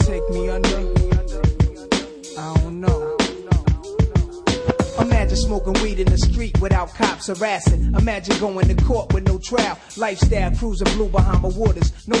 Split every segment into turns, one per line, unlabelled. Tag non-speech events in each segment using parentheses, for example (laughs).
take me under? I don't know. Imagine smoking weed in the street without cops harassing. Imagine going to court with no trial. Lifestyle cruising blue Bahama waters. No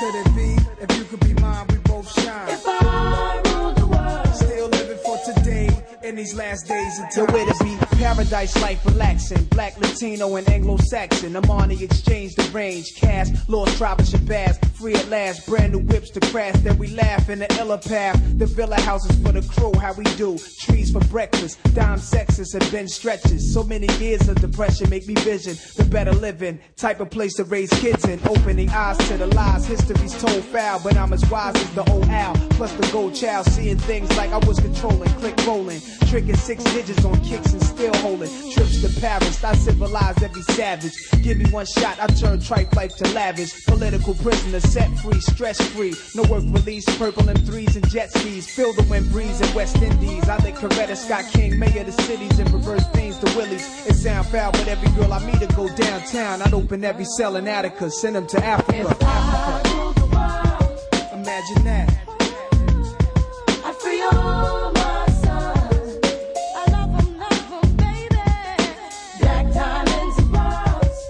Could it be if you could be mine? We both shine.
If I rule the world,
Still living for today in these last days until where to be paradise life relaxing. Black, Latino, and Anglo-Saxon. Amani exchange the range. Cash, lost tribe and Shabazz. Free at last. Brand new whips to crash. Then we laugh in the illa path. The villa houses for the crew. How we do. Trees for breakfast. Dime sexes have been stretches. So many years of depression make me vision the better living. Type of place to raise kids in. Opening eyes to the lies. History's told foul, but I'm as wise as the old owl. Plus the gold child. Seeing things like I was controlling. Click rolling. Tricking six digits on kicks and still holding. Trips to Paris. I civilize every savage. Give me one shot. I turn tripe life to lavish. Political prisoner. Set free. Stress free. No work release. Purple and threes and jet skis. Feel the wind breeze in West Indies. I think Coretta Scott King, mayor of the cities, and reverse things to Willies. It sound foul, but every girl I meet to go downtown. I'd open every cell in Attica. Send them to Africa.
I rule the world.
Imagine that.
I free all my sons. I love 'em, love 'em, baby. Black diamonds and pearls.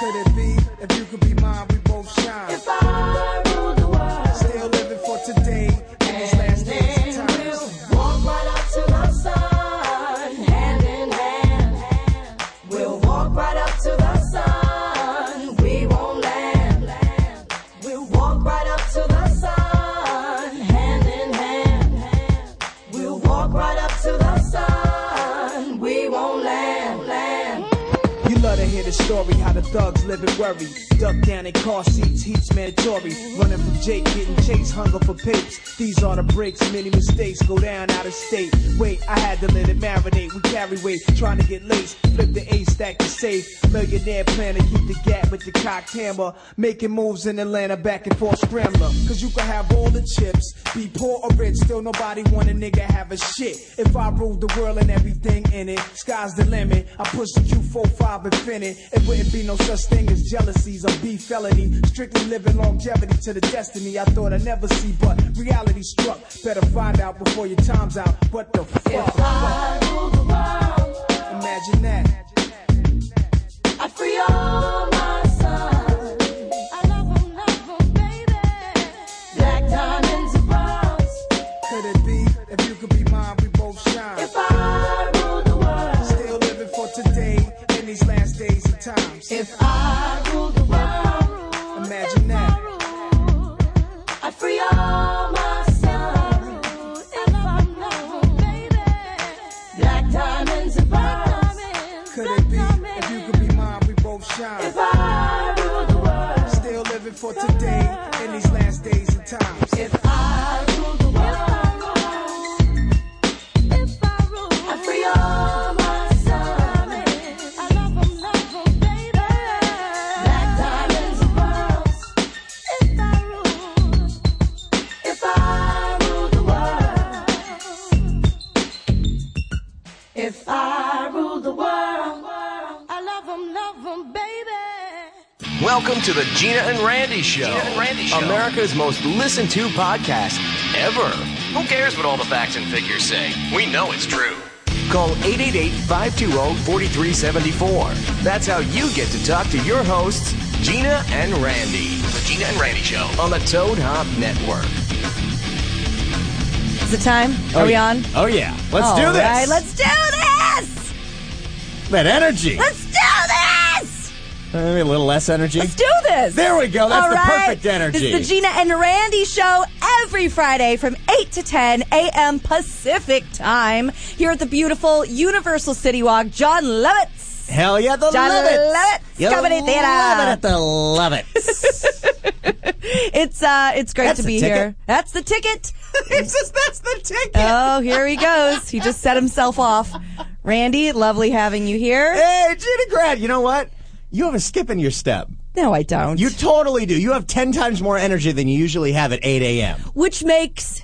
Could it be if you could be mine? We both shine.
If I rule the world.
Still living for today in these last days and times.
Walk right up to the sun, hand in hand. We'll walk right up to the sun. We won't land. We'll walk right up to the sun, hand in hand. We'll walk right up to the sun. We won't land. Land.
You love to hear the story how the thugs live in worry. Duck down in car seats, heat's mandatory. Running from Jake, getting chased, hunger for papes. These are the breaks, many mistakes go down out of state. Wait, I had to let it marinate. We carry weight, trying to get laced. Flip the ace, stack the safe. Millionaire plan to keep the gap with the cocked hammer. Making moves in Atlanta, back and forth scrambler. Cause you can have all the chips. Be poor or rich, still nobody want a nigga have a shit. If I ruled the world and everything in it, sky's the limit. I push the Q45 infinite. It wouldn't be no such thing as jealousies or be felony. Strictly living longevity to the destiny I thought I'd never see, but reality struck. Better find out before your time's out. What the
If
fuck?
I rule the world.
Imagine that.
I free all my sons. I love 'em, love 'em, baby. Black diamonds and pearls.
Could it be if you could be mine, we both shine?
If I rule the world,
Still living for today in these last days and times.
if I rule the world,
Imagine that.
I free all my sons. I love 'em, love 'em, baby. Black diamonds and pearls.
Could it be if you could be mine, we both shine?
If I rule the world,
Still living for today in these last days and times.
if I rule the world.
If I rule,
I free all my sons.
I love 'em, love 'em, baby.
Black diamonds and pearls.
If I rule,
If I rule the world. If I rule the world.
I love 'em, love 'em, baby.
Welcome to the Gina and Randy Show.
Gina and Randy Show.
America's most listened to podcast ever.
Who cares what all the facts and figures say? We know it's true.
Call 888 520 4374. That's how you get to talk to your hosts, Gina and Randy,
The Gina and Randy Show.
on the Toad Hop Network.
Is it time? Are we on?
Oh yeah, let's
All
do this.
right, let's do this.
that energy.
Let's do this. Maybe a little less energy.
Let's do this.
There we go. That's
All
the
right.
perfect energy.
This is the Gina and Randy show every Friday from 8 to 10 a.m. Pacific time here at the beautiful Universal City Walk. John
(laughs)
Lovitz.
Hell yeah, the
John
love it.
Lovitz
You
Comedy
love
Theater.
it at the love it.
It's uh, it's great
That's
to
the
be
ticket.
here. That's the
(laughs)
ticket.
that's the ticket.
oh, here he goes. He just set himself off. Randy, lovely having you here.
Hey, Gina Grad, you know what? You have a skip in your step.
No, I don't.
You totally do. You have 10 times more energy than you usually have at 8 a.m.
which makes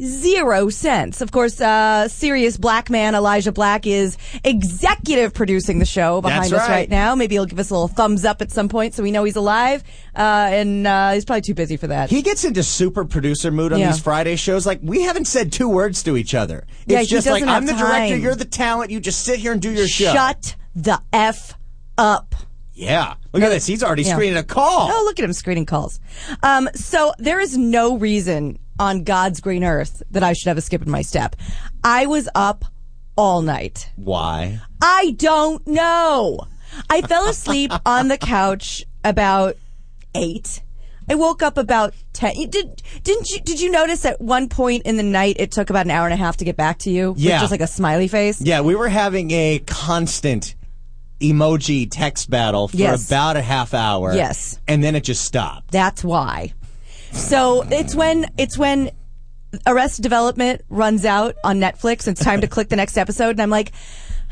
zero sense. Of course, uh, serious black man Elijah Black is executive producing the show behind
That's
us
right.
right now. Maybe he'll give us a little thumbs up at some point so we know he's alive. Uh, and uh, he's probably too busy for that.
He gets into super producer mood on
Yeah.
these Friday shows. Like, we haven't said two words to each other. It's
Yeah, he
just like,
doesn't have
I'm the director,
time.
you're the talent, you just sit here and do your show.
Shut the F up.
Yeah. Look at this. He's already
Yeah.
screening a call.
Oh, look at him screening calls. Um, so there is no reason on God's green earth that I should have a skip in my step. I was up all night.
Why?
I don't know. I fell
(laughs)
asleep on the couch about eight. I woke up about ten. You did didn't you? Did you notice at one point in the night it took about an hour and a half to get back to you?
Yeah.
with just like a smiley face.
Yeah, we were having a constant emoji text battle for
Yes.
about a half hour.
Yes.
And then it just stopped.
That's why. So it's when it's when Arrested Development runs out on Netflix. It's time to click the next episode, and I'm like,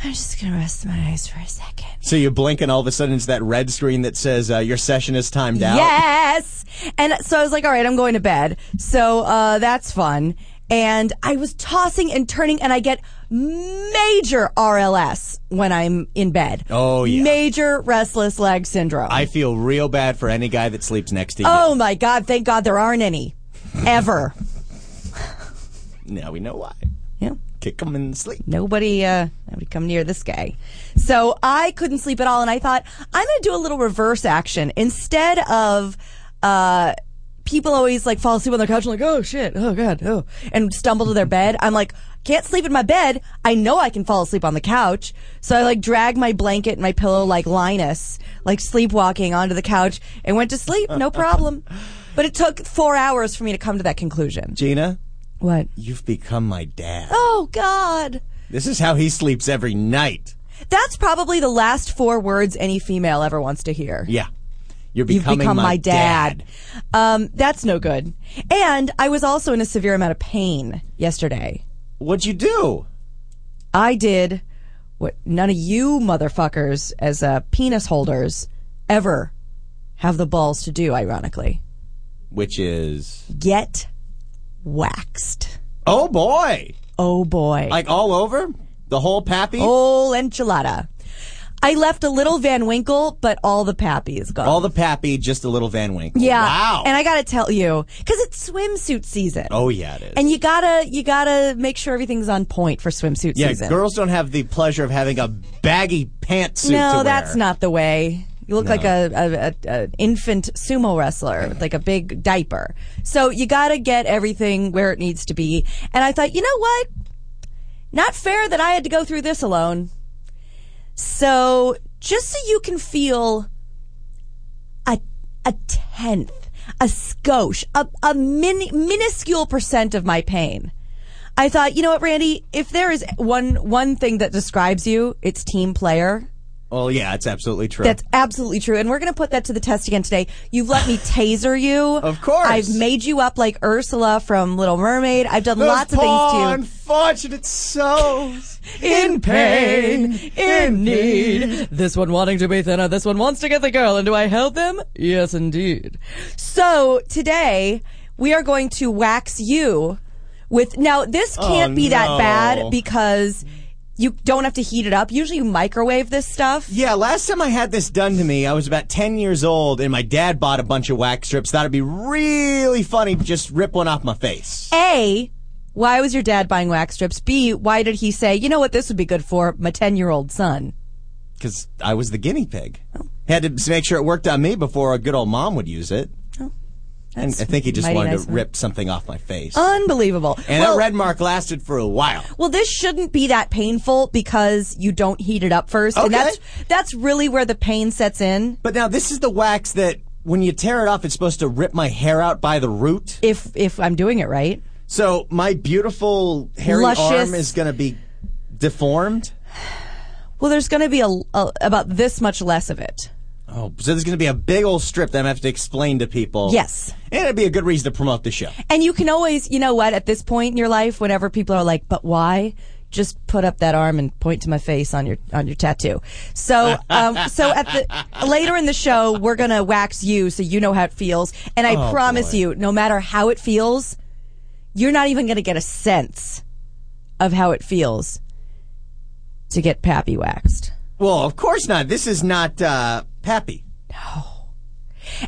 I'm just gonna rest my eyes for a second.
So you blink and all of a sudden it's that red screen that says uh, your session is timed out.
Yes. And so I was like, all right, I'm going to bed. So uh, that's fun. And I was tossing and turning, and I get major RLS when I'm in bed.
Oh, yeah.
Major restless leg syndrome.
I feel real bad for any guy that sleeps next to you.
oh, my God. Thank God there aren't any. Ever.
Now we know why.
yeah.
Kick him in the sleep.
Nobody, uh, nobody come near this guy. So I couldn't sleep at all, and I thought I'm going to do a little reverse action instead of. Uh, People always like fall asleep on their couch and like, oh shit, oh god, oh, and stumble to their bed. I'm like, can't sleep in my bed. I know I can fall asleep on the couch, so I like drag my blanket and my pillow like Linus, like sleepwalking onto the couch and went to sleep, no problem. But it took four hours for me to come to that conclusion.
Gina,
What?
you've become my dad.
Oh God.
This is how he sleeps every night.
That's probably the last four words any female ever wants to hear.
Yeah. You're
You've
becoming
become
my,
my dad. Um, that's no good. And I was also in a severe amount of pain yesterday.
What'd you do?
I did what none of you motherfuckers, as uh, penis holders, ever have the balls to do, ironically.
Which is.
Get waxed.
Oh boy!
Oh boy.
Like all over? The whole pappy?
Whole enchilada. I left a little Van Winkle, but all the pappy is gone.
All the pappy, just a little Van Winkle.
Yeah.
Wow.
And I gotta tell you, because it's swimsuit season.
oh, yeah, it is.
And you gotta you gotta make sure everything's on point for swimsuit
yeah,
season.
girls don't have the pleasure of having a baggy pantsuit. to
no,
wear.
that's not the way. You look like a, a, a, a infant sumo wrestler with like a big diaper. So you gotta get everything where it needs to be. And I thought, you know what? Not fair that I had to go through this alone. So just so you can feel a a tenth, a skosh, a, a min, minuscule percent of my pain. I thought, you know what, Randy? If there is one one thing that describes you, it's team player.
Well, yeah, it's absolutely true.
That's absolutely true. And we're going to put that to the test again today. You've let me taser you.
Of course.
I've made you up like Ursula from Little Mermaid. I've done lots of things to you.
Unfortunate souls
in pain, in need. (laughs) This one wanting to be thinner, this one wants to get the girl, and do I help them? Yes, indeed. So today, we are going to wax you with. Now, this can't be
no.
that bad because you don't have to heat it up. Usually, you microwave this stuff.
Yeah, last time I had this done to me, I was about 10 years old, and my dad bought a bunch of wax strips. Thought it'd be really funny to just rip one off my face.
A. Why was your dad buying wax strips? B. Why did he say, you know what, this would be good for my 10 year old son?
Because I
Oh.
was the guinea pig. Had to s- make sure it worked on me before a good old mom would use it. And
That's
I think he just
mighty
wanted
nice
to
one.
rip something off my face.
Unbelievable.
and
well,
that red mark lasted for a while.
well, this shouldn't be that painful because you don't heat it up first,
Okay.
and that's that's really where the pain sets in.
But now this is the wax that when you tear it off, it's supposed to rip my hair out by the root.
If if I'm doing it right,
So my beautiful hairy
Luscious.
arm is going to be deformed.
well, there's going to be a, a about this much less of it.
Oh, so there's going to be a big old strip that I'm going to have to explain to people.
Yes.
And it'd be a good reason to promote the show.
And you can always, you know what, at this point in your life, whenever people are like, but why? Just put up that arm and point to my face on your on your tattoo.
(laughs)
So, um, so at the later in the show, we're gonna wax you so you know how it feels. And I
Oh,
promise
boy.
you, no matter how it feels, you're not even gonna get a sense of how it feels to get pappy waxed.
Well, of course not. This is not uh, Pappy.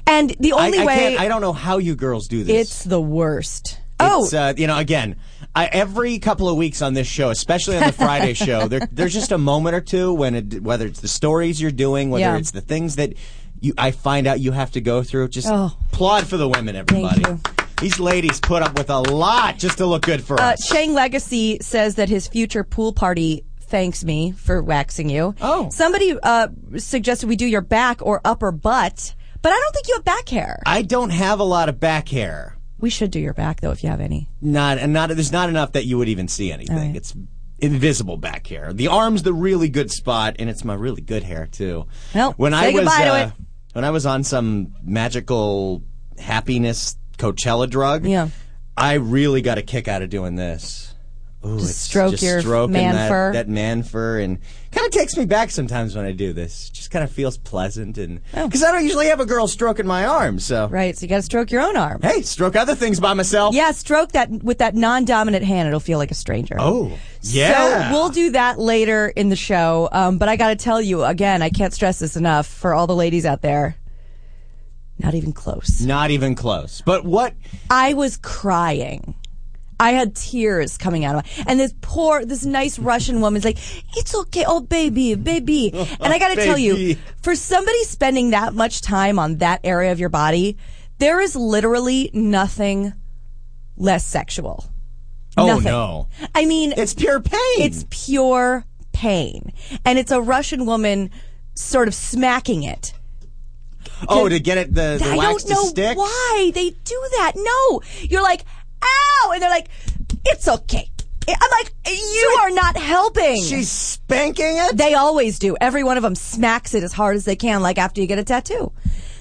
And the
I,
only
I
way
can't. I don't know how you girls do this.
it's the worst. oh,
It's, uh, you know, again, I, every couple of weeks on this show, especially on
(laughs)
the Friday show, there, there's just a moment or two when, it, whether it's the stories you're doing, whether
Yeah.
it's the things that you, I find out you have to go through. Just
Oh.
applaud for the women, everybody.
you.
These ladies put up with a lot just to look good for
Uh,
us.
Shang Legacy says that his future pool party thanks me for waxing you.
Oh.
Somebody uh, suggested we do your back or upper butt, but I don't think you have back hair.
I don't have a lot of back hair.
we should do your back, though, if you have any.
Not and not. There's not enough that you would even see anything.
right.
It's invisible back hair. The arm's the really good spot, and it's my really good hair too.
Well,
when
say
I was
goodbye to
uh,
it.
when I was on some magical happiness Coachella drug,
Yeah.
I really got a kick out of doing this. Ooh, it's
stroke
just
your
stroking
man
that,
fur.
that man fur, and kind of takes me back sometimes when I do this. Just kind of feels pleasant, and because I don't usually have a girl stroking my arm, so
Oh. Right, so you got to stroke your own arm.
hey, stroke other things by myself.
Yeah, stroke that with that non dominant hand. It'll feel like a stranger.
Oh, yeah.
So we'll do that later in the show. Um, but I got to tell you, again, I can't stress this enough for all the ladies out there. Not even close.
Not even close. But what?
I was crying. I had tears coming out of my and this poor this nice Russian woman's like, It's okay, oh baby, baby. And I gotta tell you,
Baby.
for somebody spending that much time on that area of your body, there is literally nothing less sexual.
Oh
Nothing.
no!
I mean
It's pure pain.
it's pure pain. And it's a Russian woman sort of smacking it.
oh to get it the, the
I
wax
don't know
to stick.
why they do that. No, you're like, ow, and they're like, it's okay. I'm like, you are not helping.
She's spanking it.
they always do. Every one of them smacks it as hard as they can, like after you get a tattoo.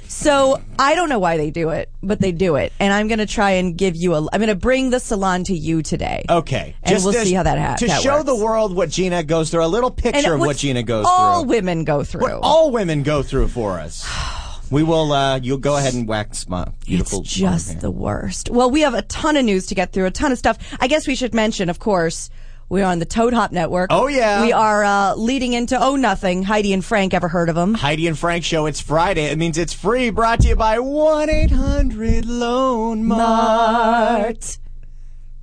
So I don't know why they do it, but they do it. And I'm going to try and give you a. I'm going to bring the salon to you today.
Okay,
and we'll
to-
see how that happens.
To show the world what Gina goes through, a little picture of what Gina goes
all
through.
women go through.
What all women go through for us. We will. uh You'll go ahead and wax my
It's
beautiful. long hair.
just the worst. Well, we have a ton of news to get through, a ton of stuff. I guess we should mention, of course, we are on the Toad Hop Network.
Oh, yeah.
we are uh, leading into Oh Nothing. Heidi and Frank, ever heard of them?
Heidi and Frank show. It's Friday. It means it's free. Brought to you by one eight hundred Loan Mart.
Art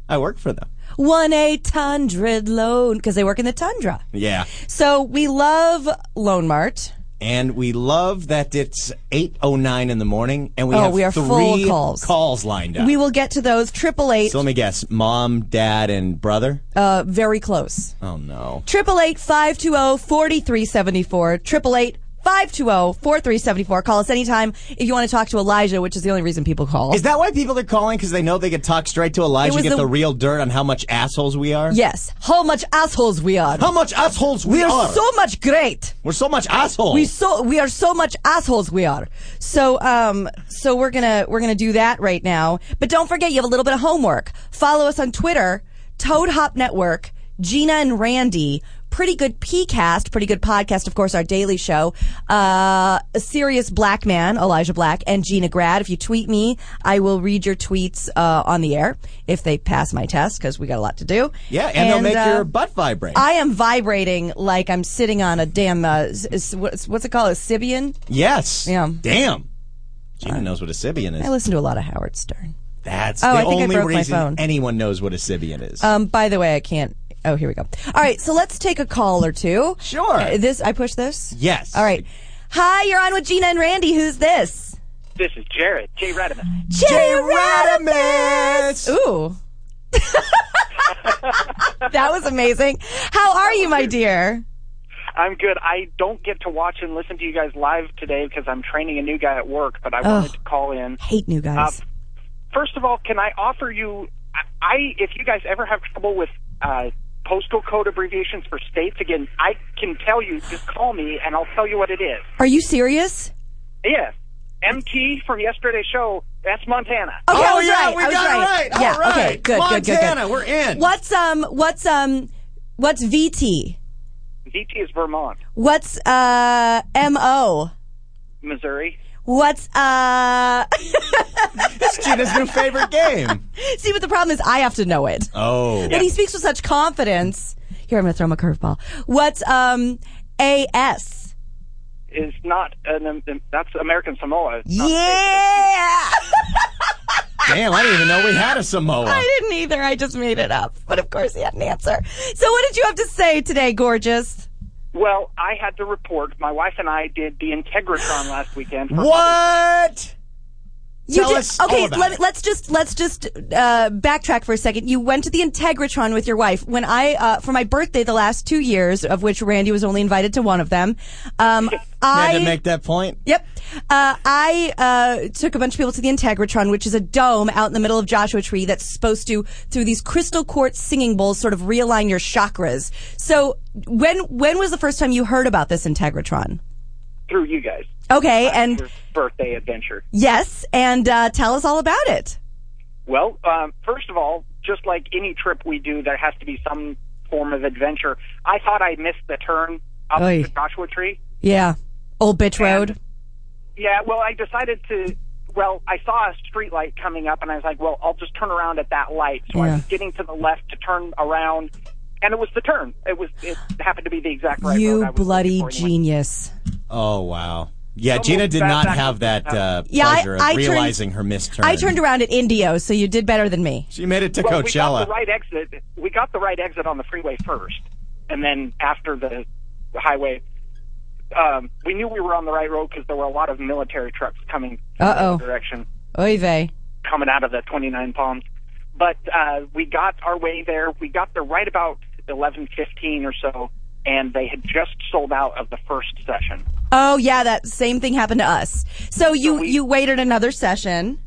I work for them.
one eight hundred loan because they work in the tundra.
Yeah.
So we love Loan Mart.
and we love that it's 8.09 in the morning and we
Oh,
have
we are
three
full of calls.
lined up.
We will get to those triple eight.
so let me guess, mom, dad, and brother?
Uh, very close.
oh, no.
Triple eight five two zero forty three seventy four. Triple eight five two zero four three seventy four. Call us anytime if you want to talk to Elijah, which is the only reason people call.
Is that why people are calling? Because they know they could talk straight to
It
Elijah
was
get the,
the-
real dirt on how much assholes we are?
yes, how much assholes we are.
How much assholes we,
we are,
are.
so much great.
We're so much assholes.
We so we are so much assholes we are. So um so we're gonna we're gonna do that right now. But don't forget you have a little bit of homework. Follow us on Twitter, Toad Hop Network, Gina and Randy. Pretty good PCast, pretty good podcast, of course, our daily show. Uh, a serious black man, Elijah Black, and Gina Grad. If you tweet me, I will read your tweets uh, on the air if they pass my test because we got a lot to do.
yeah, and, they'll make
uh,
your butt vibrate.
I am vibrating like I'm sitting on a damn uh, s- s- what's, what's it called a Sibian.
yes.
Yeah.
Damn. Gina knows what a Sibian
I
is.
listen to a lot of Howard Stern.
That's
Oh,
the
I think I
only
broke my
reason
phone.
anyone knows what a Sibian is.
Um, by the way, I can't. Oh, here we go. All right, so let's take a call or two.
Sure.
Uh, this I push this.
yes.
All right. Hi, you're on with Gina and Randy. Who's this?
This is Jared, Jay Radimus.
Jay Radimus.
Ooh. (laughs) that was amazing. How are you, my dear?
I'm good. I don't get to watch and listen to you guys live today because I'm training a new guy at work, but I wanted to call in.
Hate new guys.
Uh, first of all, can I offer you? I- I if you guys ever have trouble with uh, postal code abbreviations for states, again, I can tell you. Just call me, and I'll tell you what it is.
Are you serious?
Yes, MT from yesterday's show. That's Montana.
Okay, I
oh
was
yeah,
right.
we
I was
got
right.
it right.
Yeah.
All right.
Okay. Good.
Montana,
Good. Good. Good.
we're in.
What's um? What's um? What's VT?
VT is Vermont,
What's uh? Mo?
Missouri.
What's uh?
It's Gina's new favorite game.
(laughs) See, but the problem is I have to know it.
Oh.
But he speaks with such confidence. Here, I'm going to throw him a curveball. What's um? AS?
Is not an um, that's American Samoa. It's not a state.
Yeah.
Damn, I didn't even know we had a Samoa.
I didn't either. I just made it up. But of course, he had an answer. So, what did you have to say today, gorgeous?
Well, I had to report. My wife and I did the Integratron last weekend. For
What?
You
Tell
did-
us all
okay,
about
let,
it.
let's just let's just uh, backtrack for a second. You went to the Integratron with your wife. When I uh, for my birthday the last two years, of which Randy was only invited to one of them,
(laughs)
um, I
Had to make that point.
Yep. Uh, I uh, took a bunch of people to the Integratron, which is a dome out in the middle of Joshua Tree that's supposed to, through these crystal quartz singing bowls, sort of realign your chakras. So, when when was the first time you heard about this Integratron?
through you guys.
Okay,
Your
and
birthday adventure.
yes, and uh, tell us all about it.
Well, um, first of all, just like any trip we do, there has to be some form of adventure. I thought I missed the turn up
Oy.
the Joshua Tree.
Yeah, Old Bitch Road.
Yeah, well, I decided to. Well, I saw a street light coming up, and I was like, "Well, I'll just turn around at that light." So I
Yeah.
was getting to the left to turn around, and it was the turn. It was. It happened to be the exact right. road I
you
was looking
bloody
for anyway.
genius.
Oh wow. Yeah,
Someone
Gina did
back-
not
back-
have that uh,
Yeah, I-
pleasure
I turned-
of realizing her missed turn.
I turned around at Indio, so you did better than me.
She made it to
Well, we got
Coachella.
the right exit. We got the right exit on the freeway first, and then after the highway, um, we knew we were on the right road because there were a lot of military trucks coming from the
Uh-oh.
other direction,
Oy vey.
coming out of the 29 Palms. But uh, we got our way there. We got there right about 11:15 or so, and they had just sold out of the first session.
Oh yeah, that same thing happened to us. So you
we-
you waited another session.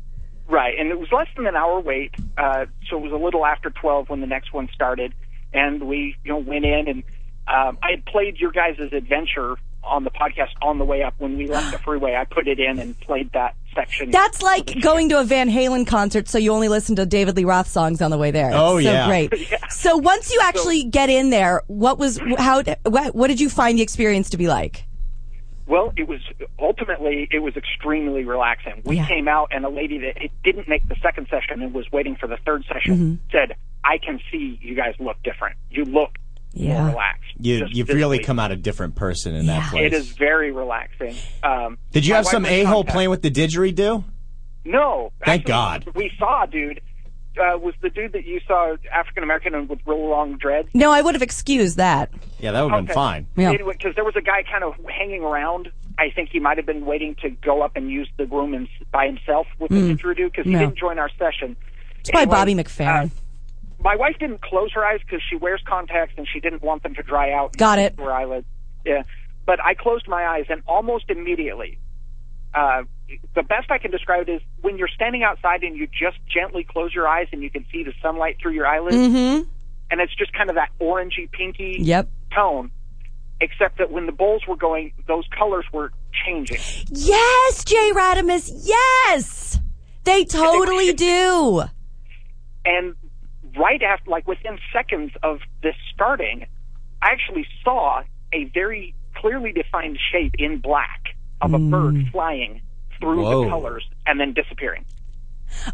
Right, and it was less than an hour wait, uh, so it was a little after twelve when the next one started, and we you know went in and um, I had played your guys' adventure on the podcast on the way up when we left the freeway. I put it in and played that section.
That's like going to a Van Halen concert, so you only listen to David Lee Roth songs on the way there.
Oh,
so
yeah.
(laughs)
great. So once you actually get in there, what was how what, what did you find the experience to be like?
well, it was ultimately it was extremely relaxing. We
Yeah.
came out and a lady that it didn't make the second session and was waiting for the third session
Mm-hmm.
said, "I can see you guys look different. You look more relaxed.
you
just
you've really
physically."
come out a different person in that place.
It is very relaxing. Um,
Did you
my
have
wife
some
was
a hole
contacted-
playing with the didgeridoo?
No.
Thank
Actually,
God.
We saw a dude. Uh, was the dude that you saw African American and with real long dreads?
No, I would have excused that.
Yeah, that would have been Oh, fine.
Yeah.
because there was a guy kind of hanging around. I think he might have been waiting to go up and use the room in, by himself with
Mm.
the didgeridoo because he
No.
didn't join our session. It's
by Bobby
uh,
McFerrin.
my wife didn't close her eyes because she wears contacts and she didn't want them to dry out. and
Got it.
stick to Her eyelids. Yeah, but I closed my eyes and almost immediately. Uh, the best I can describe it is when you're standing outside and you just gently close your eyes and you can see the sunlight through your eyelids, and it's just kind of that orangey pinky
Mm-hmm. Yep.
tone. Except that when the bowls were going, those colors were changing.
Yes, Jay Radimus. Yes,
(laughs)
they totally do.
And right after, like within seconds of this starting, I actually saw a very clearly defined shape in black of a
Mm.
bird flying through
Whoa.
the colors and then disappearing.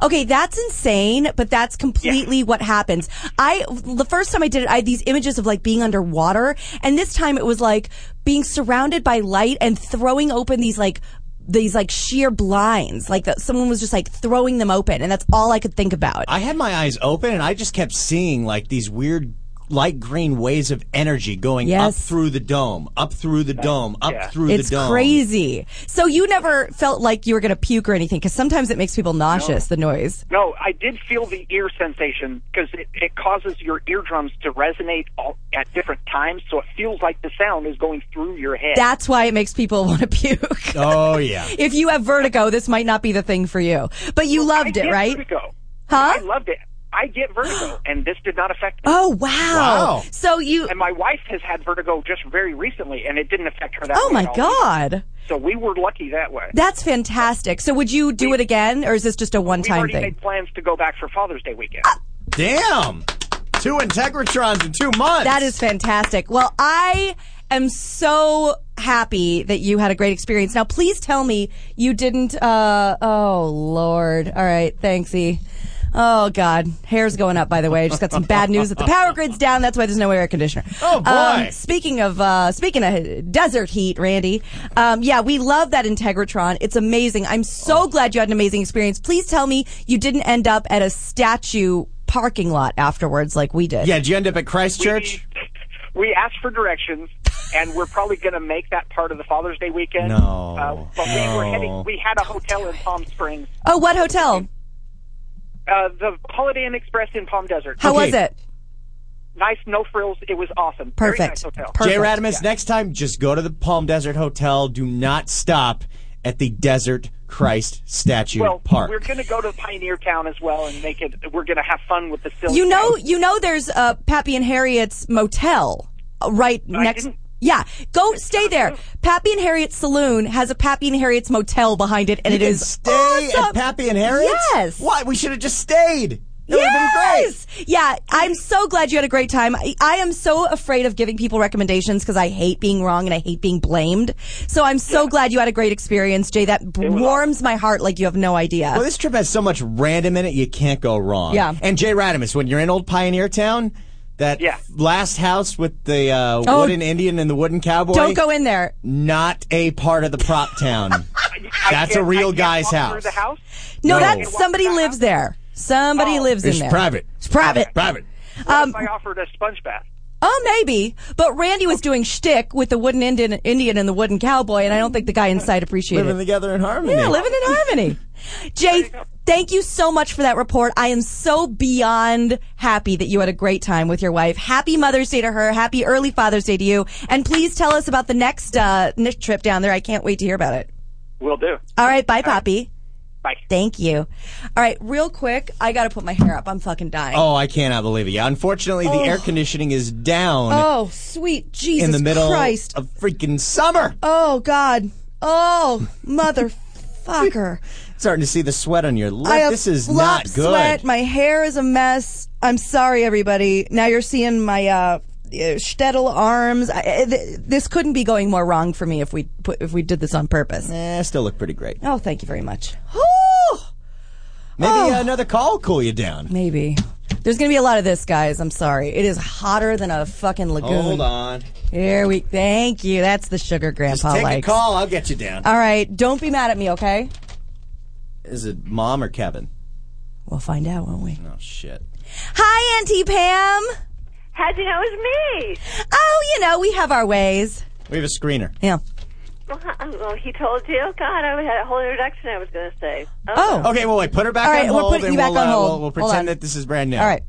Okay, that's insane, but that's completely what happens. I the first time I did it, I had these images of like being underwater, and this time it was like being surrounded by light and throwing open these like these like sheer blinds, like that someone was just like throwing them open, and that's all I could think about.
I had my eyes open and I just kept seeing like these weird light green waves of energy going up
Yes.
through the dome, up through the dome, up
yeah.
through
It's
the dome.
crazy. So you never felt like you were going to puke or anything because sometimes it makes people nauseous, the noise.
No, I did feel the ear sensation because it, it causes your eardrums to resonate all, at different times, so it feels like the sound is going through your head.
That's why it makes people (laughs) want to puke.
Oh yeah.
if you have vertigo, this might not be the thing for you. But you
I
loved
get
it, right?
Vertigo.
Huh?
I loved it. I
(gasps)
get vertigo, and this did not affect me.
Oh wow.
Wow.
So you
And my wife has had vertigo just very recently, and it didn't affect her that
Oh
way
my
at all.
god.
So we were lucky that way.
That's fantastic. So would you do it again or is this just a
We've
one-time
already
thing?
made plans to go back for Father's Day weekend.
Uh,
Damn. Two Integratrons in two months.
That is fantastic. Well, I am so happy that you had a great experience. Now, please tell me you didn't. Uh, oh Lord! All right, thanks, E. Oh God, hair's going up. By the way, I just got some bad news
(laughs)
that the power grid's down. That's why there's no air conditioner. Um,
Oh, boy.
speaking of uh, speaking of desert heat, Randy. Um, yeah, we love that Integratron. It's amazing. I'm
Oh.
so glad you had an amazing experience. Please tell me you didn't end up at a statue parking lot afterwards like we did.
Yeah, did you end up at Christchurch?
We (laughs) asked for directions, and we're probably going to make that part of the Father's Day weekend.
No,
Uh, but we were
no.
heading, we had a hotel in Palm Springs,
Oh, what hotel?
uh, the Holiday Inn Express in Palm Desert.
How
Okay.
was it?
nice, no frills. It was awesome. Very nice
Perfect.
hotel.
(laughs) Perfect.
Jay Radimus, next time just go to the Palm Desert Hotel. Do not stop at the Desert Christ Statue
Well,
Park.
we're going to go to Pioneer Town as well and make it. We're going to have fun with the silly.
You know,
things.
you know, there's uh, Pappy and Harriet's motel uh, right next.
didn't-
Yeah, go stay there. Pappy and Harriet's saloon has a Pappy and Harriet's motel behind it, and it
You
is
stay
awesome.
at Pappy and Harriet's?
Yes.
Why? We should have just stayed. That would have been great.
Yes. Yeah, I'm so glad you had a great time. I, I am so afraid of giving people recommendations because I hate being wrong and I hate being blamed. So I'm so glad you had a great experience, Jay. That warms my heart like you have no idea.
Well, this trip has so much random in it, you can't go wrong.
Yeah.
And Jay Radimus, when you're in Old Pioneer Town, that
Yeah.
last house with the uh,
Oh.
wooden Indian and the wooden cowboy,
Don't go in there.
not a part of the prop town.
I
That's
can't-
a real
I can't
guy's
walk
house.
Through the house.
No,
No.
that's somebody lives there. Somebody
Oh.
lives
it's
in there.
private.
It's (laughs) private.
Private.
Um,
I offered a sponge bath.
oh, maybe. But Randy was doing shtick with the wooden Indian, Indian and the wooden cowboy, and I don't think the guy inside appreciated
Living
it.
together in harmony.
Yeah, living in harmony. Jay, thank you so much for that report. I am so beyond happy that you had a great time with your wife. Happy Mother's Day to her. Happy early Father's Day to you. And please tell us about the next uh, next trip down there. I can't wait to hear about it.
Will do.
All right, bye, Poppy.
Bye.
Thank you. All right, real quick, I got to put my hair up. I'm fucking dying.
Oh, I cannot believe it. Yeah, unfortunately, the air conditioning is down
Oh, sweet Jesus
in the middle
Christ.
of freaking summer.
Oh, God. Oh,
(laughs)
motherfucker.
Starting to see the sweat on your lip.
I have
this is
flop
not good.
sweat. My hair is a mess. I'm sorry, everybody. Now you're seeing my uh, uh, shtetl arms. I, I- th- this couldn't be going more wrong for me if we put, if we did this on purpose.
Eh, still look pretty great.
Oh, thank you very much. Whew.
Maybe
Oh.
uh, another call will cool you down.
Maybe. There's going to be a lot of this, guys. I'm sorry. It is hotter than a fucking lagoon.
Hold on.
Here we. Thank you. That's the sugar
Just
grandpa
take
likes.
a call. I'll get you down.
All right. Don't be mad at me, okay?
Is it mom or Kevin?
We'll find out, won't we?
Oh shit.
Hi, Auntie Pam.
How'd you know it was me?
Oh, you know we have our ways.
We have a screener.
Yeah.
Well, h- well, he told you. God, I had a whole introduction I was going to say.
Oh.
Okay, well, wait. Put her back
All right,
on
we're
hold,
putting
and
you back
we'll,
on
uh,
hold.
we'll, we'll
Hold
pretend
on.
that this is brand new.
All right.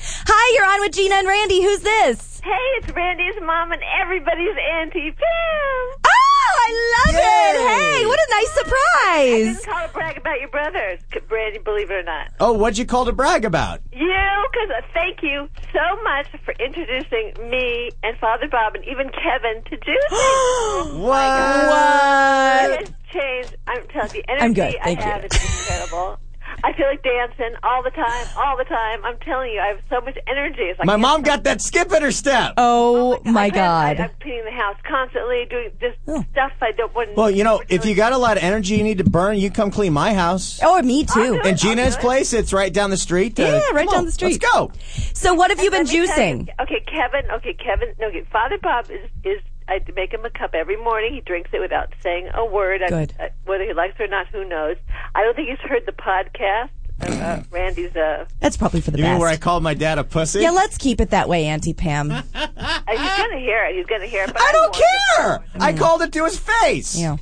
Hi, you're on with Gina and Randy. Who's this?
Hey, it's Randy's mom and everybody's auntie Pam.
Oh, I love it.
Yay.
Hey, what a nice
Didn't
surprise.
call to brag about your brothers, c- Randy. Believe it or not,
Oh, what'd you call to brag about?
you. Because thank you so much for introducing me and Father Bob and even Kevin
(gasps)
to Juicy.
What?
It has changed. I'm telling you, the energy
I'm good, thank
I have
you.
is incredible. I feel like dancing all the time, all the time. I'm telling you, I have so much energy. It's like
My mom got that skip in her step.
Oh, my
I can't- I,
God. Oh.
I'm cleaning the house constantly, doing this stuff I don't want.
Well, you know, if you got a lot of energy you need to burn, you come clean my house.
Or Oh, me too.
And Gina's place, it's right down the street. Uh,
Yeah, right
come
down
on,
the street.
Let's go.
So what have you been
Let me tell you-
juicing?
okay, Kevin. Okay, Kevin. No, okay, Father Bob is is. I make him a cup every morning. He drinks it without saying a word. I-
Good.
I, whether he likes it or not, who knows? I don't think he's heard the podcast. of uh, Randy's.
(laughs)
Uh,
That's probably for the
You mean
best.
where I called my dad a pussy?
yeah, let's keep it that way, Auntie
(laughs)
Pam.
uh, he's gonna hear it. He's gonna hear it. But
I don't
warned him.
care. I called it to his face.
Yeah.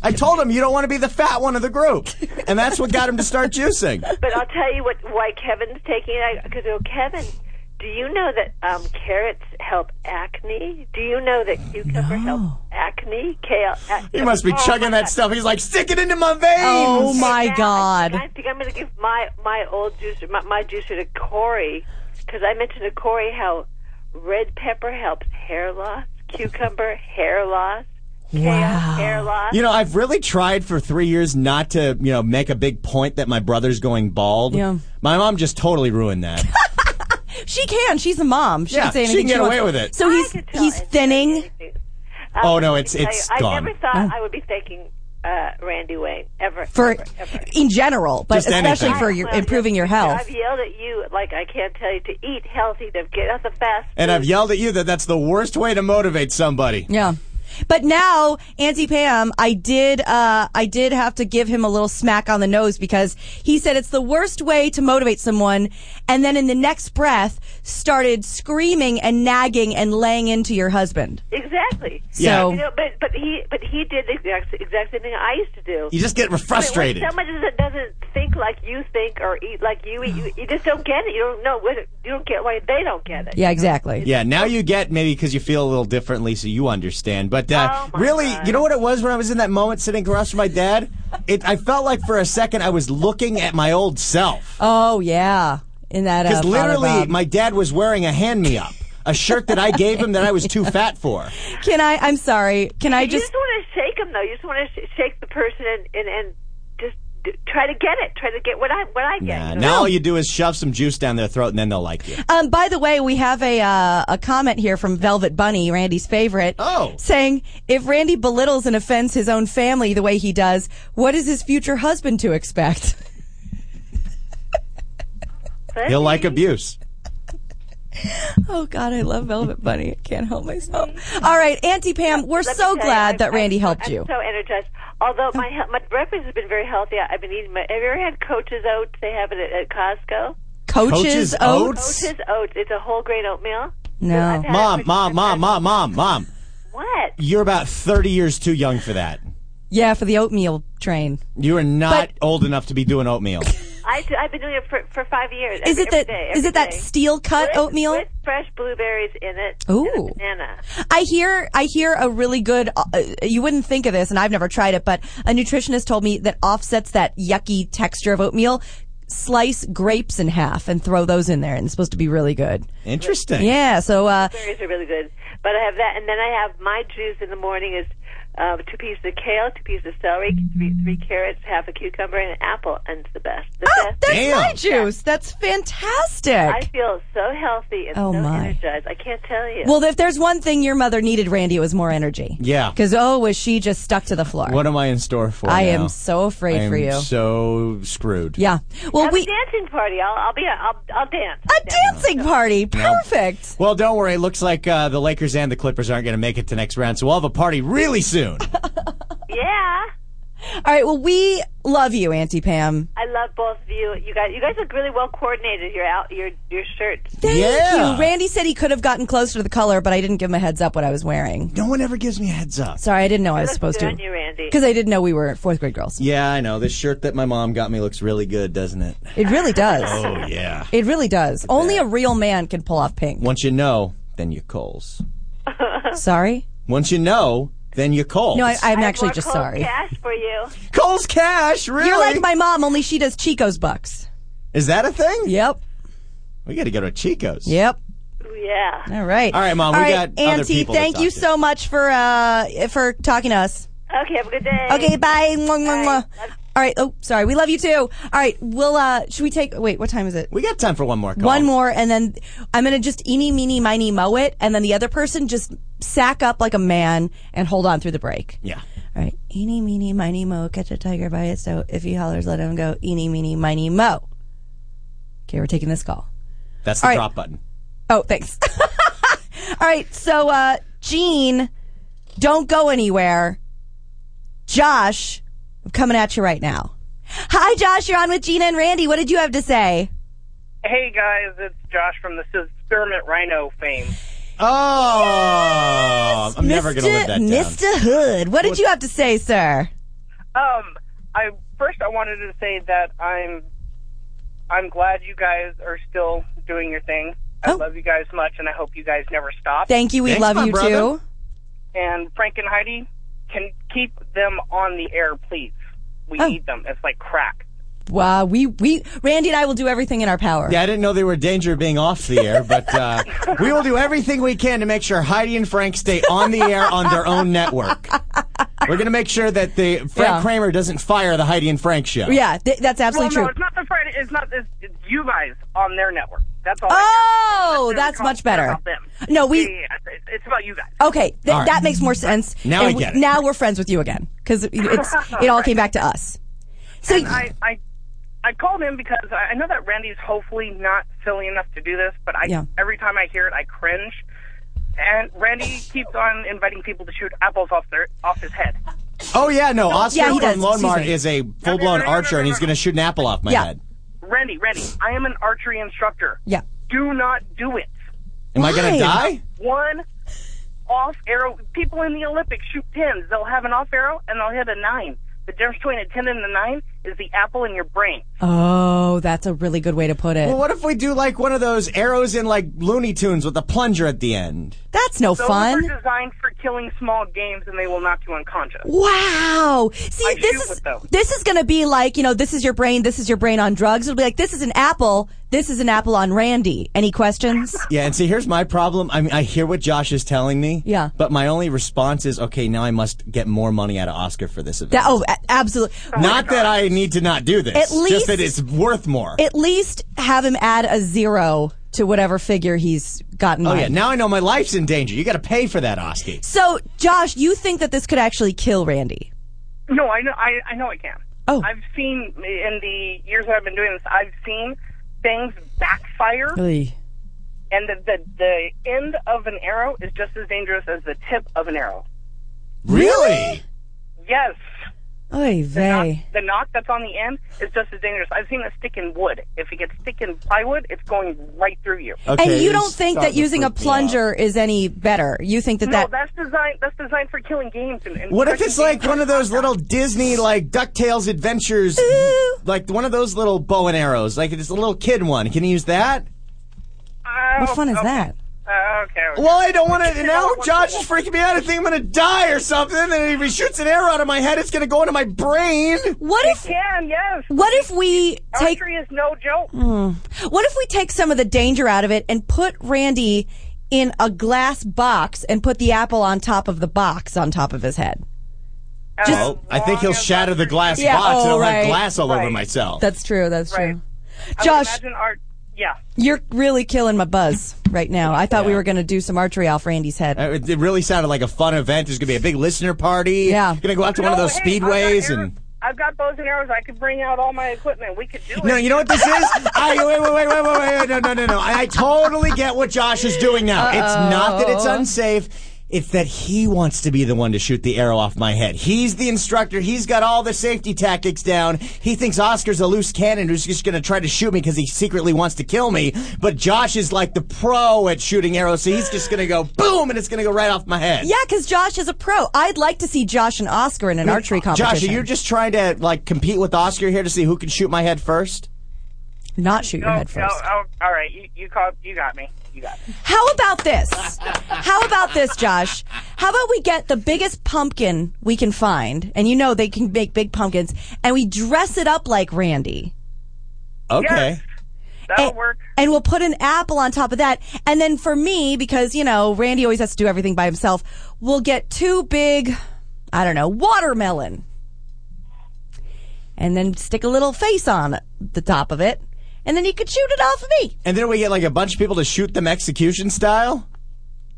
I told him you don't want to be the fat one of the group, and that's what got him to start juicing.
(laughs) But I'll tell you what why Kevin's taking it. Because oh, Kevin, do you know that um, carrots help acne? Do you know that
Uh,
cucumber helps acne? Kale. Ac-
He must be
Oh,
chugging
my
that
God.
stuff. He's like, stick it into my veins.
Oh my
Now, I, I
God.
think I'm going to give my my old juicer, my, my juicer to Corey, because I mentioned to Corey how red pepper helps hair loss, cucumber hair loss, kale hair loss.
You know, I've really tried for three years not to, you know, make a big point that my brother's going bald.
Yeah.
My mom just totally ruined that.
She can. She's a mom. She
Yeah,
can say
she
anything
can get
wants.
away with it.
So he's
I could tell
he's
it's-
thinning.
Um,
Oh, no, it's-
I tell
it's
you,
gone.
I never thought I would be thanking uh, Randy Wayne ever
Oh. For
ever, ever.
in general, (laughs) but
Just
especially
anything.
for your,
Well,
improving your
I've
health.
yelled at you like I can't tell you to eat healthy, to get out the fast.
and I've
food.
yelled at you that that's the worst way to motivate somebody.
Yeah. But now, Auntie Pam, I did, uh, I did have to give him a little smack on the nose because he said it's the worst way to motivate someone, and then in the next breath started screaming and nagging and laying into your husband.
exactly.
So-
you know, but but he but he did the exact, exact same thing I used to do.
You just get frustrated.
When someone doesn't, doesn't think like you think or eat like you eat, you, you just don't get it. You don't know. What, you don't get why they don't get it.
Yeah, exactly.
Yeah, now you get maybe because you feel a little differently, so you understand. But uh,
Oh, my
really,
God.
you know what it was when I was in that moment sitting across from my dad? It, I felt like for a second I was looking at my old self.
Oh yeah, in that uh,
Because
Father
literally,
Bob.
my dad was wearing a hand me up, a shirt that I gave him that I was too fat
(laughs)
for.
can I? I'm sorry. Can I
You just,
just?
want to shake them, though. You just want to sh- shake the person and and, and just d- try to get it. Try to get what I what I get.
Nah,
you know?
now all you do is shove some juice down their throat, and then they'll like you.
Um, by the way, we have a uh, a comment here from Velvet Bunny, Randy's favorite.
Oh.
saying if Randy belittles and offends his own family the way he does, what is his future husband to expect? (laughs)
He'll like abuse.
oh God, I love Velvet Bunny. I can't help myself. All right, Auntie Pam, we're
Let me
so
tell you,
glad
I'm-
that Randy
I'm,
helped
I'm
you. Oh.
so energized. Although my he- my breakfast has been very healthy. I- I've been eating. My, have you ever had Coach's Oats? They have it at, at Costco.
Coaches
Coach's
oats.
oats?
Coach's Oats. It's a whole grain oatmeal.
No.
I've had it
Mom,
for-
mom, mom, mom, mom, mom.
What?
You're about 30 years too young for that.
Yeah, for the oatmeal train.
You are not
But-
old enough to be
(laughs)
doing oatmeal.
I do, I've been doing it for, for five years.
Is
every,
it that? Is
every day, every
it that
day.
steel cut
with,
oatmeal?
with fresh blueberries in it?
Ooh.
and a banana.
I hear I hear a really good. Uh, you wouldn't think of this, and I've never tried it, but a nutritionist told me that offsets that yucky texture of oatmeal. Slice grapes in half and throw those in there, and it's supposed to be really good.
Interesting.
Yeah. So uh,
Blueberries are really good, but I have that, and then I have my juice in the morning is uh, two pieces of kale, two pieces of celery, three, three carrots, half a cucumber, and an apple, and it's the best. The
oh,
best.
that's
Damn.
my juice. That's fantastic.
I feel so healthy and
Oh,
so
my.
energized. I can't tell you.
well, if there's one thing your mother needed, Randy, it was more energy.
Yeah.
Because oh, was she just stuck to the floor?
What am I in store for?
I
now?
am so afraid
I am
for you.
So screwed.
yeah. Well,
have
we
a dancing party. I'll, I'll be. I'll, I'll dance.
a dancing party. Perfect.
Well, don't worry. It looks like uh, the Lakers and the Clippers aren't going to make it to next round, so we'll have a party really soon.
Yeah.
All right. Well, we love you, Auntie Pam.
I love both of you. You guys, you guys look really well coordinated. Your out, your your shirts.
Thank
Yeah.
you. Randy said he could have gotten closer to the color, but I didn't give him a heads up what I was wearing.
no one ever gives me a heads up.
Sorry, I didn't know I was
Looks
supposed
good
to.
on you, Randy.
Because I didn't know we were fourth grade girls.
Yeah, I know. This shirt that my mom got me looks really good, doesn't it?
It really does.
(laughs) Oh, yeah.
It really does. Only a real man can pull off pink.
Once you know, then you Coles.
Sorry?
Once you know, then you Coles.
No, I, I'm
I have
actually
more
just
cold
sorry.
Cash for you.
Coles Cash, really?
You're like my mom, only she does Chico's bucks.
Is that a thing?
Yep.
We got to go to Chico's.
Yep.
Ooh, Yeah.
All right.
All right, Mom,
All
we
right,
got other
Auntie,
people to
thank
talk
you
to.
so much for uh for talking to us.
Okay. Have a good day.
Okay, bye. Mwah, mwah, mwah.
Bye.
All right. Oh, sorry. We love you too. All right. We'll, uh, should we take, wait, what time is it?
We got time for one more call.
One more, and then I'm going to just eeny, meeny, miny, mow it, and then the other person just sack up like a man and hold on through the break.
Yeah.
All right. Eeny, meeny, miny, moe. Catch a tiger by its toe. If he hollers, let him go. Eeny, meeny, miny, moe. Okay, we're taking this call.
That's the
All right.
drop button.
Oh, thanks. (laughs) All right. So, uh, Gene, don't go anywhere. Josh, I'm coming at you right now. Hi, Josh. You're on with Gina and Randy. What did you have to say?
Hey guys, it's Josh from the Experiment Rhino fame.
Oh, I'm never gonna live that down.
Mr. Hood, what did you have to say, sir?
Um, I first I wanted to say that I'm I'm glad you guys are still doing your thing. I
Oh.
love you guys much, and I hope you guys never stop.
Thank you. We
Thanks, my
love you
brother.
too.
and Frank and Heidi can keep them on the air, please. We
Oh.
need them. It's like crack.
Wow, we we Randy and I will do everything in our power.
Yeah, I didn't know they were in danger of being off the air, but uh, we will do everything we can to make sure Heidi and Frank stay on the air on their own network. We're going to make sure that the Frank
Yeah.
Kramer doesn't fire the Heidi and Frank show.
Yeah, th- that's
Well,
absolutely
no,
true.
it's not the Friday. It's not this. It's you guys on their network. That's all. I care about.
Oh,
They're
that's
talking
much better.
about them.
No,
Yeah,
we
yeah, yeah. It's- It's about you guys.
okay. Th-
All right.
That makes more sense.
Now
and
I
we-
get it.
Now we're friends with you again because it,
(laughs)
it's it all came back to us. So
I, I, I called in because I I know that Randy's hopefully not silly enough to do this, but I
Yeah.
every time I hear it, I cringe. And Randy keeps on inviting people to shoot apples off their off his head.
Oh, yeah, no. Oscar
yeah, he does.
from Lone Mart
Excuse
is a full blown
no, no,
archer,
no,
and
no,
he's
no.
going to shoot an apple off my
Yeah.
head.
Randy, Randy, I am an archery instructor.
yeah,
Do not do it.
Am I going
Why?
to die?
One off arrow. People in the Olympics shoot tens. They'll have an off arrow and they'll hit a nine. The difference between a ten and a nine is the apple in your brain.
oh, that's a really good way to put it.
Well, what if we do like one of those arrows in like Looney Tunes with a plunger at the end?
That's no
Those
fun.
are designed for killing small games, and they will knock you unconscious.
Wow. See,
I shoot
this is
with them.
this is going to be like, you know, this is your brain, this is your brain on drugs. It'll be like this is an apple, this is an apple on Randy. Any questions?
Yeah, and see, here's my problem. I mean, I hear what Josh is telling me.
Yeah.
But my only response is, okay, now I must get more money out of Oscar for this event.
that, oh, a- absolutely.
not that I need to not do this.
At
just that
least-
it's worth more.
At least have him add a 0 to whatever figure he's gotten
oh yeah, now I know my life's in danger. You got to pay for that, Oscar.
So, Josh, you think that this could actually kill Randy?
No, I know, I, I know it can.
Oh.
I've seen in the years that I've been doing this, I've seen things backfire, and the, the the end of an arrow is just as dangerous as the tip of an arrow.
Really?
Yes,
Oy
knock,
vey.
the knock that's on the end is just as dangerous. I've seen it stick in wood. If it gets stick in plywood, it's going right through you.
Okay,
and you
this
don't think
starts
that
to
using a
freak me out.
plunger is any better? You think that
No,
that
that's designed. That's designed for killing games. And, and
What if it's like
games.
one of those little Disney like Ducktales adventures, like one of those little bow and arrows, like it's a little kid one? Can you use that?
Oh,
What fun is
okay.
that?
Uh, okay. okay.
Well, I don't want
(laughs)
to. Now Josh is freaking me out. I think I'm going to die or something. And if he shoots an arrow out of my head, it's going to go into my brain.
What if
can yes.
what if we take
Archery is no joke.
What if we take some of the danger out of it and put Randy in a glass box and put the apple on top of the box on top of his head?
Just-
Oh, I think he'll
Long as
shatter the
archery-
glass
Yeah,
box and
oh,
I'll have
right.
glass all over
Right.
myself.
That's true. That's true.
Right. I would
Josh,
Imagine art. Yeah.
you're really killing my buzz right now. I thought we were going to do some archery off Randy's head.
Uh, It it really sounded like a fun event. There's gonna be a big listener party.
Yeah.
gonna go out to one of
No,
those
hey,
speedways
I've got
and.
arrows- I've got bows and arrows. I could bring out all my equipment. We could do it.
No, you know what this
(laughs)
is? I, wait, wait, wait, wait, wait, wait, wait, no, no, no, no. I, I totally get what Josh is doing now. It's not that it's unsafe. It's that he wants to be the one to shoot the arrow off my head. He's the instructor. He's got all the safety tactics down. He thinks Oscar's a loose cannon who's just going to try to shoot me because he secretly wants to kill me. But Josh is like the pro at shooting arrows, so he's just going to go boom and it's going to go right off my head.
Yeah, because Josh is a pro. I'd like to see Josh and Oscar in an archery competition.
Josh, are you just trying to like compete with Oscar here to see who can shoot my head first?
not shoot your
No,
head
(laughs) no,
first.
oh, all right. You, you called. You got me. You got me.
How about this? How about this, Josh? How about we get the biggest pumpkin we can find, and you know they can make big pumpkins, and we dress it up like Randy.
Okay.
Yes. That'll
and,
work.
and we'll put an apple on top of that. And then for me, because, you know, Randy always has to do everything by himself, we'll get two big, I don't know, watermelon. And then stick a little face on the top of it. And then you could shoot it off me.
And then we get like a bunch of people to shoot them execution style?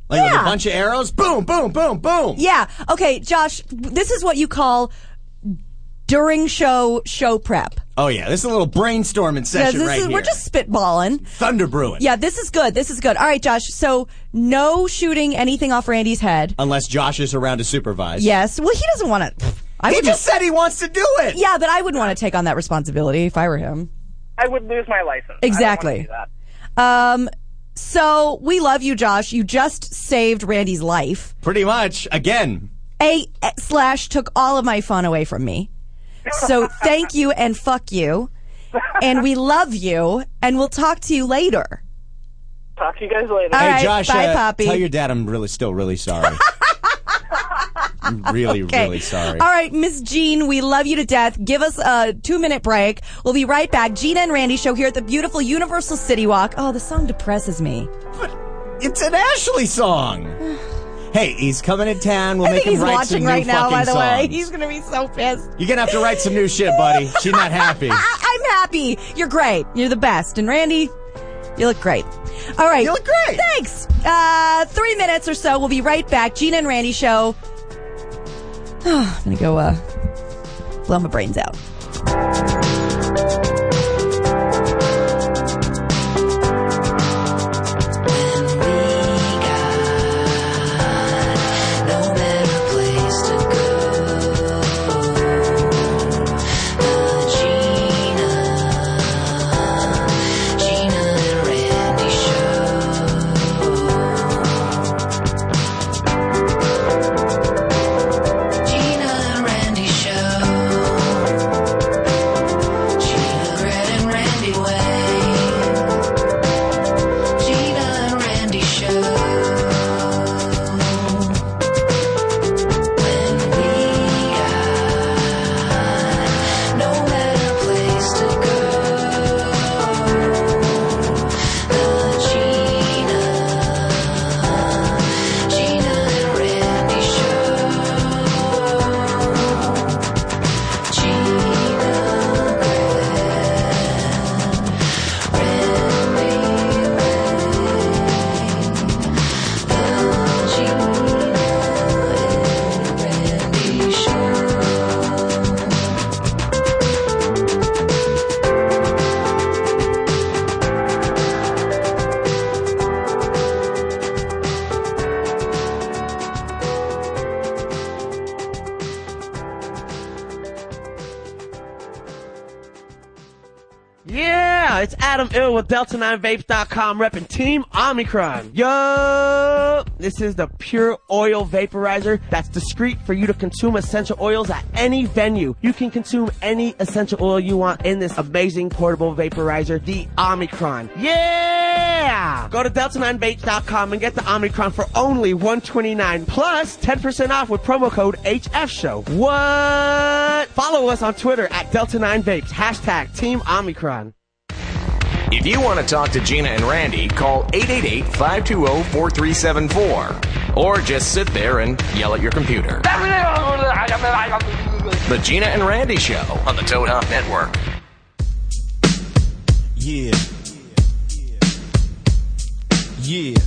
Like with
Yeah.
a bunch of arrows? Boom, boom, boom, boom.
Yeah. Okay, Josh, this is what you call during show show prep.
Oh, yeah. This is a little brainstorming
Yeah,
session
this
right
is-
here.
We're just spitballing.
thunder brewing.
Yeah, this is good. This is good. All right, Josh. So no shooting anything off Randy's head.
Unless Josh is around to supervise.
Yes. Well, he doesn't want to. I
he
would-
just said he wants to do it.
Yeah, but I wouldn't want to take on that responsibility if I were him.
I would lose my license. I don't wanna
Exactly.
do that.
Um, so we love you, Josh. You just saved Randy's life.
Pretty much. Again.
A eh, slash took all of my fun away from me. So thank you and fuck you. And we love you. And we'll talk to you later.
Talk to you guys later.
All
hey,
right,
Josh,
bye,
uh,
Poppy.
tell your dad I'm really still
(laughs)
really sorry. I'm really, really sorry.
All right, Miss Jean, we love you to death. Give us a two minute break. We'll be right back. Gina and Randy show here at the beautiful Universal City Walk. Oh, the song depresses me.
It's an Ashley song. hey, he's coming to town. We'll
I
make
think he's
him write some
watching
new
right now,
fucking
by the way.
songs.
He's going to be so pissed.
You're gonna have to write some new shit, buddy. She's
(laughs)
not happy.
I- I'm happy. You're great. You're the best. And Randy, you look great. All right.
You look great.
Thanks. Uh, three minutes or so. We'll be right back. Gina and Randy show. (sighs) I'm going to go uh, blow my brains out.
Yeah, it's Adam Ill with Delta9Vapes.com repping Team Omicron. Yo! This is the pure oil vaporizer that's discreet for you to consume essential oils at any venue. You can consume any essential oil you want in this amazing portable vaporizer, the Omicron. Yeah! Go to Delta9Vapes.com and get the Omicron for only $129 plus 10% off with promo code HFShow. What? Follow us on Twitter at Delta9Vapes, hashtag Team Omicron.
If you want to talk to Gina and Randy, call 888 520 4374 or just sit there and yell at your computer. The Gina and Randy Show on the Toad Hop Network.
Yeah. Yeah.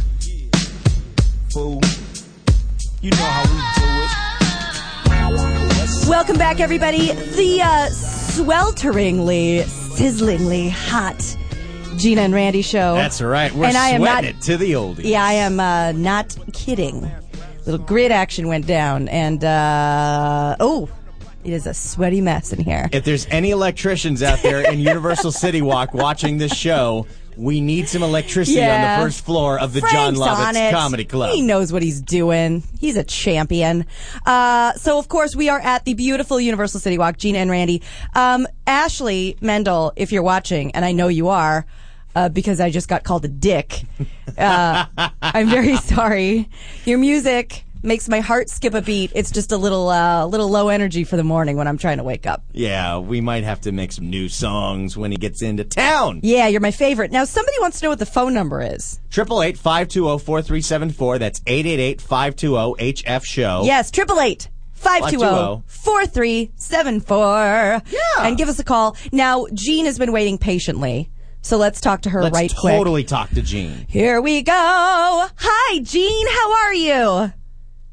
Fool. You know how we do it.
Welcome back, everybody. The uh, swelteringly, sizzlingly hot Gina and Randy show.
That's right. We're
Oh. and I am
sweating
not,
it to the oldies.
Yeah, I am uh, not kidding. Little grid action went down, and uh, oh, it is a sweaty mess in here.
If there's any electricians out there in Universal City Walk watching this show, we need some electricity
Yeah.
on the first floor of the John
Frank's on
Lovitz
it.
Comedy Club.
He knows what he's doing. He's a champion. Uh, so, of course, we are at the beautiful Universal City Walk. Gina and Randy, um, Ashley Mendel, if you're watching, and I know you are, uh, because I just got called a dick.
(laughs)
Uh, I'm very sorry. Your music makes my heart skip a beat. It's just a little, uh, little low energy for the morning when I'm trying to wake up.
Yeah, we might have to make some new songs when he gets into town.
Yeah, you're my favorite. Now, somebody wants to know what the phone number is.
Triple eight five two zero four three seven four. That's eight eight eight five two zero HF Show.
Yes, triple eight. oh, 520-4374. Yeah. And give us a call. Now, Jean has been waiting patiently. So let's talk to her
Let's
right quick.
totally talk to Gene.
Here we go. Hi, Jean. How are you?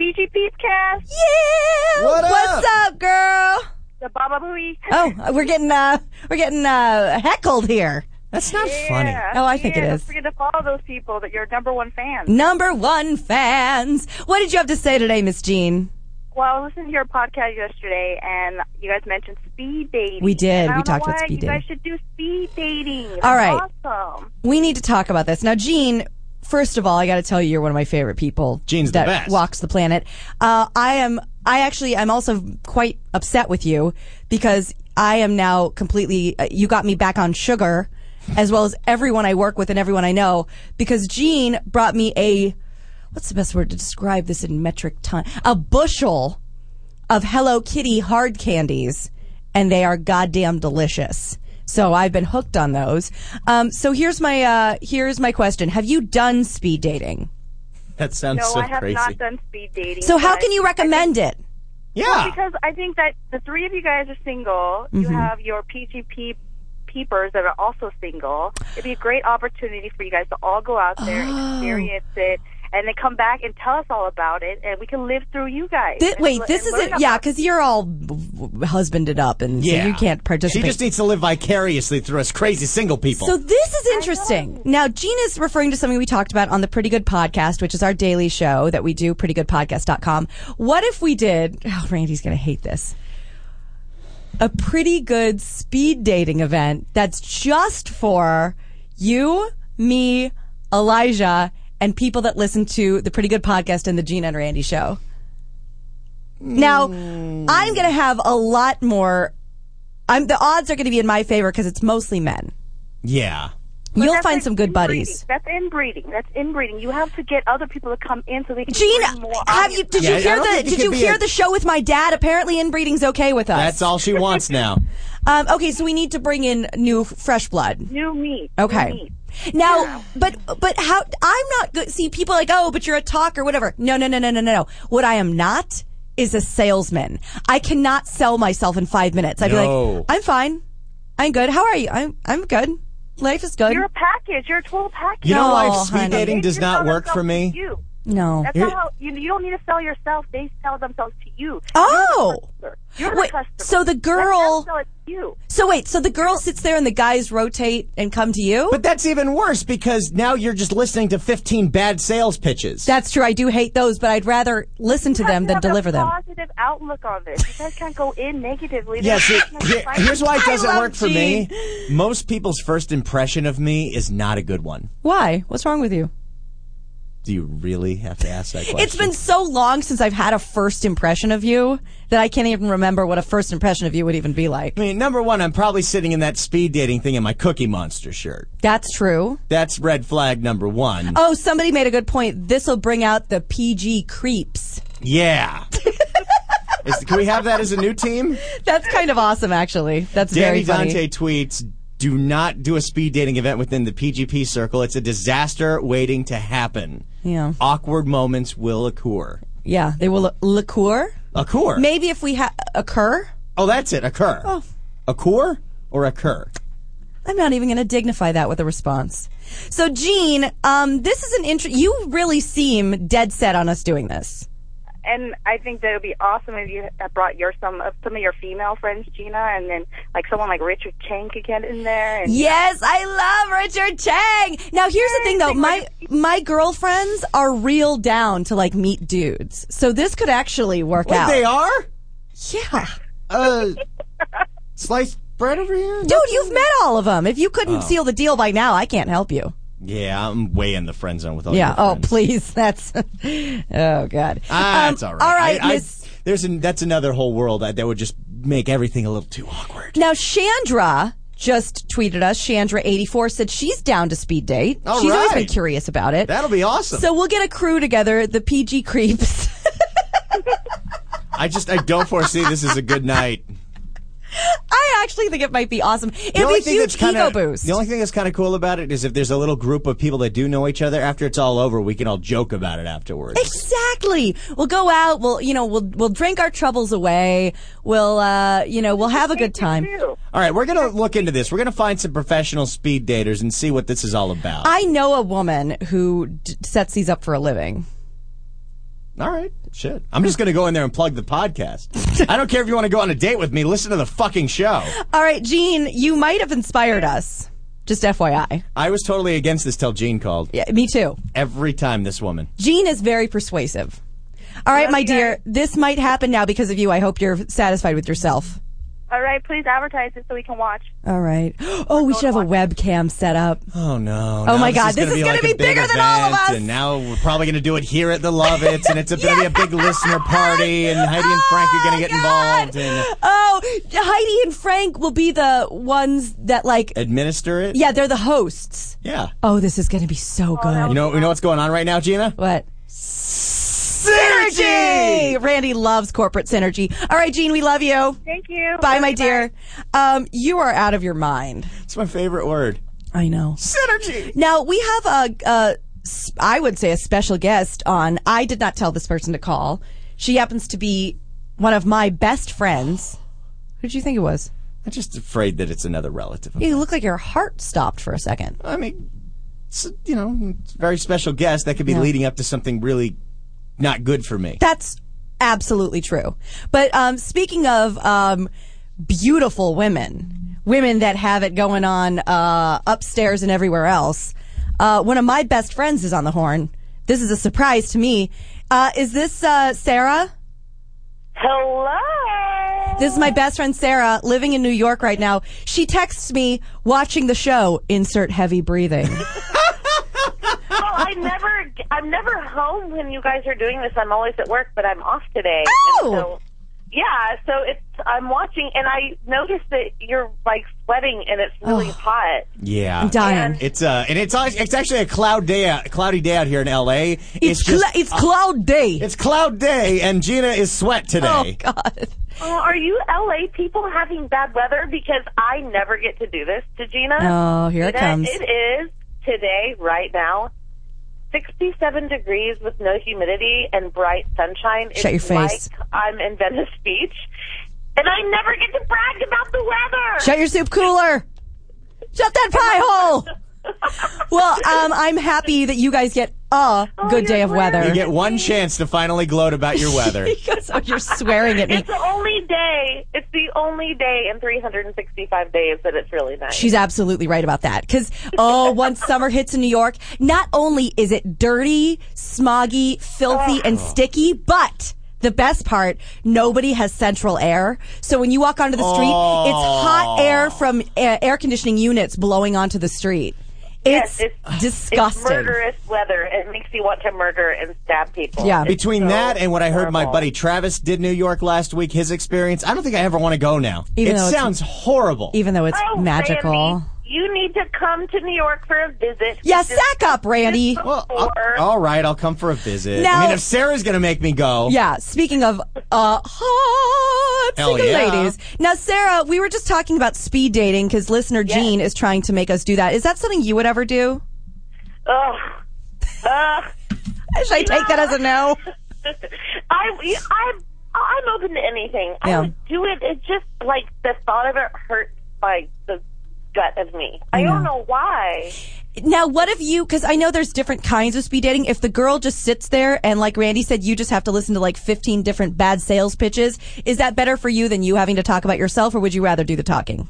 BG Peepcast.
Yeah.
What
What's
up?
up, girl?
The Baba Booey.
Oh, we're getting uh we're getting uh heckled here. That's not
funny.
Oh, I think it
Don't
is.
forget to follow those people that you're number one fan.
Number one fans. What did you have to say today, Miss Jean?
Well, I listened to your podcast yesterday, and you guys mentioned speed dating.
We
And
did.
I don't
We
know
talked about
why
speed
you
dating.
guys should do speed dating.
All right.
Awesome.
We need to talk about this now, Gene. First of all, I got to tell you, you're one of my favorite people. Gene's
the
that
best.
walks the planet. Uh, I am. I actually am also quite upset with you because I am now completely. Uh, you got me back on sugar, as well as everyone I work with and everyone I know. Because Gene brought me a, what's the best word to describe this in metric ton? A bushel of Hello Kitty hard candies, and they are goddamn delicious. So I've been hooked on those. Um, so here's my uh, here's my question: Have you done speed dating?
That sounds
no,
so
I have
crazy.
not done speed dating.
So how
but-
can you recommend it?
Well, because I think that the three of you guys are single. You
Mhm.
have your PGP peepers that are also single. It'd be a great opportunity for you guys to all go out there,
Oh.
experience it, and then come back and tell us all about it, and we can live through you guys.
Thi-
and
wait,
le-
this
and learn
isn't.
about
Yeah, because you're all w- w- husbanded up, and so you can't participate.
She just needs to live vicariously through us crazy single people.
So this is interesting. Now, Gina's referring to something we talked about on the Pretty Good Podcast, which is our daily show that we do, prettygoodpodcast.com. What if we did, oh, Randy's going to hate this, a pretty good speed dating event that's just for you, me, Elijah, and people that listen to the Pretty Good Podcast and the Gina and Randy show. Now, I'm going to have a lot more. I'm, the odds are going to be in my favor because it's mostly men.
yeah.
You'll find some
breeding.
good buddies.
That's inbreeding. That's inbreeding. You have to get other people to come in so they can.
Gina,
bring more
have you? Did
Yeah,
you
I
hear
don't
the?
think it
Did
could
you
be
hear
a-
the show with my dad? Apparently, inbreeding's okay with us.
That's all she wants now.
Um, okay, so we need to bring in new, fresh blood.
New meat.
(laughs) Okay.
New meat.
Now, but but how? I'm not good. See, people are like, oh, but you're a talker, whatever. No, no, no, no, no, no, no. What I am not is a salesman. I cannot sell myself in five minutes. I'd be
No.
like, I'm fine. I'm good. How are you? I'm I'm good. Life is good.
You're a package. You're a total package.
You know
No,
why speed
honey.
dating does
They sell
not work for
themselves
me?
to You.
No.
That's not how you, you don't need to sell yourself. They sell themselves to you.
Oh.
You're the customer. You're the
Wait,
customer.
so the
Let them
girl-
sell it to you.
So wait, so the girl sits there and the guys rotate and come to you?
But that's even worse because now you're just listening to 15 bad sales pitches.
That's true. I do hate those, but I'd rather listen to them than
Have a
deliver them.
Positive outlook on this. You guys can't go in negatively.
Yes,
There's
it,
no
here-
fight.
here's why it doesn't work for me. Most people's first impression of me is not a good one.
Why? What's wrong with you?
Do you really have to ask that question?
It's been so long since I've had a first impression of you that I can't even remember what a first impression of you would even be like.
I mean, number one, I'm probably sitting in that speed dating thing in my Cookie Monster shirt.
That's true.
That's red flag number one.
Oh, somebody made a good point. This will bring out the PG creeps.
Yeah. Is- can we have that as a new team?
(laughs) That's kind of awesome, actually. That's
Danny
very funny.
Dante tweets Do not do a speed dating event within the PGP circle. It's a disaster waiting to happen.
Yeah.
Awkward moments will occur.
Yeah, they will liqueur.
Occur.
Maybe if we ha- occur.
oh, that's it. Occur.
Oh.
Occur or occur?
I'm not even going to dignify that with a response. So, Gene, um, this is an int- You really seem dead set on us doing this.
And I think that it would be awesome if you had brought your some of some of your female friends, Gina, and then like someone like Richard Chang could get in there. And
Yes, I love Richard Chang. Now, here's the thing, though. My my girlfriends are real down to like meet dudes, so this could actually work
Wait,
out.
they are?
Yeah.
Uh, sliced bread over here?
Dude, you've met all of them. If you couldn't
Oh.
seal the deal by now, I can't help you.
Yeah, I'm way in the friend zone with all
yeah.
your
Oh,
friends.
please. (laughs) That's. oh God.
Ah,
Um,
that's all right.
All right,
I- I-
Miss.
there's an, that's another whole world that, that would just make everything a little too awkward.
Now, Chandra just tweeted us. Chandra84 said she's down to speed date.
All
she's always
right.
been curious about it.
That'll be awesome.
So we'll get a crew together, the PG creeps. (laughs)
I just I don't foresee this is a good night.
I actually think (laughs) it might be awesome. It'd
The
be
only
a
thing that's
huge
kind
ego
of
boost.
the only thing that's kind of cool about it is if there's a little group of people that do know each other after it's all over, we can all joke about it afterwards.
Exactly. We'll go out. We'll, you know, we'll we'll drink our troubles away. We'll, uh, you know, we'll have a good time.
All right, we're gonna look into this. We're gonna find some professional speed daters and see what this is all about.
I know a woman who d- sets these up for a living.
All right, shit. I'm just gonna go in there and plug
(laughs)
the podcast. I don't care if you want to go on a date with me. Listen to the fucking show.
All right, Gene, you might have inspired us. Just FYI.
I was totally against this till Gene called.
Yeah, me too.
Every time this woman.
Gene is very persuasive. All right, my dear, this might happen now because of you. I hope you're satisfied with yourself.
All right, please advertise it so we can watch.
All right. (gasps) Oh, we should have a webcam set up.
Oh no!
Oh,
now
my God,
is gonna
this is gonna
like
be
a big
bigger than all of
event,
us.
And now we're probably gonna do it here at the Love It's, and
(laughs)
it's gonna be a big listener party, and Heidi and Frank are gonna get involved and
Oh, Heidi and Frank will be the ones that like.
administer it.
Yeah, they're the hosts.
Yeah.
Oh, this is going to be so good.
You know, you know what's going on right now, Gina?
What? Synergy! Randy loves corporate synergy. All right, Gene, we love you.
Thank you.
Bye, my dear. Um, you are out of your mind.
It's my favorite word.
I know.
Synergy.
Now we have a, a s- I would say a special guest on. I did not tell this person to call. She happens to be one of my best friends. Who did you think it was?
I'm just afraid that it's another relative.
You look like your heart stopped for a second.
I mean, it's, you know, it's a very special guest that could be
Yeah.
leading up to something really not good for me.
That's absolutely true. But um, speaking of um, beautiful women, women that have it going on uh, upstairs and everywhere else, uh, one of my best friends is on the horn. This is a surprise to me. Uh, is this uh, Sarah?
Hello.
This is my best friend Sarah living in New York right now. She texts me watching the show, insert heavy breathing. (laughs)
Oh, I never, I'm never home when you guys are doing this. I'm always at work, but I'm off today. Oh. so, yeah, so it's I'm watching, and I noticed that you're like sweating, and it's really hot.
Yeah,
I'm dying.
It's uh, and it's al- it's actually a cloud day, out, cloudy day out here in L.A. It's
cla- it's cloud day.
It's cloud day, and Gina is sweat today.
Oh God.
Oh, are you LA people having bad weather? Because I never get to do this to Gina.
Oh, here it
Gina,
comes.
It is today, right now, 67 degrees with no humidity and bright sunshine.
Shut
It's
your face.
Like I'm in Venice Beach, and I never get to brag about the weather.
Shut your soup cooler. Shut that pie hole. Well, um, I'm happy that you guys get a good day of weather.
You get one chance to finally gloat about
(laughs)
your weather.
Because- oh,
(laughs)
you're swearing at me.
It's the only day. It's the only day in 365 days that it's really nice.
She's absolutely right about that. Because, oh, once summer hits in New York, not only is it dirty, smoggy, filthy, and sticky, but the best part, nobody has central air. So when you walk onto the street, it's hot air from uh, air conditioning units blowing onto the street. It's, disgusting.
It's murderous weather. It makes you want to murder and stab people. It's
Between
so
that and what I heard my
horrible.
buddy Travis did New York last week, his experience, I don't think I ever want to go now.
Even
it
though it's-
sounds horrible.
Even though it's
Oh,
magical.
Randy, you need to come to New York for a visit.
Yeah, sack up, Randy.
Well,
All right, I'll come for a visit.
Now-
I mean, if Sarah's going to make me go,
Yeah, speaking of uh, hot
Hell
single
yeah.
ladies. Now, Sarah, we were just talking about speed dating because listener Gene is trying to make us do that. Is that something you would ever do?
Ugh. Ugh.
Should I take that as a no?
(laughs) I, I'm, I'm open to anything.
Yeah.
I would do it. It just, like, the thought of it hurts, like, the gut of me. I,
I
don't
know.
know why.
Now, what if you, because I know there's different kinds of speed dating. If the girl just sits there and, like Randy said, you just have to listen to like 15 different bad sales pitches, is that better for you than you having to talk about yourself, or would you rather do the talking?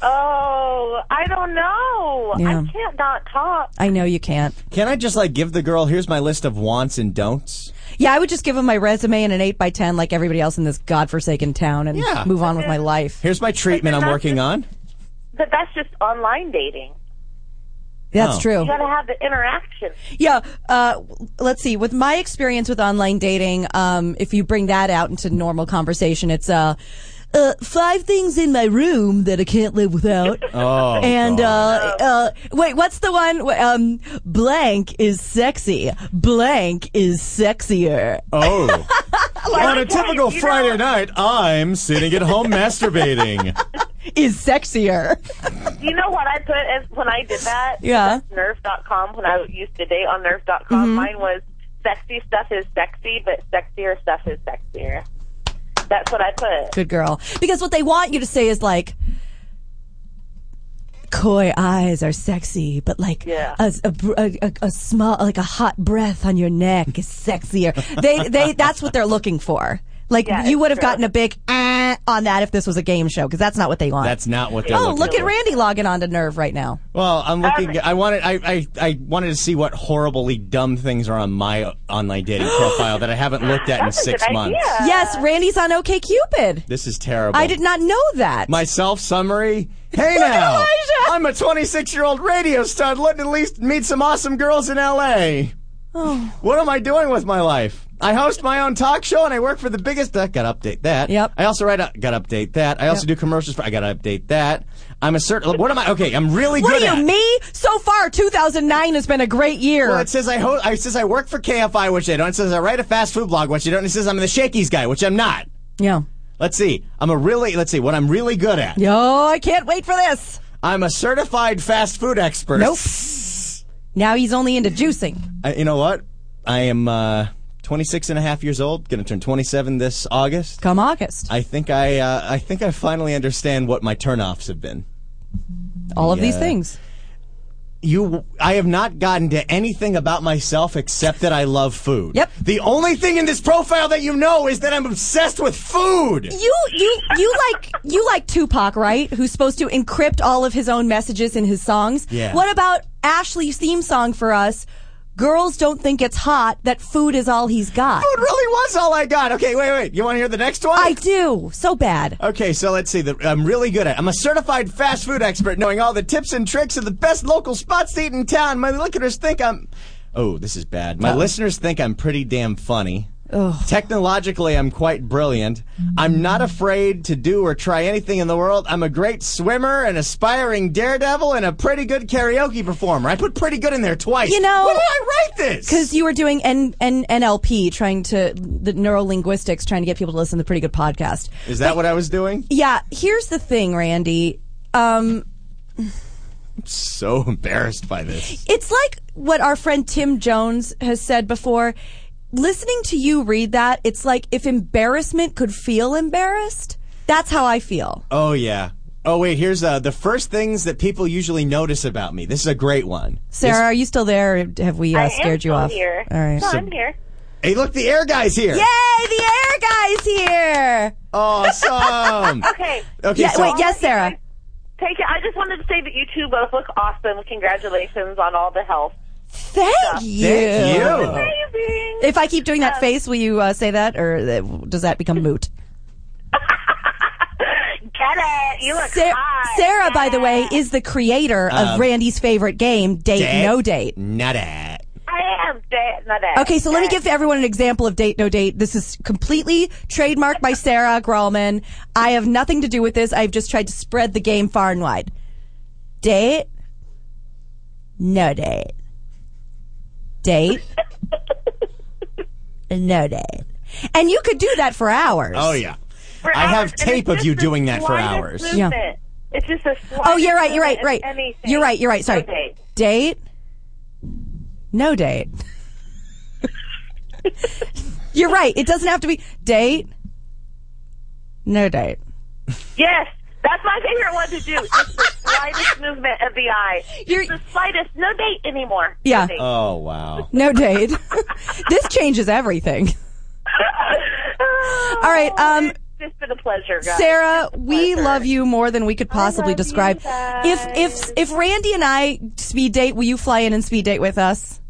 Oh, I don't know.
Yeah.
I can't not talk.
I know you can't.
can I just like give the girl, here's my list of wants and don'ts?
Yeah, I would just give him my resume and an 8 by 10 like everybody else in this godforsaken town and
Yeah.
move on with my life.
Here's my treatment I'm working on.
But that's just online dating.
That's
Oh.
true.
You gotta have the interaction.
Yeah. Uh, let's see. With my experience with online dating, um, if you bring that out into normal conversation, it's uh, uh, five things in my room that I can't live without.
(laughs) Oh,
(laughs) and uh, uh, wait, what's the one? wh- Um, blank is sexy. Blank is sexier. (laughs)
Oh. on a typical
you
Friday night, I'm sitting at home masturbating.
Is sexier.
You know what I put as when I did that?
(laughs) Yeah.
That's Nerve.com. When I used to date on Nerve.com, com,
Mhm.
mine was sexy stuff is sexy, but sexier stuff is sexier. That's what I put.
Good girl. Because what they want you to say is like, coy eyes are sexy, but like
Yeah.
a, a, br- a, a- a small, like a hot breath on your neck is sexier. they, they, that's what they're looking for. Like
Yeah,
you
it's
would have
true.
gotten a big eh, on that if this was a game show because that's not what they want.
That's not what they're
Oh,
looking
look at
for.
Randy logging on to Nerve right now.
Well, I'm looking. I wanted. I, I I wanted to see what horribly dumb things are on my
(gasps)
online dating profile that I haven't looked at in six months.
Yes, Randy's on OK Cupid.
This is terrible.
I did not know that.
My self summary.
(laughs)
Hey
Look at
now,
Elijah!
I'm a 26 year old radio stud. Let at least meet some awesome girls in L.A.
Oh.
What am I doing with my life? I host my own talk show and I work for the biggest. Uh, gotta update that. Yep. I also write. A, gotta update that. I also do commercials for. I gotta update that. I'm a certain. What am I? Okay, I'm really
What
good
are
at.
you, me? So far, 2009 has been a great year.
Well, it says I ho- I it says I work for KFI, which I don't. It says I write a fast food blog, which I don't. It says I'm the Shakey's guy, which I'm not.
Yeah.
Let's see. I'm a really. Let's see what I'm really good at.
Yo, I can't wait for this.
I'm a certified fast food expert.
Nope. Now he's only into juicing.
I, you know what? I am uh, 26 and a half years old. Going to turn 27 this August.
Come August.
I think I. Uh, I think I finally understand what my turnoffs have been.
All of these
Yeah.
things.
you I have not gotten to anything about myself except that I love food. Yep. The only thing in this profile that you know is that I'm obsessed with food.
You you you like you like Tupac, right? Who's supposed to encrypt all of his own messages in his songs.
Yeah.
What about Ashley's theme song for us? Girls don't think it's hot that food is all he's got.
Food really was all I got. Okay, wait, wait. You want to hear the next one? I
do. So bad.
Okay, so let's see. The, I'm really good at. I'm a certified fast food expert, knowing all the tips and tricks of the best local spots to eat in town. My listeners think I'm. Oh, this is bad. My
Uh-oh.
listeners think I'm pretty damn funny. Technologically, I'm quite brilliant. I'm not afraid to do or try anything in the world. I'm a great swimmer, an aspiring daredevil, and a pretty good karaoke performer. I put pretty good in there twice.
You know,
when did I write this?
Because you were doing N, N, NLP, trying to the neuro linguistics, trying to get people to listen to the pretty good podcast.
Is that what I was doing?
Yeah, here's the thing, Randy. Um,
I'm so (laughs) embarrassed by this.
It's like what our friend Tim Jones has said before. Listening to you read that, it's like if embarrassment could feel embarrassed, that's how I feel.
Oh yeah. Oh wait, here's uh, the first things that people usually notice about me. This is a great one.
Sarah, are you still there? Or have we uh, scared you off? All right.
here. Hey, look, the air guy's here.
Yay, the air guy's here.
Awesome.
(laughs) Okay.
(laughs) Okay,
Yeah,
so-
wait, yes, Sarah.
Take it. I just wanted to say that you two both look awesome. Congratulations on all the health.
Thank you. If I keep doing that face, will you uh, say that, or uh, does that become moot?
(laughs) Get it. You look
Sarah, Sarah, by the way, is the creator of
Um,
Randy's favorite game, Date No Date.
Not at.
I am dead. Not that.
Okay, so let me give everyone an example of date no date. This is completely trademarked by Sarah Grallman. I have nothing to do with this. I've just tried to spread the game far and wide. Date, no date.
(laughs)
Date, no date. And you could do that for hours.
Oh yeah. I have tape of you doing that for hours.
Yeah.
It's just a
Oh, you're right. You're right. Right. You're right. You're right. Sorry.
Okay.
Date. No date. you're right. It doesn't have to be date. No date.
Yes, that's my favorite one to do. Just
(laughs)
the slightest movement of the eye. Just the slightest. No date anymore. No
Yeah.
date.
Oh wow.
No date. (laughs) this
(laughs)
changes everything. All right. Um,
Oh, It's been a pleasure, guys.
Sarah, we love you more than we could possibly describe. If if if Randy and I speed date, will you fly in and speed date with us?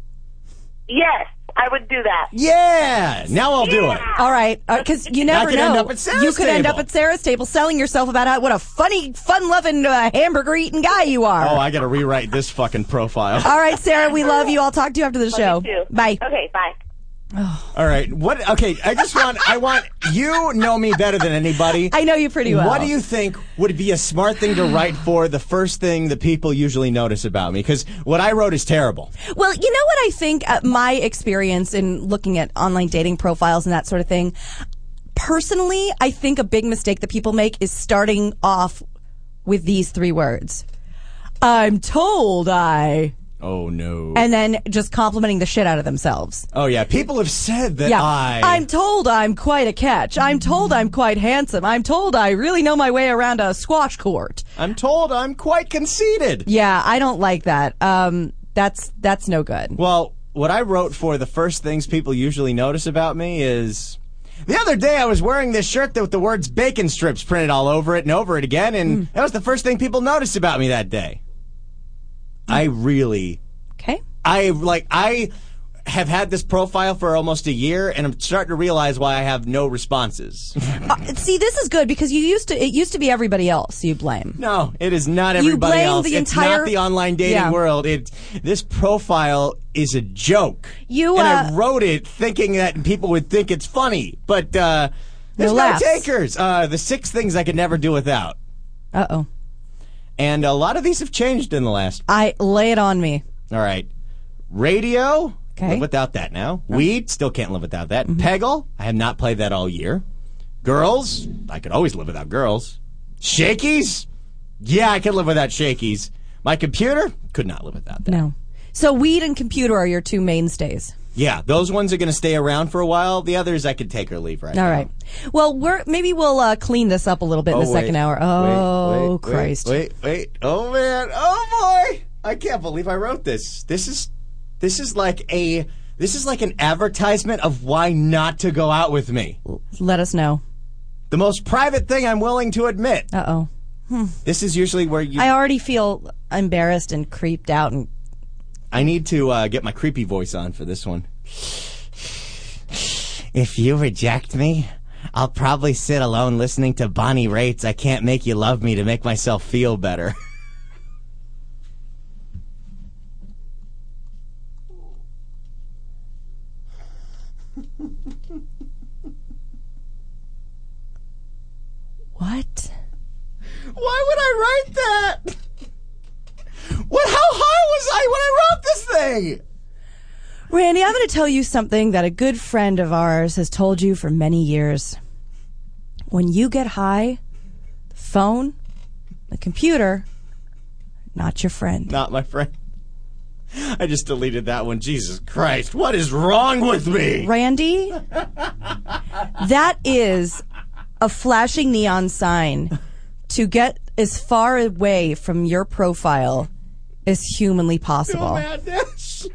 Yes, I would do that.
Yeah. Now I'll do it.
All right, because you
I
never
could
know.
end up at Sarah's
you could end up
table.
at Sarah's table selling yourself about how, what a funny, fun-loving, uh, hamburger-eating guy you are.
Oh, I gotta rewrite this fucking profile.
(laughs) All right, Sarah, we love you. I'll talk to you after the show. Bye.
Okay, bye.
All right. What? Okay. I just want. I want you know me better than anybody.
I know you pretty well.
What do you think would be a smart thing to write for the first thing that people usually notice about me? Because what I wrote is terrible.
Well, you know what I think uh, my experience in looking at online dating profiles and that sort of thing. Personally, I think a big mistake that people make is starting off with these three words. I'm told I
Oh no.
and then just complimenting the shit out of themselves.
oh yeah. People have said that
yeah.
I.
am told I'm quite a catch. I'm told I'm quite handsome. I'm told I really know my way around a squash court.
I'm told I'm quite conceited.
Yeah, I don't like that. Um, that's that's no good.
Well, what I wrote for the first things people usually notice about me is The other day, I was wearing this shirt that with the words bacon strips printed all over it and over it again, and
Hmm.
that was the first thing people noticed about me that day. I really.
Hmm. Okay.
I like I have had this profile for almost a year, and I'm starting to realize why I have no responses.
Uh, see, this is good because you used to. It used to be everybody else you blame.
No, it is not everybody
blame
else.
the
it's
entire-
not the online dating
Yeah.
world. It this profile is a joke.
You, uh,
and I wrote it thinking that people would think it's funny, but uh, there's
No
no,
laughs.
takers. Uh, the six things I could never do without,
Uh oh.
and a lot of these have changed in the last.
I lay it on me.
All right, radio.
Okay. Mm-hmm.
Live without that now. Weed. Still can't live without that. Peggle. I have not played that all year. Girls. I could always live without girls. Shakies. Yeah, I could live without shakies. My computer could not live without.
No. So weed and computer are your two mainstays.
Yeah, those ones are going to stay around for a while. The others I could take or leave right now.
All right. Well, we're maybe we'll uh, clean this up a little bit in the
Oh,
second
wait,
hour.
wait,
Oh
wait, wait,
Christ!
Wait, wait, Oh man. Oh boy. I can't believe I wrote this. This is this is like a this is like an advertisement of why not to go out with me.
Let us know.
The most private thing I'm willing to admit.
Uh oh. Hmm.
This is usually where you
I already feel embarrassed and creeped out, and
I need to uh, get my creepy voice on for this one. If you reject me, I'll probably sit alone listening to Bonnie Raitt's I Can't Make You Love Me to make myself feel better.
what?
Why would I write that? What? How high was I when I wrote this thing?
Randy, I'm going to tell you something that a good friend of ours has told you for many years. When you get high, the phone, the computer, not your friend.
Not my friend. I just deleted that one. Jesus Christ, what is wrong with me?
Randy, that is a flashing neon sign to get as far away from your profile as humanly possible.
madness.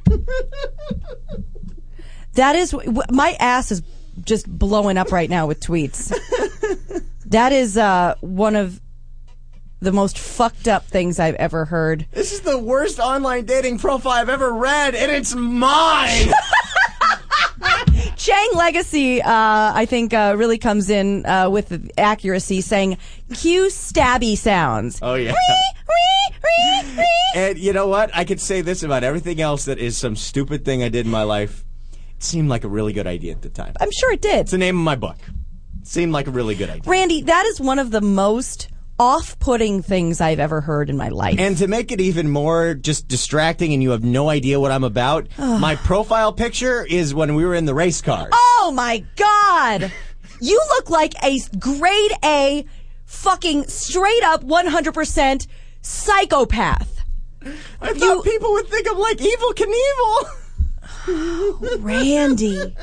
That is wh- wh- my ass is just blowing up right now with tweets. that is uh, one of the most fucked up things I've ever heard.
This is the worst online dating profile I've ever read, and it's mine.
Chang Legacy, uh, I think, uh, really comes in uh, with accuracy, saying "cue stabby sounds."
oh yeah. and you know what? I could say this about everything else that is some stupid thing I did in my life. It seemed like a really good idea at the time.
I'm sure it did. It's
the name of my book. Seemed like a really good idea.
Randy, that is one of the most off-putting things I've ever heard in my life.
And to make it even more just distracting and you have no idea what I'm about, my profile picture is when we were in the race car.
Oh my God. You look like a grade A fucking straight up 100% psychopath.
I thought people would think I'm like evil Knievel.
Randy.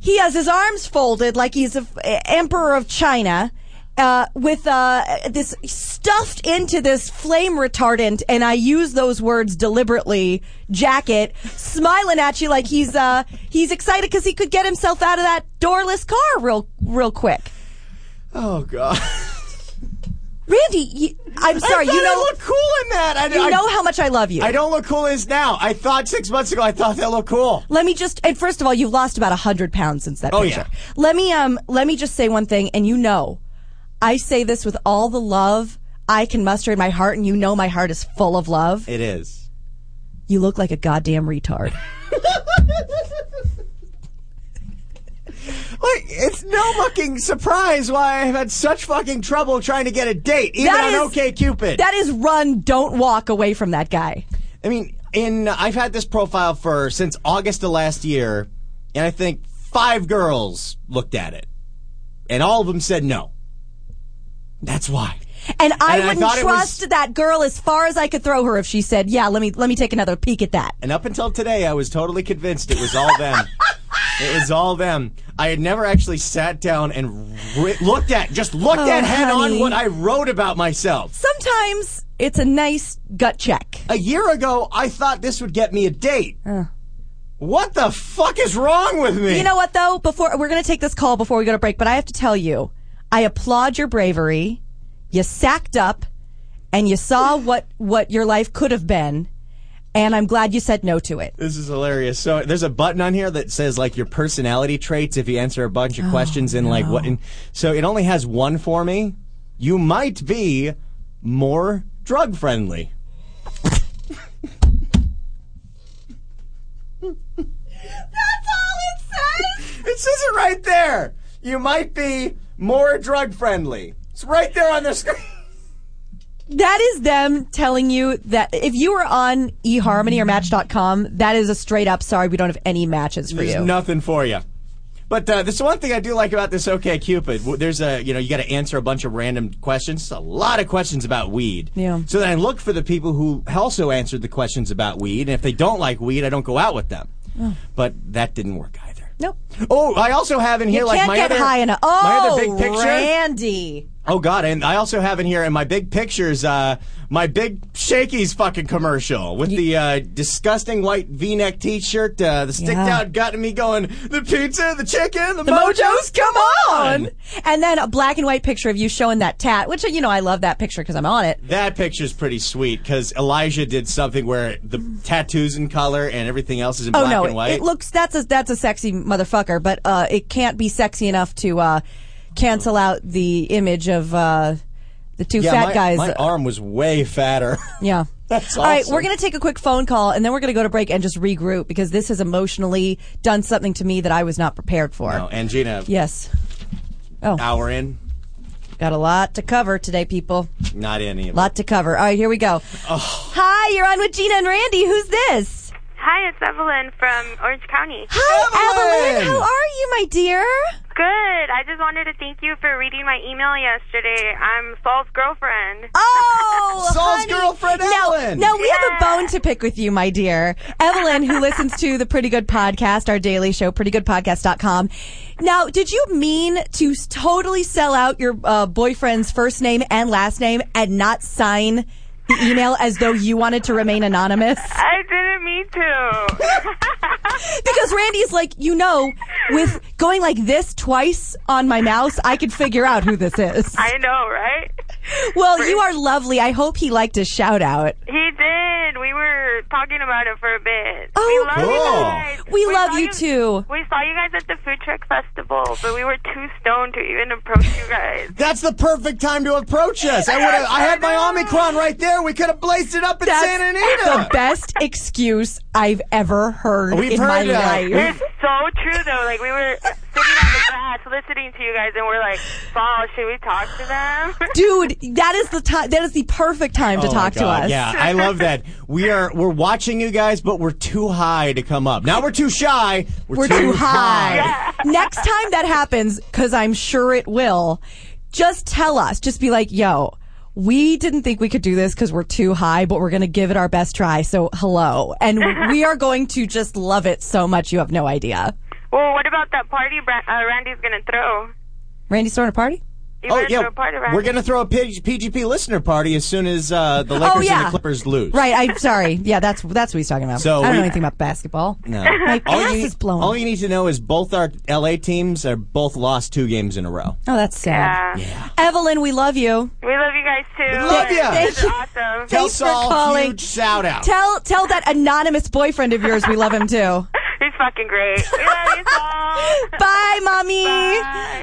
He has his arms folded like he's a f- emperor of China. Uh, with uh, this stuffed into this flame retardant, and I use those words deliberately. Jacket smiling at you like he's uh, he's excited because he could get himself out of that doorless car real real quick.
Oh God,
Randy, you, I'm sorry.
thought
you
I
know,
looked (laughs) cool in that. I-
you
I-
know how much I love you.
I don't look cool as now. I thought six months ago I thought that looked cool.
Let me just, and first of all, you've lost about a hundred pounds since that
Oh,
picture.
yeah.
Let me, um, let me just say one thing, and you know, I say this with all the love I can muster in my heart, and you know my heart is full of love.
It is.
You look like a goddamn retard.
Like it's no fucking surprise why I've had such fucking trouble trying to get a date, even
That
on
is-
OK Cupid.
that is run, don't walk away from that guy.
I mean, in I've had this profile for since August of last year, and I think five girls looked at it, and all of them said no. That's why.
And I
And I
wouldn't
thought it was-
trust that girl as far as I could throw her if she said, yeah, let me, let me take another peek at that.
And up until today, I was totally convinced it was all them. it was all them. I had never actually sat down and re- looked at, just looked
Oh,
at head
honey.
on what I wrote about myself.
Sometimes it's a nice gut check.
A year ago, I thought this would get me a date. What the fuck is wrong with me?
You know what though? Before we're going to take this call before we go to break, but I have to tell you, I applaud your bravery. You sacked up, and you saw what what your life could have been, and I'm glad you said no to it.
This is hilarious. So there's a button on here that says like your personality traits if you answer a bunch of questions and like what. And, so it only has one for me. You might be more drug friendly. It says it right there. You might be more drug friendly. It's right there on the screen.
That is them telling you that if you were on eHarmony or Match.com, that is a straight up sorry, we don't have any matches for
There's
you.
nothing for you. But uh, this is one thing I do like about this OK Cupid. W- There's a you know you got to answer a bunch of random questions. It's a lot of questions about weed.
Yeah.
So then I look for the people who also answered the questions about weed, and if they don't like weed, I don't go out with them.
Oh.
But that didn't work either.
Nope.
Oh, I also have in here
you
like
can't
my
get
other
high enough. Oh,
my other big picture.
Randy.
Oh God! And I also have in here in my big pictures, uh, my big Shakey's fucking commercial with the uh, disgusting white V-neck T-shirt, uh, the sticked
Yeah.
out gut, and me going the pizza, the chicken, the,
The mojos, come on! And then a black and white picture of you showing that tat, which you know I love that picture because I'm on it.
That picture's pretty sweet because Elijah did something where the tattoos in color and everything else is in
oh
black
no,
and white.
it, it looks that's a that's a sexy motherfucker, but uh, it can't be sexy enough to uh, cancel out the image of uh, the two
yeah,
fat
my,
guys.
My arm was way fatter. (laughs)
yeah.
That's
All right,
awesome.
we're going to take a quick phone call and then we're going to go to break and just regroup because this has emotionally done something to me that I was not prepared for.
No, and Gina,
Yes. Oh.
hour in,
Got a lot to cover today, people.
not any of it.
Lot to cover. All right, here we go.
Oh.
Hi, you're on with Gina and Randy. Who's this?
Hi, it's Evelyn from Orange County.
Hi, Evelyn. How are you, my dear?
Good. I just wanted to thank you for reading my email yesterday. I'm Saul's girlfriend.
(laughs) Oh,
(laughs) Saul's
honey.
girlfriend,
No,
Evelyn.
No, we have a bone to pick with you, my dear. Evelyn, who listens to the Pretty Good Podcast, our daily show, prettygoodpodcast.com. Now, did you mean to totally sell out your uh, boyfriend's first name and last name and not sign the email as though you wanted to remain anonymous?
I didn't mean to.
(laughs) Because Randy's like, you know, with going like this twice on my mouse, I could figure out who this is.
I know, right?
Well, you are lovely. I hope he liked his shout out.
He did. We were talking about it for a bit.
Oh,
we love you
cool.
guys.
We love
saw
you too.
We saw you guys at the food truck festival, but we were too stoned to even approach you guys.
That's the perfect time to approach us. I would have. I had my Omicron right there. We could have blazed it up in
That's
San Anita.
the best excuse I've ever heard
We've
in
heard uh,
my
it.
life.
It's so true though. Like we were sitting on the grass listening to you guys, and we're like, "Saul, should we talk to them?" (laughs)
Dude, that is the time. That is the perfect time to
Oh my
talk to
God,
us.
Yeah, I love that. We are we're watching you guys, but we're too high to come up. Now we're too shy. We're,
We're too high. Next time that happens, because I'm sure it will, just tell us. Just be like, yo, we didn't think we could do this because we're too high, but we're going to give it our best try. So, hello. And we are going to just love it so much. You have no idea.
well, what about that party Bra- uh, Randy's gonna throw?
Randy's throwing a party?
You
Oh
better throw
yeah,
a party, Randy.
we're gonna throw a P- PGP listener party as soon as uh, the Lakers and
Oh, yeah.
the Clippers lose.
Right. I'm sorry. Yeah, that's that's what he's talking about.
So
I don't
we-
know anything about basketball. (laughs)
No.
My
all
ass
you need,
is blown.
All you need to know is both our LA teams are both lost two games in a row.
Oh, that's sad. Evelyn, we love you.
We love you guys too.
love ya.
This
Thank
is
you.
Tell
awesome.
Thanks for
Saul
calling.
huge shout out.
Tell tell that anonymous boyfriend of yours we love him
(laughs)
too.
He's fucking great. We love you, Saul.
Bye, mommy.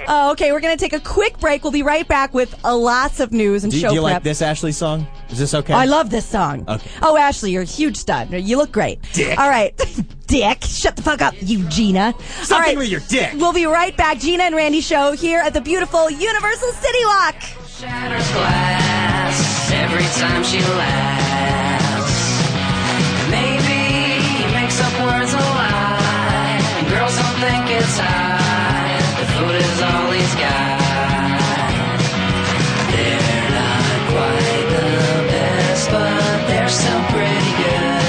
Oh, okay, we're gonna take a quick break. We'll be right back with uh, lots of news and
do,
show
do you
prep.
like this Ashley song? Is this okay?
Oh, I love this song.
Okay.
Oh, Ashley, you're a huge stud. You look great.
Dick.
All right. (laughs) Dick. Shut the fuck up, you Gina.
Something
All right.
with your dick.
We'll be right back. Gina and Randy show here at the beautiful Universal City Walk.
shatters glass every time she laughs. Maybe he makes up words a lot. And girls don't think it's hot. The food is all he's got. They're not quite the best, but they're still pretty good.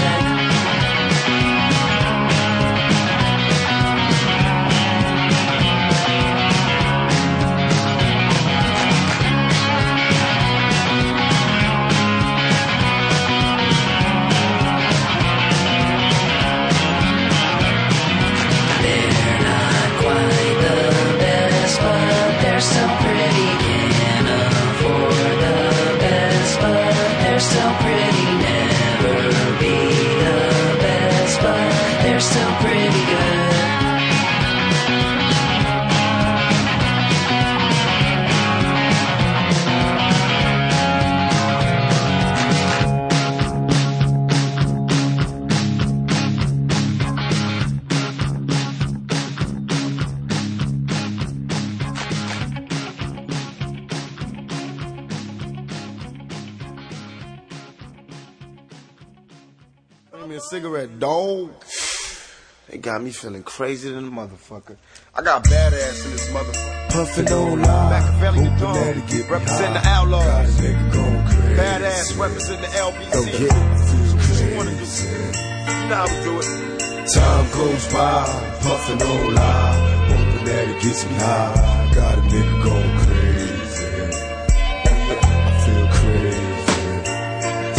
still pretty good.
Bring me a cigarette, dog. They got me feeling crazy than a motherfucker. I got badass in this motherfucker. Puffin' on live. Machiavelli the dog. Represent the outlaws. Badass represent the LBC. What you wanna do? You know how we do it.
Time goes by, puffin' on live. Hoping that it gets me high. Got a nigga going crazy. I feel crazy.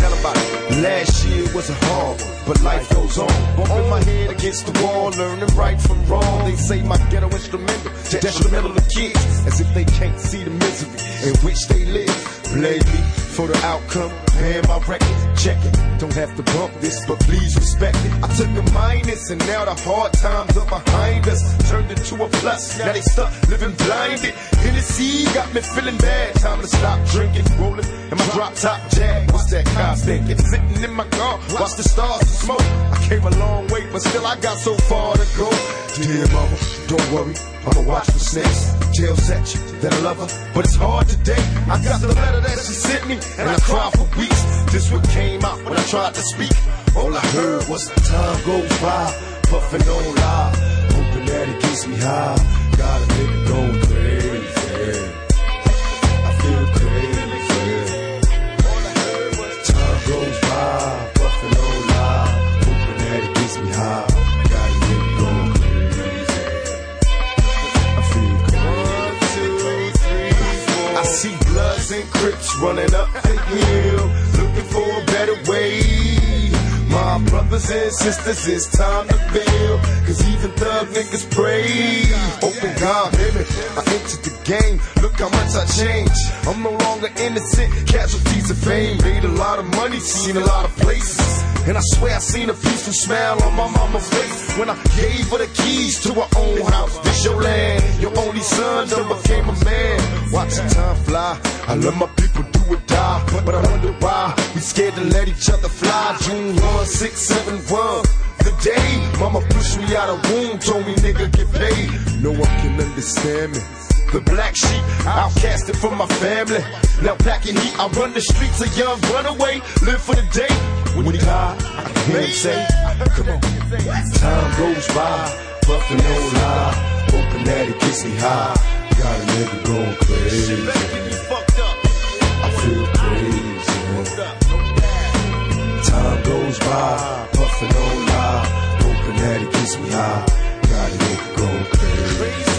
Tell about it. Last year was a hard one, but life goes on. Bumping my head against the wall, learning right from wrong. They say my ghetto instrumental, detrimental to kids, as if they can't see the misery in which they live. Blame me for the outcome, paying my record, check it. Don't have to bump this, but please respect it. I took a minus, and now the hard times are behind us. Turned into a plus, now they stuck living blinded. Hennessy got me feeling bad, time to stop drinking. Rolling in my drop top jag, what's that cop thinking? Sitting in my car, watch the stars and smoke. I came a long way, but still I got so far to go. Dear mama, don't worry, I'ma watch for snakes. Jail set you, that I love her, but it's hard today. I got the letter that she sent me, and I cried for weeks. This what came out when I tried to speak. All I heard was the time goes by, puffin' on live, hoping that it gets me high. Got a nigga going crazy. I feel crazy. Time goes by, puffin' on live, hoping that it gets me high. Got a nigga going crazy. I feel crazy. I see bloods and crips running up the hill, looking for a better way. My brothers and sisters, it's time to build. Cause even thug niggas pray. Open God, baby. I entered the game. Look how much I changed. I'm no longer innocent. Casualties of fame. Made a lot of money, seen a lot of places. And I swear I seen a peaceful smile on my mama's face when I gave her the keys to her own house. This your land, your only son done became a man. Watch the time fly. I love my people do or die, but, but I wonder why we scared to let each other fly. June 1, 6, 7, 1. The day mama pushed me out of womb, told me nigga get paid. No one can understand me. The black sheep, outcasted from my family. Now packing heat, I run the streets, a young runaway, live for the day. When he die, I can hear him say, Come on, time goes by, puffin' no lie, hoping that it gets me high. Got a nigga going crazy. I feel crazy. Time goes by, puffin' no lie, hoping that it gets me high. Got a nigga going crazy.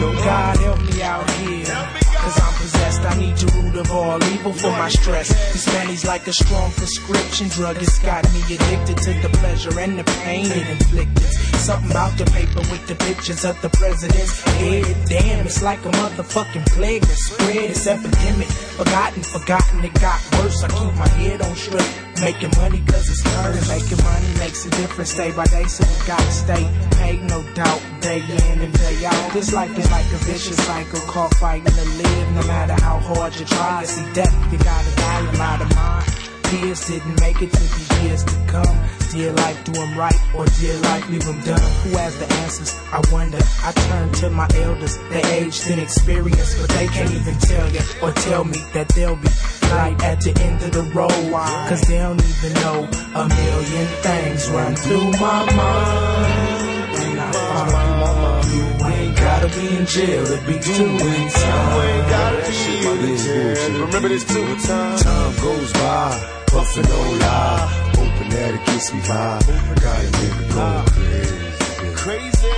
Oh, God help me out here. Cause I'm possessed, I need the root of all evil for my stress. This money's like a strong prescription drug. It's got me addicted to the pleasure and the pain it inflicted. Something out the paper with the pictures of the presidents dead. Damn, it's like a motherfucking plague that spread. It's epidemic, forgotten, forgotten. It got worse. I keep my head on straight, making money cause it's started. Making money makes a difference day by day, so we gotta stay paid, no doubt. Day in and day out. This life is like a vicious cycle, caught fighting to live. No matter how hard you try, to see death, you gotta die a lot of mind. Peers didn't make it to the years to come. Dear life, do 'em right, or dear life, leave 'em done. Who has the answers? I wonder. I turn to my elders, they aged in experience, but they can't even tell you or tell me that they'll be light at the end of the road. Cause they don't even know a million things run through my mind. And I follow you ain't gotta be in jail to be doing time. You ain't gotta be in jail.
Remember this too.
Time goes by, puffin' on lie, hoping that it gets me high. Got a nigga going crazy.
Crazy.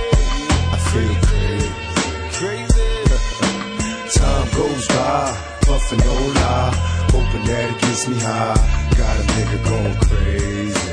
I feel crazy. Crazy. (laughs) Time goes by, puffin' on lie, hoping that it gets me high. Got a nigga going crazy.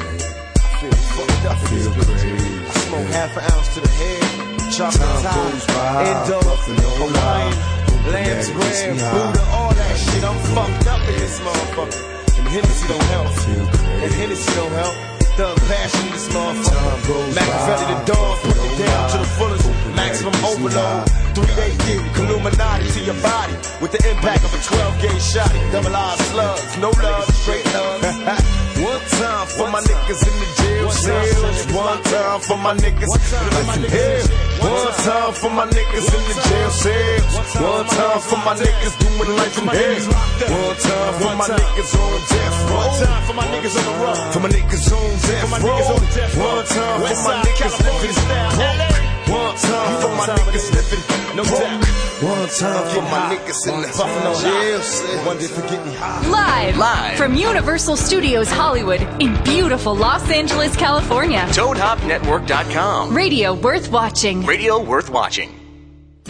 I feel crazy. I
Smoke half an ounce to the head. Chocolate
Time
tie.
goes by,
Indo.
puffin' on lie,
Hawaiian.
hoping that
Lamb's
it gets
bread.
me high.
Buddha. All that shit. I'm fucked up in this motherfucker.
And
Hennessy don't help. And Hennessy don't help. Thug passion in this motherfucker. Machiavelli the dog, put it down to the fullest. Maximum overload. Three day deep, Illuminati to your body. With the impact of a 12 gauge shot. Double R slugs, no love, straight thugs. (laughs) One time for my niggas in the jail cells. One time for my niggas in the hell. One time for my niggas in the jail cells. One time for my niggas doing life in hell. One time for my niggas on death row. One time for my niggas on the road. For my niggas on death row. One time for my niggas living coke. One time for my niggas living no doubt. One time for my niggas in the jail cells. One day for getting high.
Live,
Live.
from Universal Studios Hollywood in beautiful Los Angeles, California.
ToadHopNetwork.com.
Radio worth watching.
Radio worth watching.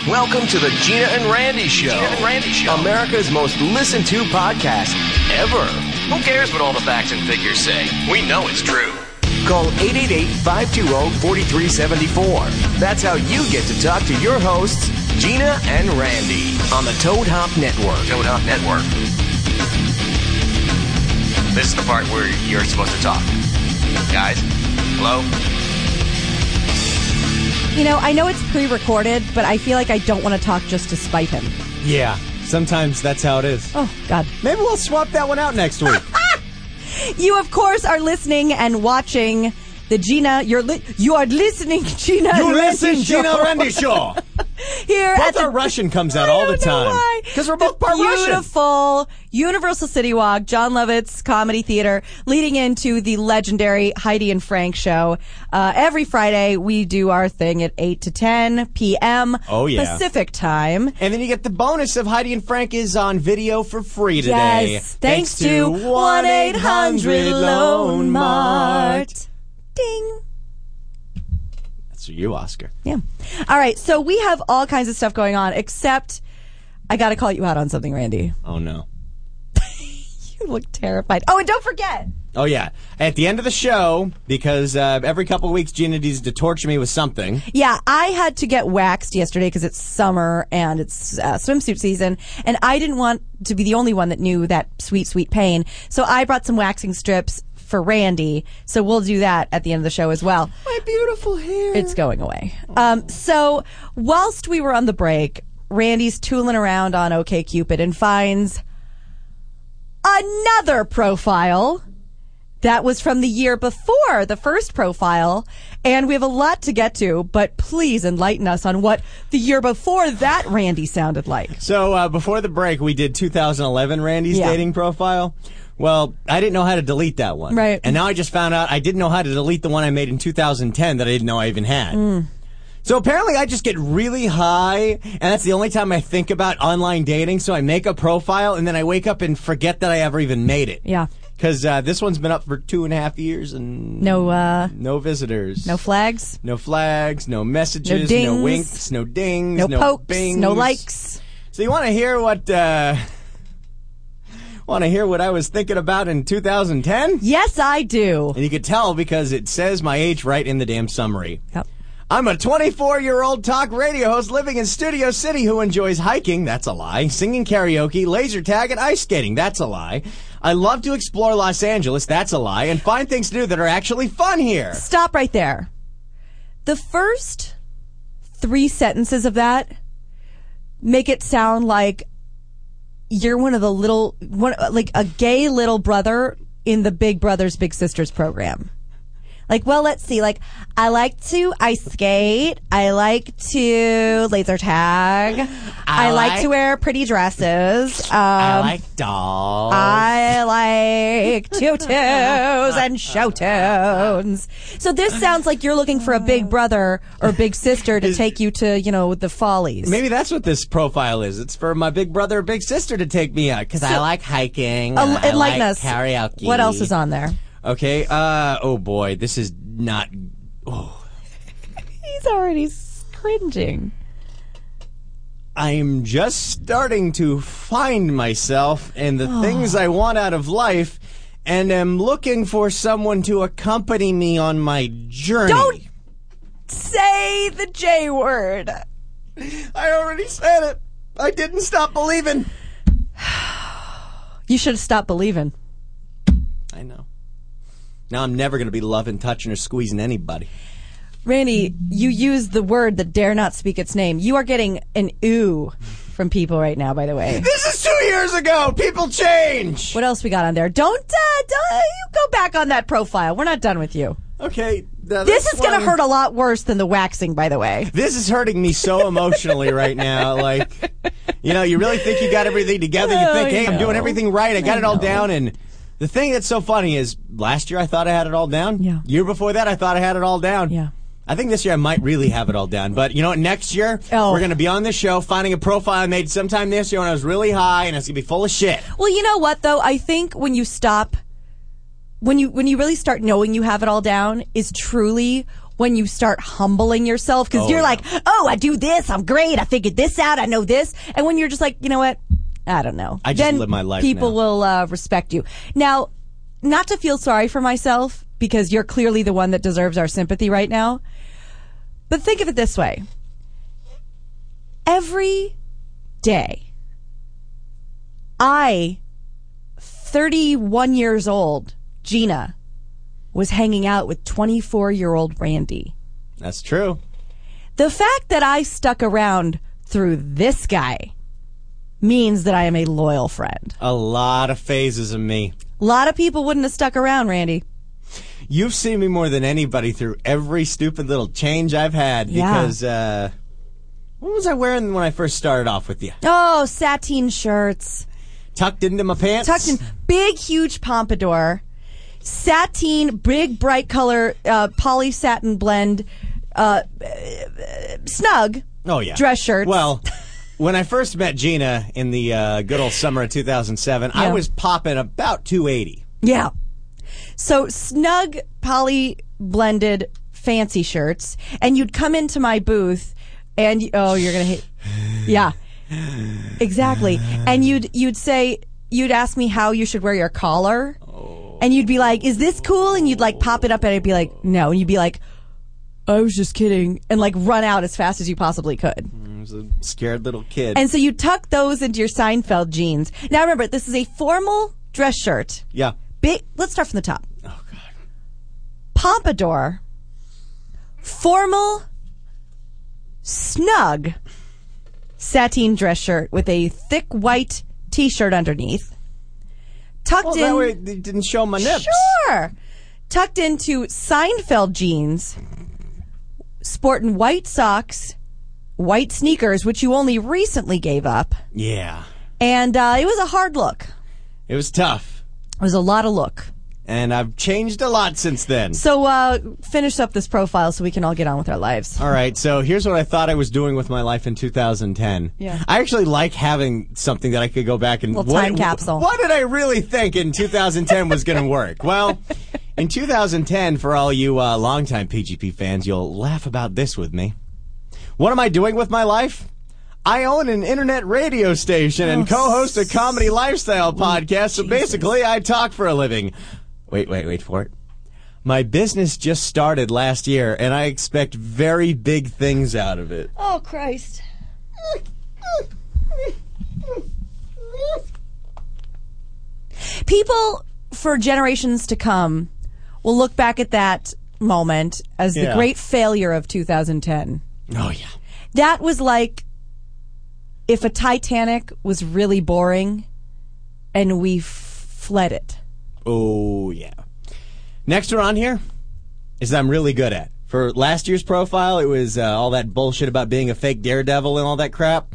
Welcome to the Gina and Randy Show. Gina and Randy Show. America's most listened to podcast ever. Who cares what all the facts and figures say? We know it's true.
Call
oh,
888-520-4374. That's how you get to talk to your hosts, Gina and Randy, on the Toad Hop Network. Toad Hop Network.
This is the part where you're supposed to talk. Guys, hello?
You know, I know it's pre-recorded, but I feel like I don't want to talk just to spite him.
Yeah, sometimes that's how it is.
Oh God.
Maybe we'll swap that one out
(laughs)
next week.
You, of course, are listening and watching the Gina. You're li- you are listening, (laughs) Gina.
you
and
listen,
Randy
Gina
show.
Rendishaw.
(laughs) Here at
Both
the
our Russian comes out all the time.
Because we're both part beautiful Universal City Walk, John Lovett's Comedy Theater, leading into the legendary Heidi and Frank show. Uh, every Friday, we do our thing at 8 to 10 p.m.
Oh, yeah.
Pacific time.
And then you get the bonus of Heidi and Frank is on video for free today.
Yes, thanks, to 1 800 Loan Mart.
That's you, Oscar.
Yeah. All right, so we have all kinds of stuff going on, except I got to call you out on something, Randy.
Oh, no.
You look terrified. Oh, and don't forget.
Oh yeah! At the end of the show, because uh, every couple of weeks Gina needs to torture me with something.
Yeah, I had to get waxed yesterday because it's summer and it's uh, swimsuit season, and I didn't want to be the only one that knew that sweet, sweet pain. So I brought some waxing strips for Randy. So we'll do that at the end of the show as well.
My beautiful hair.
It's going away. Um, so whilst we were on the break, Randy's tooling around on OKCupid and finds another profile that was from the year before the first profile. And we have a lot to get to, but please enlighten us on what the year before that Randy sounded like.
So uh, before the break, we did 2011 Randy's
Yeah.
dating profile. Well, I didn't know how to delete that one,
Right.
And now I just found out I didn't know how to delete the one I made in 2010 that I didn't know I even had.
Mm.
So apparently, I just get really high, and that's the only time I think about online dating. So I make a profile, and then I wake up and forget that I ever even made it.
Yeah.
Because uh, this one's been up for two and a half years, and
No, uh,
no visitors,
no flags.
no flags, no messages, no,
No dings.
winks, no dings,
No
no
pokes,
bings.
no likes.
So you want to hear what uh want to hear what I was thinking about in 2010?
Yes, I do.
And you could tell because it says my age right in the damn summary.
Yep.
I'm a 24-year-old talk radio host living in Studio City who enjoys hiking, that's a lie, singing karaoke, laser tag and ice skating, that's a lie. I love to explore Los Angeles, that's a lie, and find things to do that are actually fun here.
Stop right there. The first three sentences of that make it sound like you're one of the little, one, like a gay little brother in the Big Brothers Big Sisters program. Like, well, let's see. Like, I like to ice skate. I like to laser tag. I, like,
like-
to wear pretty dresses. Um, I
dolls.
I like tutus and show tunes. So this sounds like you're looking for a big brother or big sister to take you to, you know, the follies.
Maybe that's what this profile is. It's for my big brother or big sister to take me out because I
So-
like hiking.
Uh,
and I
enlighten
like
us.
Karaoke.
What else is on there?
Okay. Uh. Oh boy, this is not.
He's already cringing.
I'm just starting to find myself and the
Oh.
things I want out of life, and am looking for someone to accompany me on my journey.
Don't say the J word.
I already said it. I didn't stop believing.
You should have stopped believing.
I know.
Now I'm never going to be loving, touching, or squeezing anybody.
Randy, you used the word that dare not speak its name. You are getting an ooh from people right now, by the way.
This is two years ago. People change.
What else we got on there? Don't, uh, don't you go back on that profile. We're not done with you.
Okay.
This is going to hurt a lot worse than the waxing, by the way.
This is hurting me so emotionally right now. Like, you know, you really think you got everything together. You
Oh,
think,
I
hey, I'm
know.
doing everything right. I got
I
it all
know.
down. And the thing that's so funny is last year I thought I had it all down. Yeah. Year before that, I thought I had it all down. Yeah. I think this year I might really have it all down. But you know what? Next year,
Oh.
we're going to be on this show finding a profile I made sometime this year when I was really high and it's going to be full of shit.
Well, you know what though? I think when you stop, when you when you really start knowing you have it all down, is truly when you start humbling yourself because
Oh,
you're
yeah.
like, oh, I do this, I'm great, I figured this out, I know this, and when you're just like, you know what, I don't know.
I just
then
live my life
People
now.
will uh, respect you now. Not to feel sorry for myself because you're clearly the one that deserves our sympathy right now. But think of it this way. Every day, I, 31 years old, Gina, was hanging out with 24 year old Randy.
That's true.
The fact that I stuck around through this guy means that I am a loyal friend.
A lot of phases of me.
A lot of people wouldn't have stuck around, Randy.
You've seen me more than anybody through every stupid little change I've had
Yeah.
because uh what was I wearing when I first started off with you?
Oh, sateen shirts.
Tucked into my pants.
Tucked in big, huge pompadour, sateen, big, bright color, uh, poly satin blend, uh, snug.
Oh yeah.
Dress shirts.
Well, when I first met Gina in the uh, good old summer of 2007, I
Yeah.
was popping about 280.
Yeah. So snug poly blended fancy shirts, and you'd come into my booth, and oh, you're gonna hate. Yeah, exactly. And you'd you'd say you'd ask me how you should wear your collar, and you'd be like, "Is this cool?" And you'd like pop it up, and I'd be like, "No," and you'd be like. I was just kidding, and like run out as fast as you possibly could.
Mm, I was a scared little kid.
And so you tuck those into your Seinfeld jeans. Now remember, this is a formal dress shirt. (laughs)
yeah.
Big. Let's start from the top. Oh God. Pompadour, formal, snug, sateen dress shirt with a thick white T-shirt underneath, tucked
Well,
in.
that way it didn't show my nips.
Sure. Tucked into Seinfeld jeans, sporting white socks, white sneakers, which you only recently gave up,
Yeah.
and uh, it was a hard look.
It was tough.
It was a lot of look.
And I've changed a lot since then.
So uh, finish up this profile so we can all get on with our lives.
All right, so here's what I thought I was doing with my life in 2010.
Yeah.
I actually like having something that I could go back and
Little
what-
time capsule.
What did I really think in 2010 was going to work? Well, in 2010, for all you uh, longtime PGP fans, you'll laugh about this with me. What am I doing with my life? I own an internet radio station
Oh,
and co-host a comedy lifestyle podcast. So basically, I talk for a living. Wait, wait, wait for it. My business just started last year, and I expect very big things out of it.
Oh Christ. People for generations to come will look back at that moment as the
Yeah.
great failure of 2010.
Oh yeah.
That was like if a Titanic was really boring and we f- fled it.
Oh, yeah. Next one on here is I'm really good at. For last year's profile, it was uh, all that bullshit about being a fake daredevil and all that crap.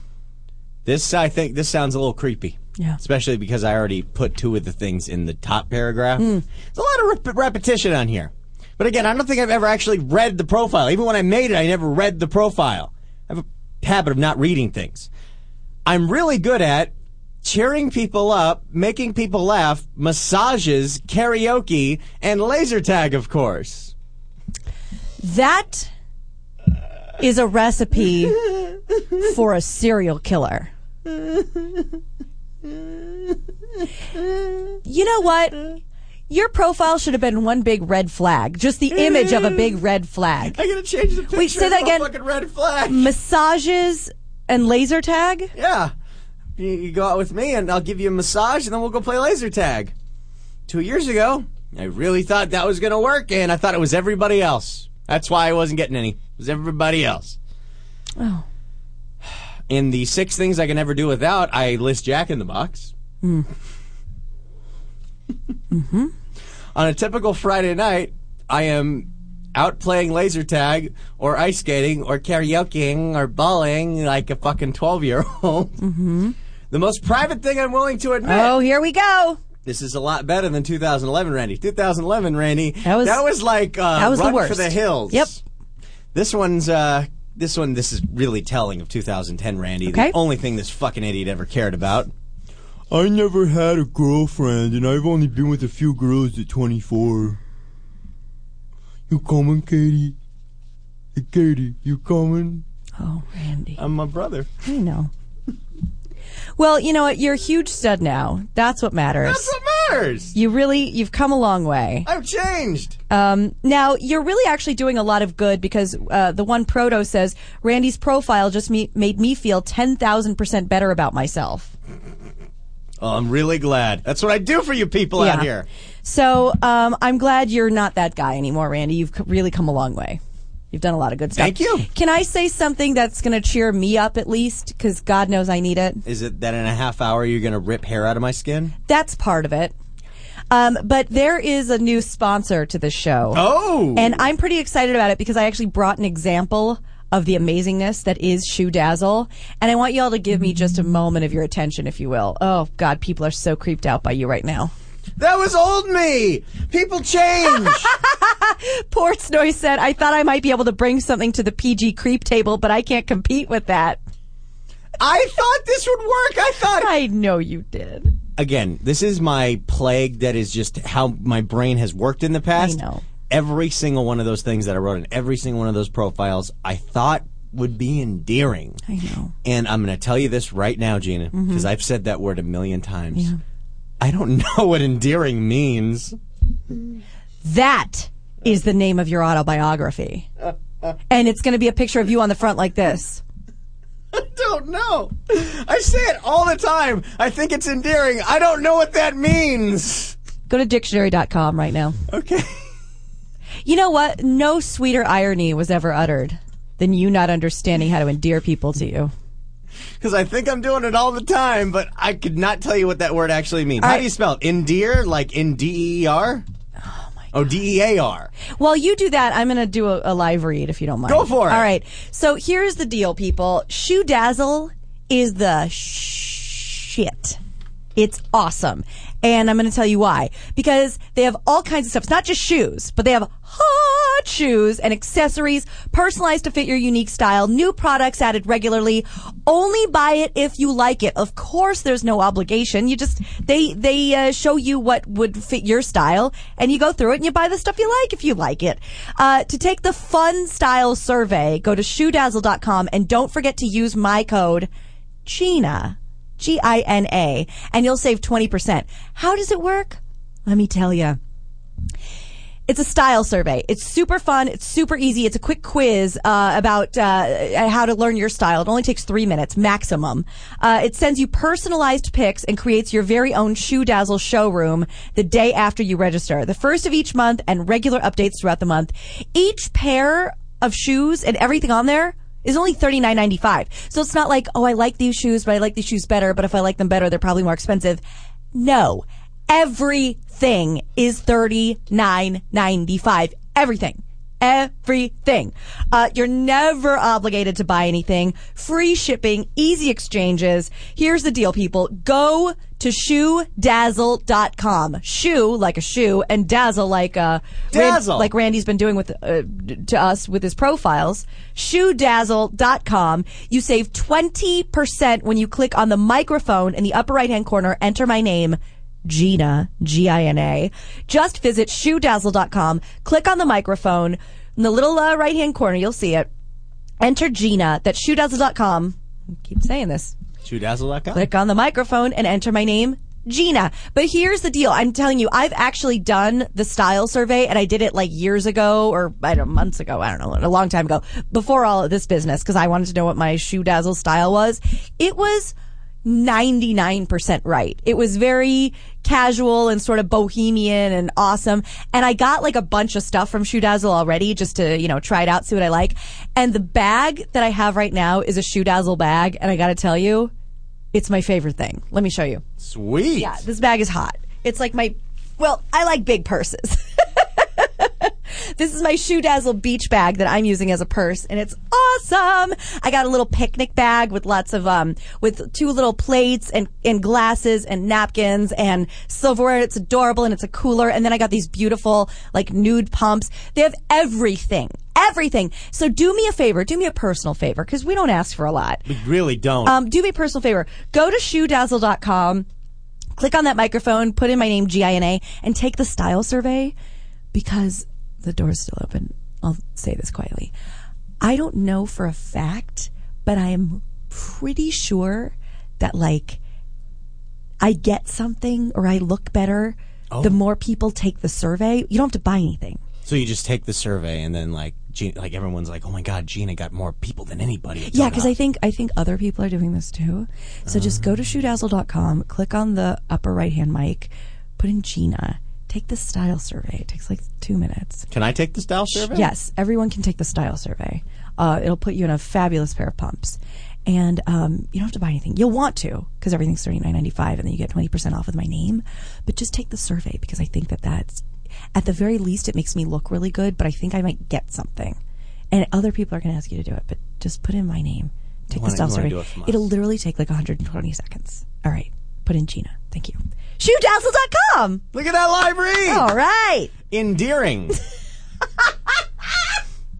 This, I think, this sounds a little creepy.
Yeah.
Especially because I already put two of the things in the top paragraph. There's a lot of rep- repetition on here. But again, I don't think I've ever actually read the profile. Even when I made it, I never read the profile. I have a habit of not reading things. I'm really good at cheering people up, making people laugh, massages, karaoke, and laser tag, of course.
That is a recipe for a serial killer. You know what? Your profile should have been one big red flag. Just the image of a big red flag.
I gotta change the picture.
Wait, say that
It's a
again.
Fucking red flag.
Massages and laser tag?
Yeah. You, you go out with me, and I'll give you a massage, and then we'll go play laser tag. Two years ago, I really thought that was going to work, and I thought it was everybody else. That's why I wasn't getting any. It was everybody else.
Oh.
In the six things I can never do without, I list Jack in the Box.
Mm.
Mm-hmm. On a typical Friday night, I am out playing laser tag or ice skating or karaokeing or bowling like a fucking 12 year old.
Mm-hmm.
(laughs) The most private thing I'm willing to admit.
Oh, here we go.
This is a lot better than 2011, Randy. 2011, Randy. That
was-
like uh,
that was the
Run for
worst.
the Hills.
Yep.
This one's uh, this one. This is really telling of 2010, Randy.
Okay.
The only thing this fucking idiot ever cared about. I never had a girlfriend, and I've only been with a few girls at 24. You coming, Katie? Hey, Katie, you coming?
Oh, Randy.
I'm my brother.
I know. Well, you know what? You're a huge stud now. That's what matters.
That's what matters.
You really, you've come a long way.
I've changed.
Um, now, you're really actually doing a lot of good because uh, the one proto says Randy's profile just me- made me feel 10,000% better about myself.
Oh, I'm really glad. That's what I do for you people out
Yeah.
here.
So um, I'm glad you're not that guy anymore, Randy. You've c- really come a long way. You've done a lot of good stuff.
Thank you.
Can I say something that's going to cheer me up at least? Because God knows I need it.
Is it that in a half hour you're going to rip hair out of my skin?
That's part of it. Um, but there is a new sponsor to the show.
Oh.
And I'm pretty excited about it because I actually brought an example of the amazingness that is Shoe Dazzle. And I want you all to give me just a moment of your attention, if you will. Oh, God, people are so creeped out by you right now.
That was old me.
(laughs)
People change.
Portsnoy said, I thought I might be able to bring something to the PG creep table, but I can't compete with that.
I thought this would work. I thought.
I know you did.
Again, this is my plague that is just how my brain has worked in the past. Every single one of those things that I wrote in every single one of those profiles I thought would be endearing.
I know.
And I'm going to tell you this right now, Gina, because
Mhm.
I've said that word a million times.
Yeah.
I don't (laughs) know what endearing means.
That is the name of your autobiography. And it's going to be a picture of you on the front like this.
I don't know. I say it all the time. I think it's endearing. I don't know what that means.
Go to dictionary.com right now.
Okay.
You know what? No sweeter irony was ever uttered than you not understanding how to endear people to you.
Because I think I'm doing it all the time, but I could not tell you what that word actually means. How do you spell it? Endear? Like N D E R? Oh, D E A R.
While you do that, I'm going to do a, a live read if you don't mind.
Go for it.
All right. So here's the deal, people. Shoe Dazzle is the shit. It's awesome. And I'm going to tell you why. Because they have all kinds of stuff. It's not just shoes, but they have hot shoes and accessories personalized to fit your unique style. New products added regularly. Only buy it if you like it. Of course, there's no obligation. You just, they, they uh, show you what would fit your style and you go through it and you buy the stuff you like if you like it. Uh, to take the fun style survey, go to shoedazzle.com and don't forget to use my code Gina, G I N A, and you'll save 20%. How does it work? Let me tell you. It's a style survey. It's super fun. It's super easy. It's a quick quiz uh, about uh, how to learn your style. It only takes three minutes maximum. Uh, it sends you personalized picks and creates your very own Shoe Dazzle showroom the day after you register. The first of each month and regular updates throughout the month. Each pair of shoes and everything on there is only thirty nine ninety five. So it's not like, oh, I like these shoes, but I like these shoes better. But if I like them better, they're probably more expensive. No, everything is thirty nine ninety five. Everything. Everything. Uh, you're never obligated to buy anything. Free shipping, easy exchanges. Here's the deal, people. Go to shoedazzle.com. Shoe like a shoe and dazzle like a
Dazzle.
like Randy's been doing with uh, d- to us with his profiles, shoedazzle.com. You save 20% when you click on the microphone in the upper right-hand corner, enter my name, Gina, G I N A. Just visit shoedazzle.com, click on the microphone in the little uh, right-hand corner, you'll see it. Enter Gina, that's shoedazzle.com. Keep saying this.
Shoedazzle.com.
Click on the microphone and enter my name, Gina. But here's the deal. I'm telling you, I've actually done the style survey and I did it like years ago or I don't months ago. I don't know, a long time ago before all of this business because I wanted to know what my shoe dazzle style was. It was 99% right. It was very casual and sort of bohemian and awesome. And I got like a bunch of stuff from Shoe Dazzle already just to, you know, try it out, see what I like. And the bag that I have right now is a Shoe Dazzle bag. And I got to tell you, it's my favorite thing. Let me show you.
Sweet.
Yeah, this bag is hot. It's like my, well, I like big purses. (laughs) This is my Shoe Dazzle beach bag that I'm using as a purse, and it's awesome. I got a little picnic bag with lots of um, with two little plates and and glasses and napkins and silverware. It's adorable and it's a cooler. And then I got these beautiful like nude pumps. They have everything, everything. So do me a favor, do me a personal favor, because we don't ask for a lot.
We really don't.
Um, do me a personal favor. Go to shoedazzle.com, click on that microphone, put in my name, G I N A, and take the style survey because the door's still open. I'll say this quietly. I don't know for a fact, but I am pretty sure that, like, I get something or I look better the more people take the survey. You don't have to buy anything.
So you just take the survey and then like Gina, like everyone's like, oh my god, Gina got more people than anybody.
Yeah, because I think I think other people are doing this too. So just go to shoedazzle.com, click on the upper right hand mic, put in Gina, take the style survey. It takes like two minutes.
Can I take the style survey?
Yes, everyone can take the style survey. Uh, it'll put you in a fabulous pair of pumps, and um, you don't have to buy anything. You'll want to because everything's thirty nine ninety five, and then you get twenty percent off with my name. But just take the survey because I think that that's at the very least it makes me look really good. But I think I might get something, and other people are going to ask you to do it. But just put in my name. Take the
wanna-
style
you wanna
survey.
do it from us.
will literally take like one hundred and twenty seconds. All right, put in Gina. Thank you. Shoedazzle.com.
Look at that library.
All right. (laughs)
Endearing.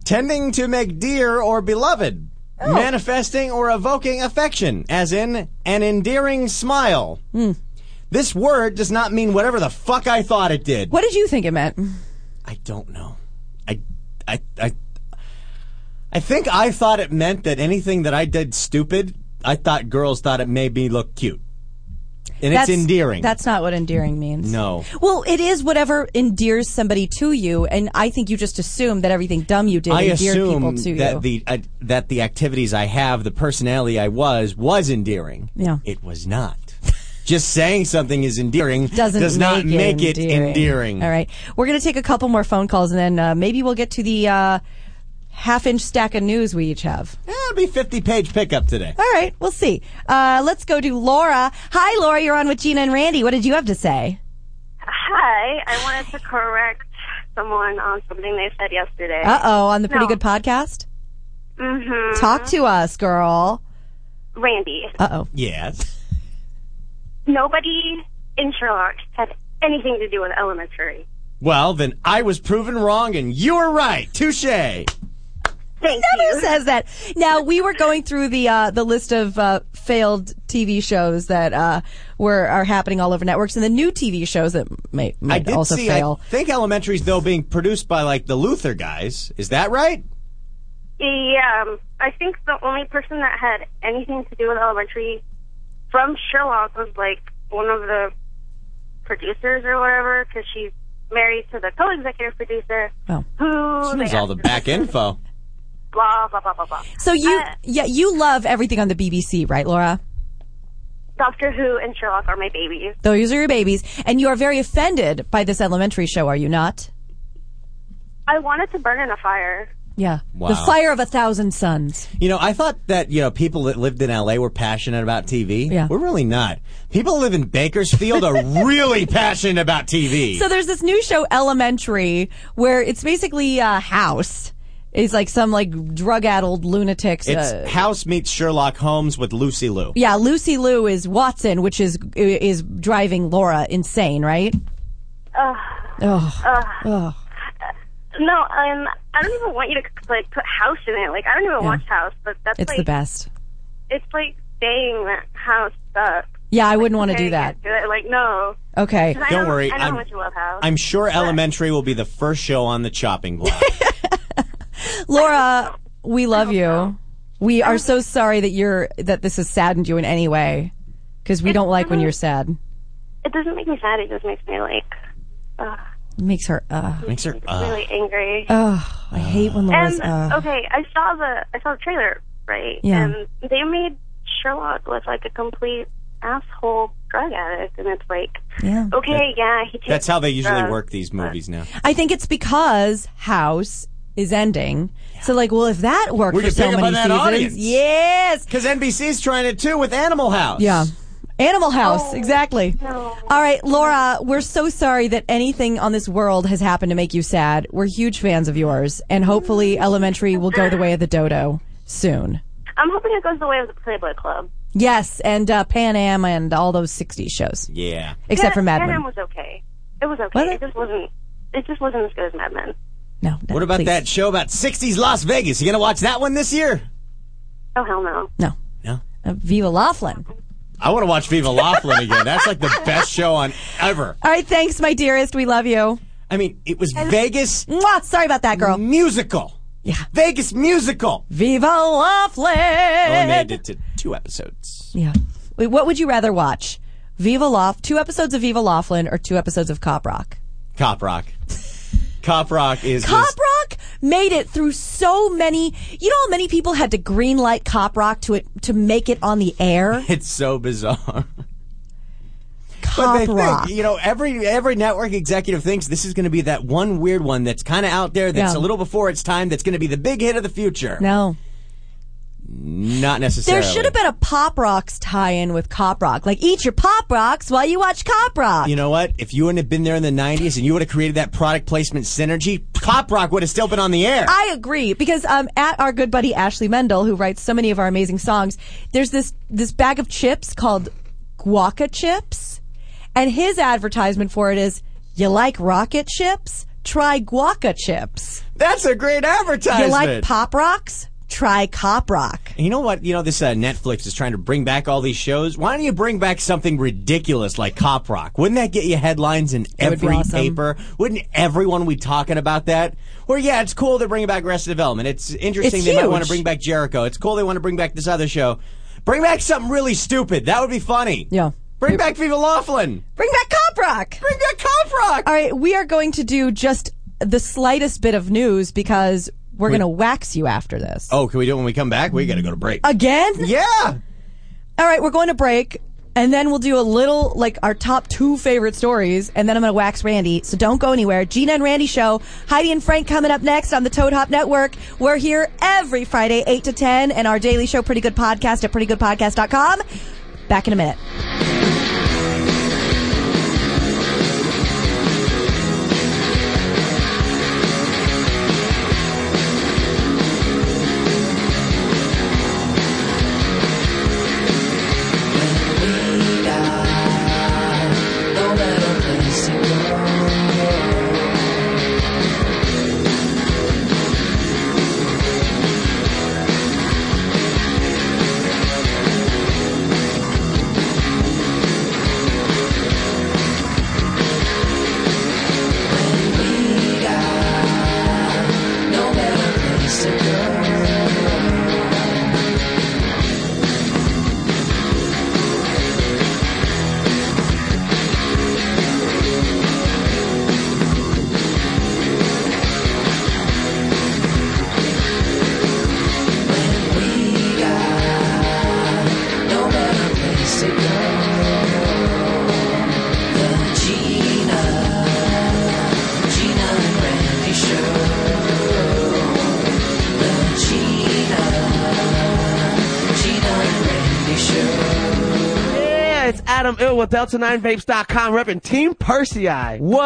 Tending to make dear or beloved.
Oh.
Manifesting or evoking affection, as in an endearing smile.
Hmm.
This word does not mean whatever the fuck I thought it did.
What did you think it meant?
I don't know. I, I, I, I think I thought it meant that anything that I did stupid, I thought girls thought it made me look cute, and
That's-
it's endearing.
That's not what endearing means.
no.
Well, it is whatever endears somebody to you, and I think you just assume that everything dumb you did
I
endeared people
assume
to
that
you.
the uh, that the activities I have, the personality I was, was endearing.
Yeah.
It was not. Just saying something is endearing
doesn't
does not make it endearing.
All right, we're gonna take a couple more phone calls, and then uh, maybe we'll get to the uh, half-inch stack of news we each have.
That'll be fifty page pickup today.
All right, we'll see. Uh, let's go to Laura. Hi, Laura. You're on with Gina and Randy. What did you have to say?
Hi, I wanted to correct someone on something they said yesterday.
Uh oh, on the Pretty Good Podcast.
Mm-hmm.
Talk to us, girl.
Randy.
Uh oh.
Yes.
Nobody in Sherlock had anything to do with elementary.
Well, then I was proven wrong, and you were right. Touche.
Never says that. Now we were going through the uh, the list of uh, failed TV shows that uh, were are happening all over networks, and the new TV shows that may
I
might
did
also
see.
fail.
I think Elementary's though being produced by like the Luther guys. Is that right?
Yeah, um, I think the only person that had anything to do with elementary from Sherlock was like one of the producers or whatever, because she's married to the co-executive producer.
Oh.
Who?
There's
they-
all the back info.
Blah blah blah blah blah.
so you
Uh,
yeah you love everything on the BBC, right, Laura?
Doctor Who and Sherlock are my babies.
Those are your babies, and you are very offended by this elementary show, are you not?
I wanted to burn in a fire.
Yeah. (laughs) The
Wow.
Fire of a Thousand Suns.
You know, I thought that you know people that lived in LA were passionate about TV.
Yeah.
we're really not. People who live in
(laughs)
Bakersfield are really passionate about TV.
So there's this new show, Elementary, where it's basically a house. It's like some like drug-addled lunatics.
it's
uh,
House meets Sherlock Holmes with Lucy Liu.
Yeah, Lucy Liu is Watson, which is is driving Laura insane, right?
Ugh.
Oh,
Ugh.
oh.
No, um, I don't even want you to like put house in it. Like I don't even
Yeah.
watch house, but that's
it's
like
the best.
it's like saying that house sucks.
Yeah, I wouldn't want to do that.
Do it. Like no.
Okay.
'Cause I
Don't
know-
worry,
I know how
I'm-
much you love house.
I'm sure Elementary will be the first show on the chopping block.
(laughs)
Laura, we love you. We are so sorry that you're that this has saddened you in any way, because we don't like when you're sad.
it doesn't make me sad. It just makes me like ugh,
It makes her. Uh,
makes her.
really angry.
Oh, I hate when Laura's.
and
Uh,
okay, I saw the I saw the trailer right,
Yeah.
and they made Sherlock look like a complete asshole drug addict, and it's like,
Yeah.
okay, yeah, he takes
That's how they usually
drugs.
work these movies now.
I think it's because House is ending. So like, well, if that worked
We
for
can
so
pick up
many
on that
seasons,
audience.
yes,
because NBC's trying it too with Animal House.
Yeah. Animal House,
Oh,
exactly. All right, Laura, we're so sorry that anything on this world has happened to make you sad. We're huge fans of yours, and hopefully, Elementary will go the way of the dodo soon.
I'm hoping it goes the way of the Playboy Club.
Yes, and uh, Pan Am and all those '60s shows.
Yeah,
except
Yeah,
for Mad
Pan
Men.
Am was okay. It was okay.
Was it?
It just wasn't. It just wasn't as good as Mad Men.
What about that show about 60s Las Vegas? You going to watch that one this year?
Oh hell no.
No.
No.
Uh, Viva Laughlin.
I want to watch Viva Laughlin again. That's like the best show on
(laughs)
ever.
All right, thanks, my dearest. We love you.
I mean, it was Vegas.
Mwah, sorry about that, girl.
Musical.
Yeah.
Vegas musical.
Viva Laughlin.
Only made it to two episodes.
Yeah. Wait, what would you rather watch? Viva Laugh, two episodes of Viva Laughlin or two episodes of Cop Rock?
Cop Rock. Cop Rock is
Cop
just-
Rock made it through so many. You know how many people had to green light Cop Rock to it to make it on the air?
It's so bizarre.
Cop Rock.
you know, every every network executive thinks this is going to be that one weird one that's kind of out there, that's
Yeah.
a little before its time, that's going to be the big hit of the future.
No.
Not
There
necessarily.
should have been a Pop Rocks tie-in with Cop Rock. Like eat your Pop Rocks while you watch Cop Rock.
You know what? If you wouldn't have been there in the '90s and you would have created that product placement synergy, Cop Rock would have still been on the air.
I agree because um, at our good buddy Ashley Mendel, who writes so many of our amazing songs, there's this this bag of chips called Guaca chips, and his advertisement for it is: "You like rocket chips? Try Guaca chips.
That's a great advertisement.
You like Pop Rocks? Try Cop Rock."
And you know what? You know this uh, Netflix is trying to bring back all these shows. Why don't you bring back something ridiculous like Cop Rock? Wouldn't that get you headlines in
It would be
every
awesome.
paper? Wouldn't everyone be talking about that? Or yeah, it's cool they're bringing back Arrested Development. It's interesting
It's
they might want
huge.
to bring back Jericho. It's cool they want to bring back this other show. Bring back something really stupid. That would be funny.
Yeah.
Bring back Viva Laughlin.
Bring back Cop Rock.
Bring back Cop Rock.
All right, we are going to do just the slightest bit of news because we're going to wax you after this.
Oh, can we do it when we come back? We got to go
(laughs)
to break.
Again?
Yeah.
All right, we're going to break, and then we'll do a little like our top two favorite stories, and then I'm going to wax Randy. So don't go anywhere. Gina and Randy show. Heidi and Frank coming up next on the Toad Hop Network. We're here every Friday, eight to ten, and our daily show, Pretty Good Podcast at PrettyGoodPodcast.com. Back in a minute.
No better place to go. No better place to go. No better place to go than Gina, Gina and Randy show. The Gina, Gina and Randy show.
Yeah, it's Adam Ill with Delta9Vapes.com repping Team Percy Eye. What?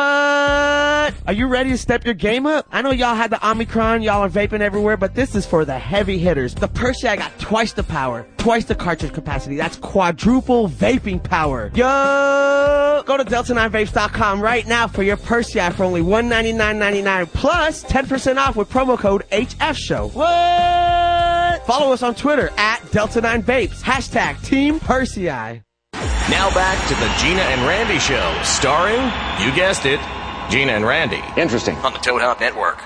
Are you ready to step your game up? I know y'all had the Omicron, y'all are vaping everywhere, but this is for the heavy hitters. The Percy Eye got twice the power, twice the cartridge capacity. That's quadruple vaping power. Yo! Go to Delta9Vapes.com right now for your Percy Eye for only $199.99 plus 10% off with promo code HFShow. What? Follow us on Twitter at Delta9Vapes. Hashtag Team Percy Eye.
Now back to the Gina and Randy Show, starring, you guessed it, Gina and Randy. Interesting. On the Toad Hop Network.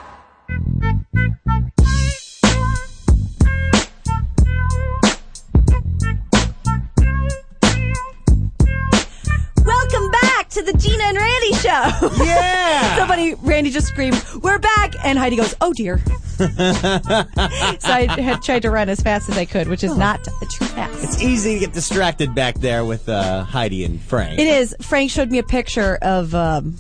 Welcome back to the Gina and Randy show.
(laughs)
(laughs)
Yeah.
Somebody, Randy just screamed, "We're back!" and Heidi goes, "Oh
(laughs) Oh.
dear." so I had tried to run as fast as I could, which is not too fast.
It's easy to get distracted back there with uh, Heidi and Frank.
It is. Frank showed me a picture of um,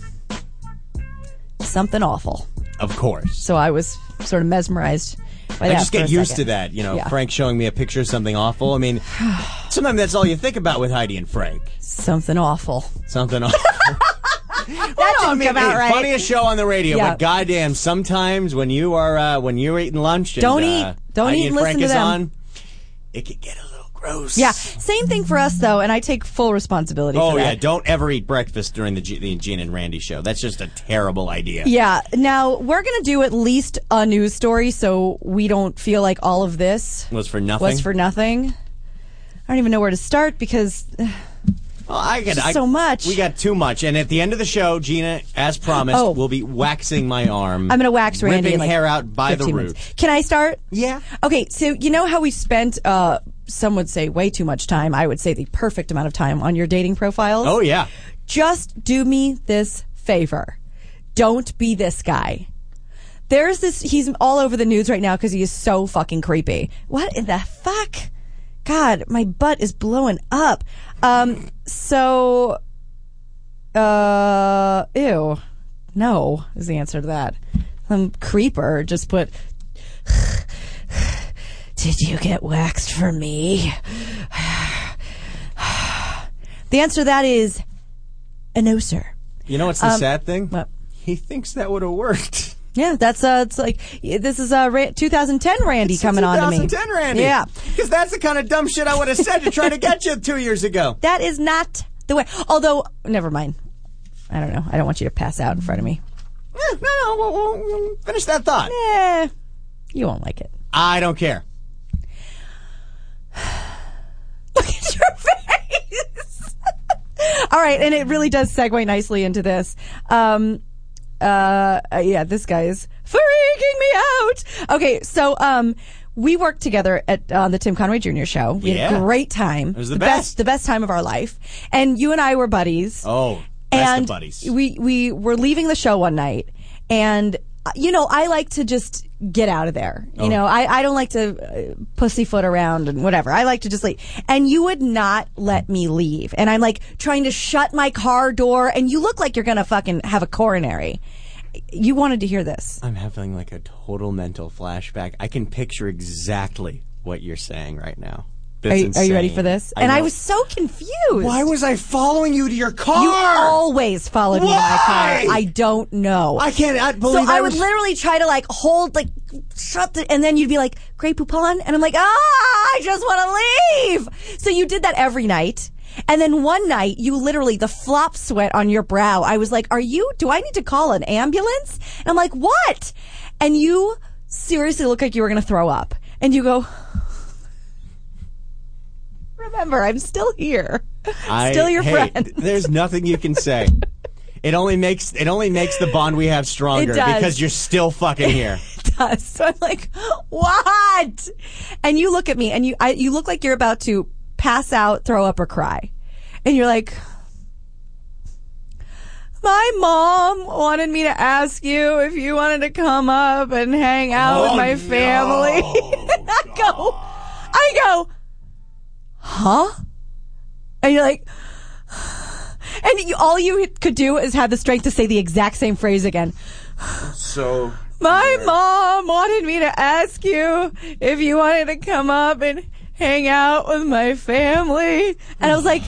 something awful.
Of course.
So I was sort of mesmerized by
I
that.
just
for
get
a
used
second.
to that. You know,
Yeah.
Frank showing me a picture of something awful.
(sighs)
I mean, sometimes that's all you think about with Heidi and Frank.
Something awful.
Something awful. (laughs)
that didn't come out right.
Funniest show on the radio,
Yeah.
but goddamn, sometimes when you are uh, when you're eating lunch, and,
Don't
uh,
eat. Don't
Heidi
eat
and
and
Frank
listen to
is
them.
on. It could get a little gross.
Yeah. Same thing for us though, and I take full responsibility.
Oh
for
yeah,
that.
don't ever eat breakfast during the, G- the Gene and Randy show. That's just a terrible idea.
Yeah. Now we're gonna do at least a news story, so we don't feel like all of this
was for nothing.
was for nothing. I don't even know where to start because (sighs)
well, I Good, I-
so much.
We got too much, and at the end of the show, Gina, as promised,
Oh.
will be waxing my arm.
I'm gonna wax Randy
ripping
in, like,
hair out by the
15
root.
minutes. Can I start?
Yeah.
Okay, so you know how we spent uh some would say way too much time, I would say the perfect amount of time on your dating profiles.
Oh yeah.
Just do me this favor. Don't be this guy. There's this he's all over the news right now cuz he is so fucking creepy. What in the fuck? God, my butt is blowing up. Um so uh, ew. No is the answer to that. Some creeper just put. Did you get waxed for me? (sighs) the answer to that is, uh, no, sir.
You know what's the
Um,
sad thing? He thinks that would have worked.
Yeah, that's uh, it's like this is uh, Ra- 2010 Randy coming on to me.
2010 Randy.
Yeah,
Because that's the kind of dumb shit I would have said to try to get you two years ago.
(laughs) that is not the way. Although, never mind. I don't know. I don't want you to pass out in front of me.
Eh, no, no, we'll- we'll- we'll finish that thought.
Eh, you won't like it.
I
(sighs)
don't care.
(laughs) All right, and it really does segue nicely into this. Um, uh, yeah, this guy is freaking me out. Okay, so um, we worked together at on the Tim Conway Jr. show. We had
Yeah.
a great time.
It was the best.
the best time of our life. And you and I were buddies.
Oh, best
and Oh,
of buddies.
we we were leaving the show one night, and uh, you know I like to just get out of there. You
Oh.
know I I don't like to uh, pussyfoot around and whatever. I like to just leave. And you would not let me leave, and I'm like trying to shut my car door, and you look like you're gonna fucking have a coronary. You wanted to hear this.
I'm having like a total mental flashback. I can picture exactly what you're saying right now.
Are you, are you ready for this? and I
know.
was so confused.
Why was I following you to your car?
You always followed me to my
Why?
car. I don't know.
I can't- I
So
believe
I,
I
would
was-
literally try to like hold, like shut, the, and then you'd be like, "Great Poupon," and I'm like, "Ah, I just want to leave." So you did that every night. And then one night, you literally the flop sweat on your brow. I was like, "Are you? Do I need to call an ambulance?" And I'm like, "What?" And you seriously look like you were going to throw up. And you go, "Remember, I'm still here."
I-
Still your
hey,
friend.
th- There's nothing you can say. It only makes it only makes the bond we have stronger
It does.
because you're still
(laughs)
fucking here.
does. So I'm like, what? And you look at me and you, I, you look like you're about to pass out, throw up, or cry. And you're like, my mom wanted me to ask you if you wanted to come up and hang out with
Oh,
my
no.
family. (laughs) and I go, I go, huh? And you're like, (sighs) and you, all you could do is have the strength to say the exact same phrase again.
So
My mom wanted me to ask you if you wanted to come up and hang out with my family, and I was like,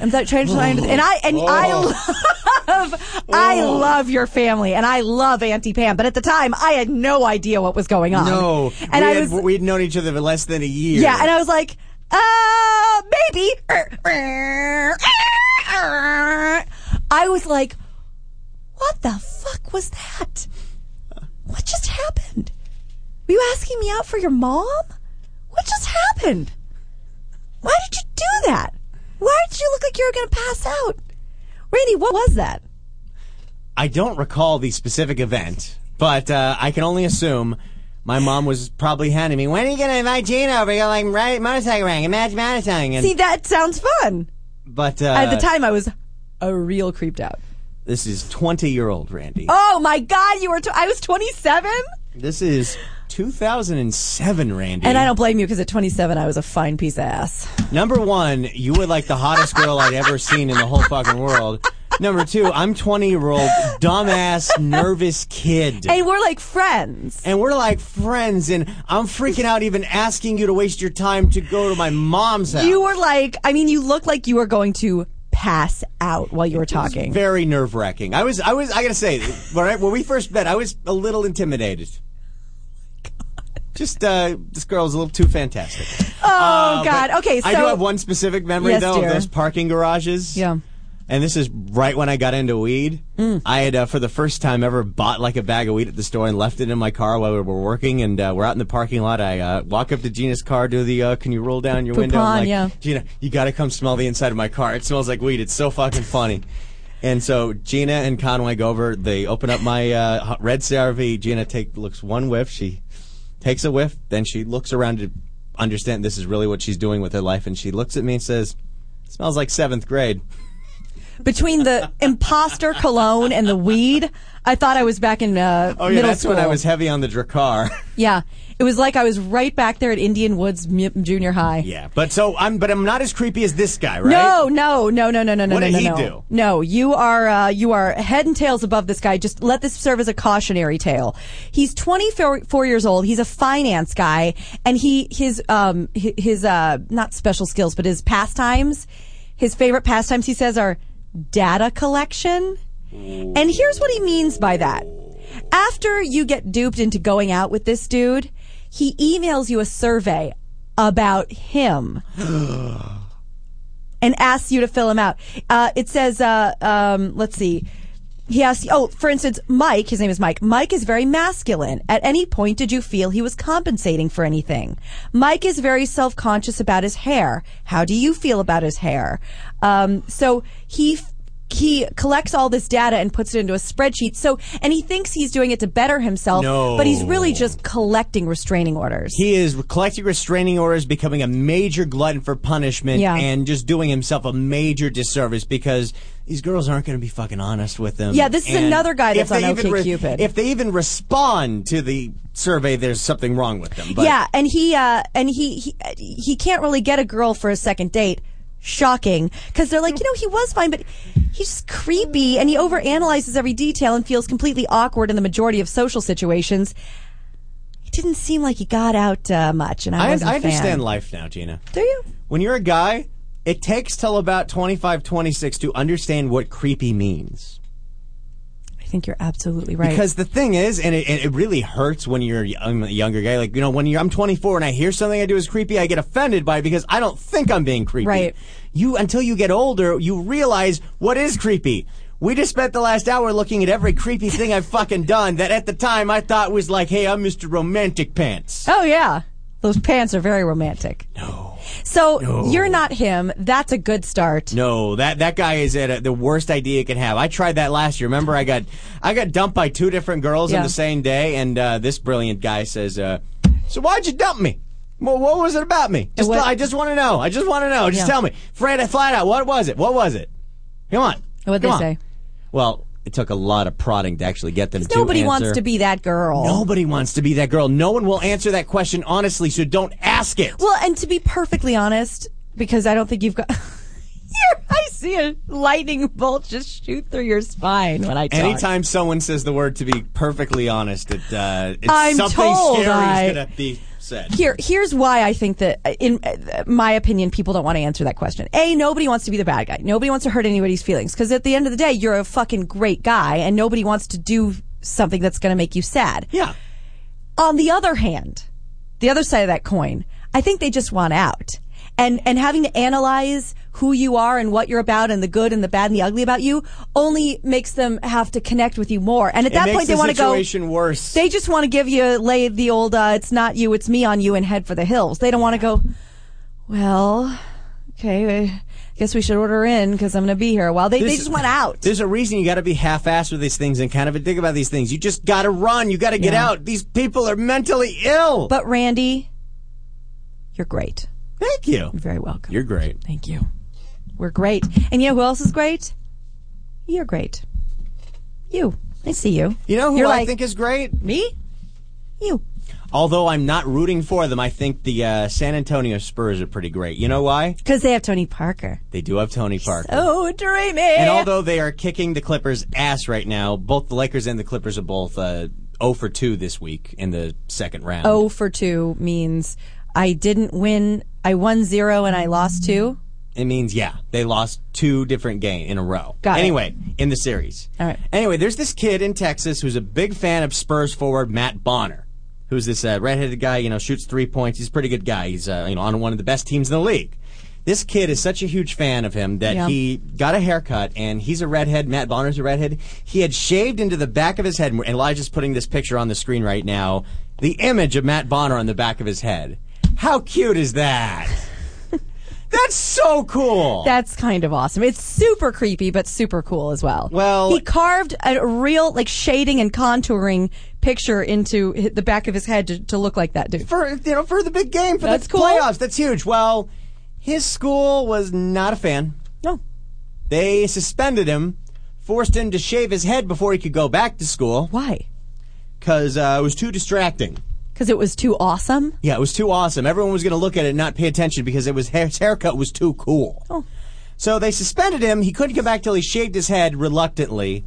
"I'm not trying to
(sighs)
find." And I and I love, I love your family, and I love Auntie Pam. But at the time, I had no idea what was going on.
No,
and
we
I
had,
was
we'd known each other for less than a year.
yeah, and I was like, uh, maybe. I was like, what the fuck was that? What just happened? Were you asking me out for your mom? What just happened? Why did you do that? Why did you look like you were going to pass out? Randy, what was that?
I don't recall the specific event, but uh, I can only assume my mom was probably handing me. When are you going to invite Gina over? You're like right motorcycle ring, imagine motorcycling. And,
See, that sounds fun.
but uh,
At the time, I was a real creeped out.
this is twenty year old Randy.
Oh my God, you were, tw- I was 27?
This is 2007, Randy.
And I don't blame you because at 27, I was a fine piece of ass.
Number one, you were like the hottest girl I'd ever seen in the whole fucking world. Number two, I'm 20 year old dumbass nervous kid.
And we're like friends.
And we're like friends, and I'm freaking out even asking you to waste your time to go to my mom's house.
You were like, I mean, you look like you were going to pass out while you were talking.
very nerve wracking. I was, I was, I gotta say, when, I, when we first met, I was a little intimidated. Just uh, this girl's a little too fantastic.
Oh,
Uh,
God.
but
Okay, so.
I do have one specific memory
Yes,
though
dear.
of those parking garages.
Yeah.
And this is right when I got into weed. I had, uh, for the first time ever, bought like a bag of weed at the store and left it in my car while we were working. And uh, we're out in the parking lot. I uh, walk up to Gina's car, do the, uh, can you roll down your window?
Poupon,
I'm like,
yeah.
Gina, you got to come smell the inside of my car. It smells like weed. It's so fucking funny. And so Gina and Conway go over. They open up my uh, (laughs) hot- red CRV. Gina take looks one whiff. She takes a whiff. Then she looks around to understand this is really what she's doing with her life. And she looks at me and says, "Smells like seventh grade."
between the imposter cologne and the weed, I thought I was back in uh,
Oh yeah,
middle
that's
school.
when I was heavy on the Dracar.
Yeah, it was like I was right back there at Indian Woods mu- Junior High.
yeah, (laughs) but so I'm, but I'm not as creepy as this guy, right?
No, no, no, no, no, no, no,
What did
no,
he
no.
do?
No, you are uh, you are head and tails above this guy. Just let this serve as a cautionary tale. He's 24 four years old. He's a finance guy, and he his um hi- his uh not special skills, but his pastimes, his favorite pastimes, he says, are data collection. And here's what he means by that. After you get duped into going out with this dude, he emails you a survey about
(gasps)
him (gasps) and asks you to fill him out. Uh, it says, uh, um, let's see. He asks, oh, for instance, Mike, his name is Mike. Mike is very masculine. At any point did you feel he was compensating for anything? Mike is very self-conscious about his hair. How do you feel about his hair? Um, so he, f- he collects all this data and puts it into a spreadsheet. So, and he thinks he's doing it to better himself,
No.
but he's really just collecting restraining orders.
He is collecting restraining orders, becoming a major glutton for punishment,
Yeah.
and just doing himself a major disservice because these girls aren't going to be fucking honest with him.
Yeah, this is
And
another guy
if
that's on
they even
OkCupid.
If they even respond to the survey, there's something wrong with them. But
yeah, and he uh, and he, he he can't really get a girl for a second date. Shocking, because they're like, you know, he was fine, but he's just creepy, and he overanalyzes every detail and feels completely awkward in the majority of social situations. It didn't seem like he got out uh, much, and I,
I,
wasn't a
I understand
fan.
life now, Gina.
Do you?
When you're a guy, it takes till about 25, 26 to understand what creepy means.
I think you're absolutely right.
Because the thing is, and it, and it really hurts when you're y- I'm a younger guy. Like you know, when you're I'm 24 and I hear something I do is creepy, I get offended by it because I don't think I'm being creepy.
Right.
You until you get older, you realize what is creepy. We just spent the last hour looking at every creepy thing I've fucking done that at the time I thought was like, hey, I'm Mr. Romantic Pants.
oh yeah, those pants are very romantic. No. So
No.
you're not him. That's a good start.
No, that that guy is at a, the worst idea you can have. I tried that last year. Remember, I got I got dumped by two different girls
Yeah.
on the same day, and uh, this brilliant guy says, uh, "So why'd you dump me? Well, what was it about me? Just,
was-
I just want to know. I just want to know. Just
Yeah.
tell me, Fred, flat out. What was it? What was it? Come on.
What'd they
Come on.
say?
Well, it took a lot of prodding to actually get them. to
Nobody wants
answer.
to be that girl.
Nobody wants to be that girl. No one will answer that question honestly, so don't ask it.
Well, and to be perfectly honest, because I don't think you've got. (laughs) Here, I see a lightning bolt just shoot through your spine when I talk.
Anytime someone says the word to be perfectly honest, it, uh, it's
I'm
something
told
scary
I-
is going to be said.
Here, here's why I think that, uh, in uh, my opinion, people don't want to answer that question. A, nobody wants to be the bad guy. Nobody wants to hurt anybody's feelings because at the end of the day, you're a fucking great guy, and nobody wants to do something that's going to make you sad.
Yeah.
On the other hand, the other side of that coin, I think they just want out. And and having to analyze who you are and what you're about and the good and the bad and the ugly about you only makes them have to connect with you more. And at
It
that
makes
point, they
the
want to go.
situation worse.
They just want to give you lay the old uh, "it's not you, it's me" on you and head for the hills. They don't want to go. Well, okay, I guess we should order in because I'm going to be here a while. They they
This-
just want out.
There's a reason you got to be half-assed with these things and kind of a dick about these things. You just got to run. You got to get
Yeah.
out. These people are mentally ill.
But Randy, you're great.
Thank you. You're
very welcome.
You're great.
Thank you. We're great. And you know who else is great? You're great. You. I see you.
You know who
You're
I
like,
think is great?
Me? You.
Although I'm not rooting for them, I think the uh, San Antonio Spurs are pretty great. You know why?
Because they have Tony Parker.
They do have Tony Parker.
Oh, dreamy.
And although they are kicking the Clippers' ass right now, both the Lakers and the Clippers are both uh, 0 for 2 this week in the second round.
O Oh, for two means I didn't win. I won zero and I lost two.
It means, yeah, they lost two different games in a row.
Got it.
anyway, in the series.
All right.
Anyway, there's this kid in Texas who's a big fan of Spurs forward Matt Bonner, who's this uh, redheaded guy. You know, shoots three points. He's a pretty good guy. He's uh, you know on one of the best teams in the league. This kid is such a huge fan of him that
Yeah.
he got a haircut, and he's a redhead. Matt Bonner's a redhead. He had shaved into the back of his head, and Elijah's putting this picture on the screen right now. The image of Matt Bonner on the back of his head. How cute is that? That's so cool.
That's kind of awesome. It's super creepy, but super cool as well.
Well,
he carved a real like shading and contouring picture into hi- the back of his head to, to look like that dude.
for you know for the big game for
That's
the
cool.
playoffs. That's huge. Well, his school was not a fan.
No,
they suspended him, forced him to shave his head before he could go back to school.
Why?
Because uh, it was too distracting.
Because it was too awesome.
Yeah, it was too awesome. Everyone was going to look at it and not pay attention because it was his haircut was too cool.
Oh.
So they suspended him. He couldn't come back till he shaved his head reluctantly,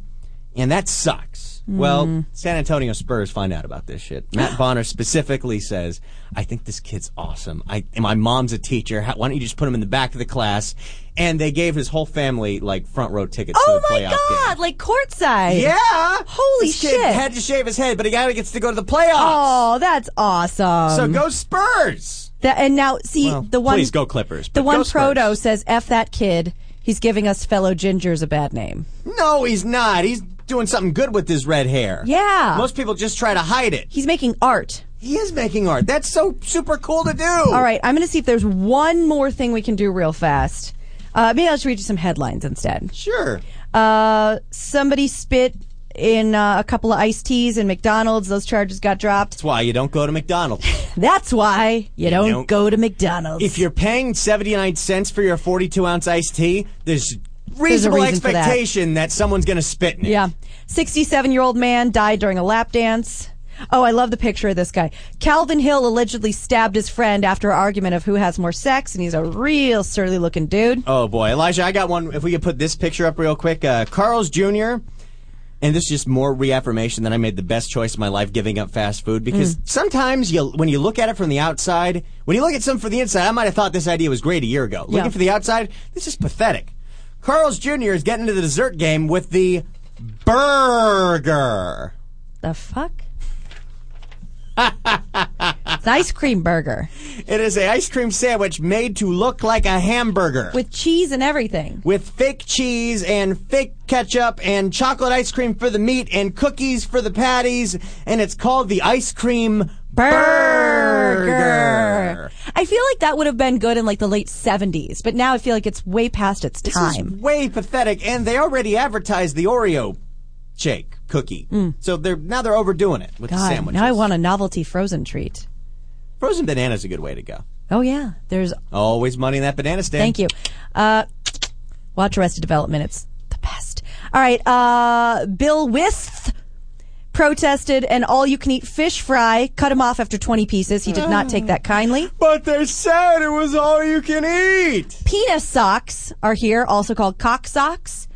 and that sucks. Well,
Mm.
San Antonio Spurs find out about this shit.
(gasps)
Matt Bonner specifically says, "I think this kid's awesome. I and my mom's a teacher. How, why don't you just put him in the back of the class?" And they gave his whole family like front row tickets
Oh
to the
my
playoff game.
god, like courtside.
Yeah.
Holy
This
shit.
kid had to shave his head, but he now gets to go to the playoffs.
Oh, that's awesome.
So go Spurs.
That, and now see
Well,
the one
please go Clippers,
The
but
one
go Spurs.
proto says F that kid. He's giving us fellow gingers a bad name.
No, he's not. He's doing something good with his red hair.
Yeah.
Most people just try to hide it.
He's making art.
He is making art. That's so super cool to do. All
right, I'm going to see if there's one more thing we can do real fast. Uh, maybe I'll just read you some headlines instead.
Sure.
Uh, somebody spit in uh, a couple of iced teas in McDonald's. Those charges got dropped.
That's why you don't go to McDonald's.
That's why (laughs) you, don't,
don't-
go to McDonald's.
if you're paying 79 cents for your 42 ounce iced tea, there's
a
reasonable
reason for that.
expectation that. someone's going to spit in it.
Yeah. 67 year old man died during a lap dance. Oh, I love the picture of this guy. Calvin Hill allegedly stabbed his friend after an argument of who has more sex, and he's a real surly looking dude.
Oh boy, Elijah, I got one. If we could put this picture up real quick, uh, Carl's Jr. And this is just more reaffirmation that I made the best choice of my life giving up fast food because
Mm.
sometimes you, when you look at it from the outside, when you look at something from the inside, I might have thought this idea was great a year ago. Looking
Yeah.
for the outside, this is pathetic. Carl's Jr. is getting into the dessert game with the burger.
The fuck?
(laughs)
It's an ice cream burger
It is a ice cream sandwich made to look like a hamburger.
with cheese and everything.
with fake cheese and fake ketchup and chocolate ice cream for the meat and cookies for the patties, and it's called the ice cream burger.
I feel like that would have been good in like the late 70s, but now I feel like it's way past its
This
time.
is way pathetic, and they already advertised the Oreo shake cookie, so they're now they're overdoing it with the
Mm. God,
sandwich.
now I want a novelty frozen treat.
Frozen banana's a good way to go.
Oh, yeah. There's
Always money in that banana stand.
Thank you. Uh, watch Arrested Development. It's the best. All right. Uh, Bill Wist protested an all you can eat fish fry, cut him off after 20 pieces. He did not take that kindly.
But they said it was all you can eat.
Penis socks are here, also called cock socks.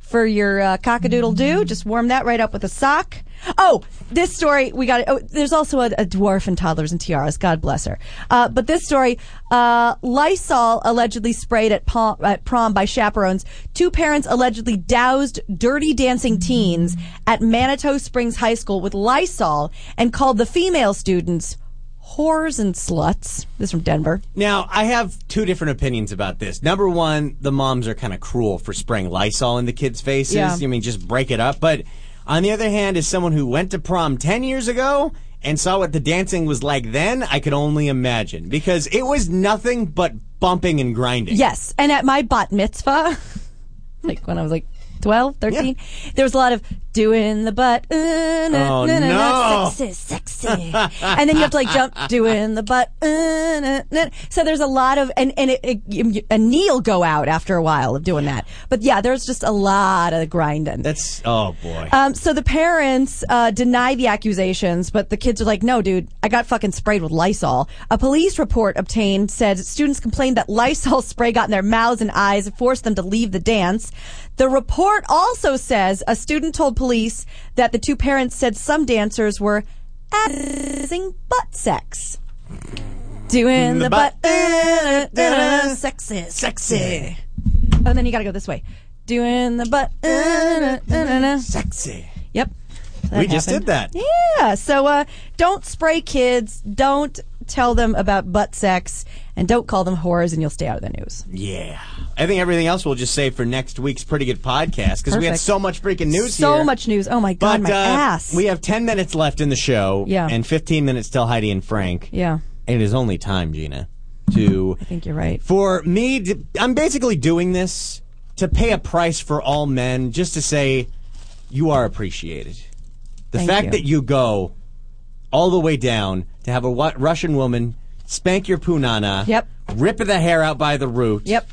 For your uh, cockadoodle doo, just warm that right up with a sock. Oh, this story we got. Oh, there's also a, a dwarf in toddlers and tiaras. God bless her. Uh, but this story, uh, Lysol allegedly sprayed at prom, at prom by chaperones. Two parents allegedly doused dirty dancing teens at Manitou Springs High School with Lysol and called the female students whores and sluts. This is from Denver.
Now, I have two different opinions about this. Number one, the moms are kind of cruel for spraying Lysol in the kids' faces.
Yeah.
You mean just break it up? But on the other hand, as someone who went to prom 10 years ago and saw what the dancing was like then, I could only imagine because it was nothing but bumping and grinding.
Yes. (laughs) And at my bat mitzvah, like when I was like 12, 13, there was a lot of doing the butt. Uh, na,
Oh,
na, na, na,
no.
Sexy, sexy. and then you have to like jump, doing the butt. Uh, na, na. So there's a lot of, and, and it, it, you- and Neil go out after a while of doing that. But yeah, there's just a lot of grinding.
That's oh boy.
Um, so the parents uh, deny the accusations, but the kids are like, "No, dude, I got fucking sprayed with Lysol." A police report obtained said students complained that Lysol (laughs) spray got in their mouths and eyes and forced them to leave the dance. The report also says a student told police that the two parents said some dancers were assing butt sex. Doing the,
The
butt,
butt.
uh, uh, uh, sexy, sexy. And then you gotta go this way. Doing the butt, uh, uh, uh, uh, uh.
sexy.
Yep.
We just did that.
Yeah. So uh, don't spray kids. Don't tell them about butt sex, and don't call them whores, and you'll stay out of the news.
Yeah. I think everything else we'll just save for next week's pretty good podcast because we had
Perfect.
so much freaking news
so
here.
much news. Oh my god, my
But uh,
ass.
we have 10 minutes left in the show
Yeah.
and 15 minutes till Heidi and Frank.
Yeah.
It is only time, Gina, to. I
think you're right.
For me, to, I'm basically doing this to pay a price for all men just to say you are appreciated. The
Thank
fact
you.
that you go all the way down to have a wa- Russian woman spank your punana,
Yep.
rip the hair out by the root.
Yep.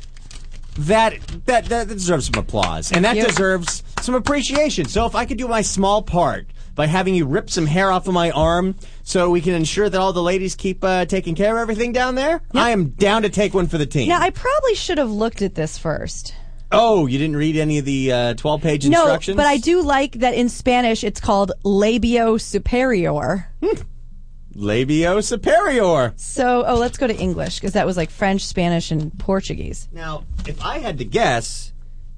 That, that that deserves some applause, and that
Yep.
deserves some appreciation. So if I could do my small part by having you rip some hair off of my arm, so we can ensure that all the ladies keep uh, taking care of everything down there, I am down to take one for the team.
Now I probably should have looked at this first.
oh, you didn't read any of the uh, twelve-page
No,
instructions?
but I do like that in Spanish. It's called labio superior.
Labio superior.
So, oh, let's go to English because that was like French, Spanish, and Portuguese.
Now, if I had to guess,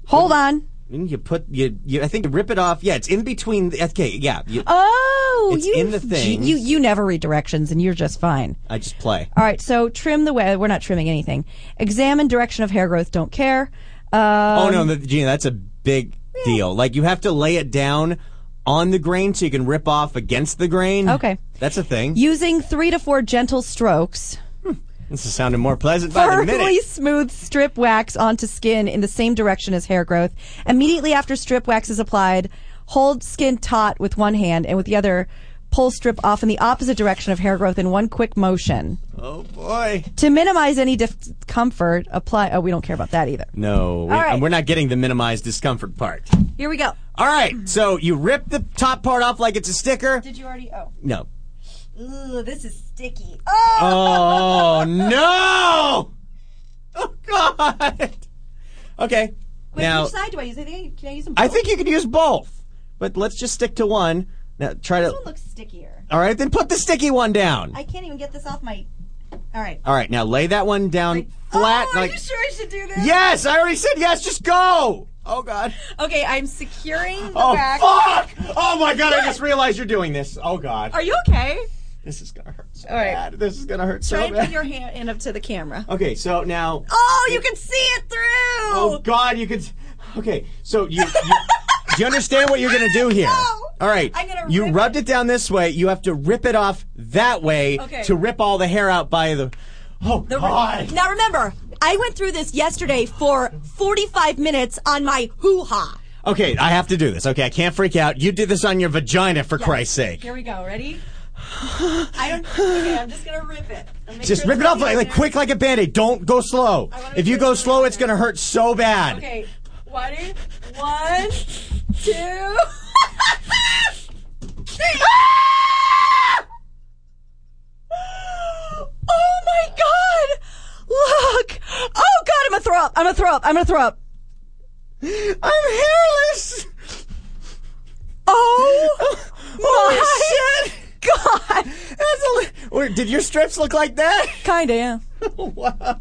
hold on.
You put you, you. I think you rip it off. Yeah, it's in between. The, okay, yeah. You,
Oh,
It's
you
in the thing.
You you never read directions, and you're just fine.
I just play.
All right, so trim the way. We're not trimming anything. Examine direction of hair growth. Don't care. Um,
oh no, that, Gina, that's a big deal. Like you have to lay it down on the grain so you can rip off against the grain.
Okay.
that's a thing.
Using three to four gentle strokes.
this is sounding more pleasant by the
Thoroughly
minute.
smooth strip wax onto skin in the same direction as hair growth. Immediately after strip wax is applied, hold skin taut with one hand and with the other, pull strip off in the opposite direction of hair growth in one quick motion.
Oh boy.
To minimize any discomfort, apply. Oh, we don't care about that either.
No, we,
All right.
we're not getting the minimized discomfort part.
Here we go.
All right, so you rip the top part off like it's a sticker.
Did you already? Oh.
No.
Ooh, this is sticky. (laughs)
Oh no! Oh God. Okay.
Wait,
now
which side do I use? I think I, can I use them
I
both?
think you could use both, but let's just stick to one. Now try to.
This one looks stickier.
All right, then put the sticky one down.
I can't even get this off my. All right.
All right, now lay that one down flat.
oh,
like,
are you sure I should do this?
Yes, I already said yes. Just go. Oh God.
Okay, I'm securing the
Oh
wax.
fuck! Oh my God! I just realized you're doing this. Oh
(laughs)
God.
Are you okay?
This is gonna hurt. So
All right.
bad. This is gonna hurt
Try
so
and put
bad.
your hand in up to the camera.
Okay, so now.
Oh, you can see it through.
Oh God! You could. Okay, so you. you do you understand what you're
(laughs)
gonna do here? All right. you rubbed it. down this way. You have to rip it off that way
Okay.
to rip all the hair out by the. Oh
The-
God!
Now remember, I went through this yesterday for 45 minutes on my hoo ha.
Okay, I have to do this. Okay, I can't freak out. You did this on your vagina, for Christ's sake.
Here we go. Ready? (sighs) I don't. Okay, I'm just gonna rip it. I'll make
Just
sure
rip it
it's
off like, like quick like a band-aid. Don't go slow. If you go slow, it's gonna hurt so bad.
Okay, ready? One,
(laughs)
two, three. oh my god! Look! Oh god, I'm gonna throw up. I'm gonna throw up. I'm gonna throw up.
I'm hairless. (laughs)
Oh
my
god!
Or did your strips look like that?
Kinda,
(laughs)
yeah.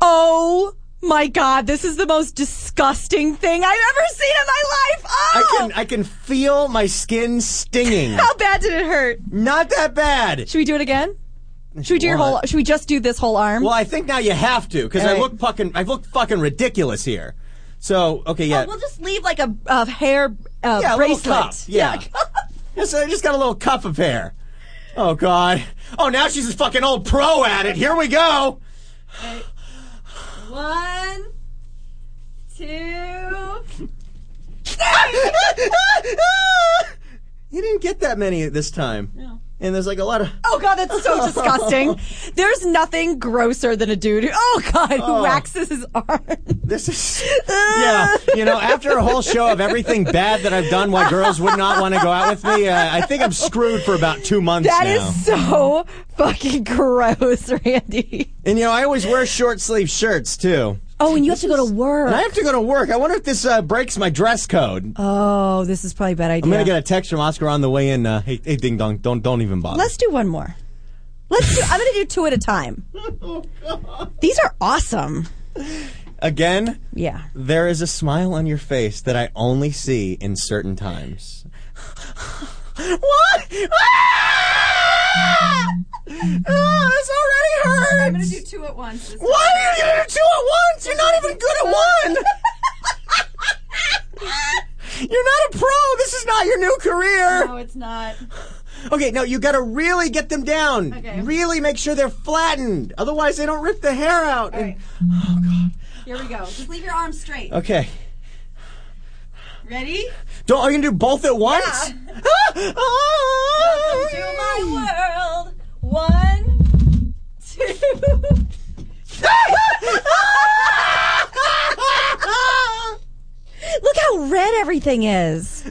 Oh my god, this is the most disgusting thing I've ever seen in my life. Oh!
I can I can feel my skin
(laughs)
stinging.
How bad did it hurt?
Not that bad.
Should we do it again? Should we do your whole? Should we just do this whole arm?
Well, I think now you have to because I
Alright.
look fucking I look fucking ridiculous here. So okay, yeah,
Oh, we'll just leave like a, a hair uh,
yeah, a little
bracelet.
cuff. Yeah, Yes, I (laughs) just got a little cuff of hair. Oh God. Oh, now she's a fucking old pro at it. Here we go. (laughs)
One, two,
You didn't get that many this time. And there's like a lot of.
Oh god, that's
(laughs)
so disgusting. There's nothing grosser than a dude who oh god, who
Oh.
waxes his arm.
This is Yeah, you know, after a whole show of everything bad that I've done, why girls would not want to go out with me? Uh, I think I'm screwed for about two months
That
now.
is so fucking gross, Randy.
And you know, I always wear short sleeve shirts too.
(laughs) Oh, and you have to go to work.
And I have to go to work. I wonder if this uh, breaks my dress code.
Oh, this is probably a bad idea.
I'm gonna get a text from Oscar on the way in. Uh, hey, hey, ding dong, don't don't even bother.
Let's do one more. Let's do I'm gonna do two at a
(laughs)
time.
Oh,
These are awesome.
Again,
Yeah.
there is a smile on your face that I only see in certain times.
What?
Oh, Ah! this already hurts.
I'm gonna do two at once.
Why are you gonna do two at once? You're not even good at one.
(laughs)
You're not a pro. This is not your new career.
it's not.
Okay, no, you gotta really get them down.
Okay.
Really make sure they're flattened. Otherwise, they don't rip the hair out. And- oh,
Here we go. Just leave your arms straight.
okay.
Ready?
Don't, are you gonna do both at once? (laughs) Oh. Welcome
to my world. One,
(laughs)
two. (laughs) Look how red everything is.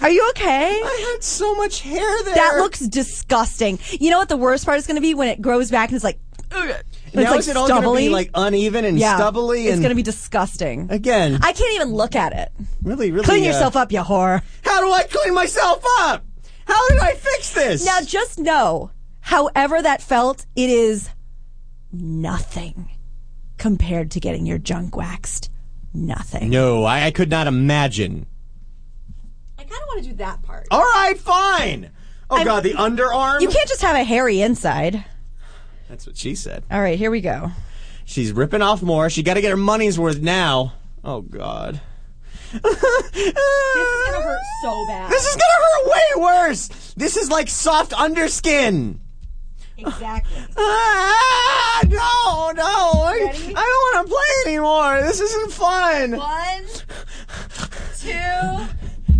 Are you okay?
I had so much hair there.
That looks disgusting. You know what the worst part is going to be when it grows back and it's like, ugh. it's
now
like
is it all gonna
stubbly.
be like uneven and
yeah,
stubbly?
It's
and
going to be disgusting.
Again.
I can't even look at it.
really, really.
Clean
uh,
yourself up, you whore.
How do I clean myself up? How did I fix this?
Now, just know, however that felt, it is nothing compared to getting your junk waxed. Nothing.
No, I, I could not imagine.
I kind of want to do that part.
All right, fine. Oh
I'm-
God, the underarm.
You can't just have a hairy inside.
That's what she said.
All right, here we go.
She's ripping off more. She got to get her money's worth now. Oh God. (laughs)
This is gonna hurt so bad.
This is gonna hurt way worse. This is like soft underskin.
Exactly.
(laughs) Ah, no, no. I, I don't want to play anymore. This isn't fun.
One, two.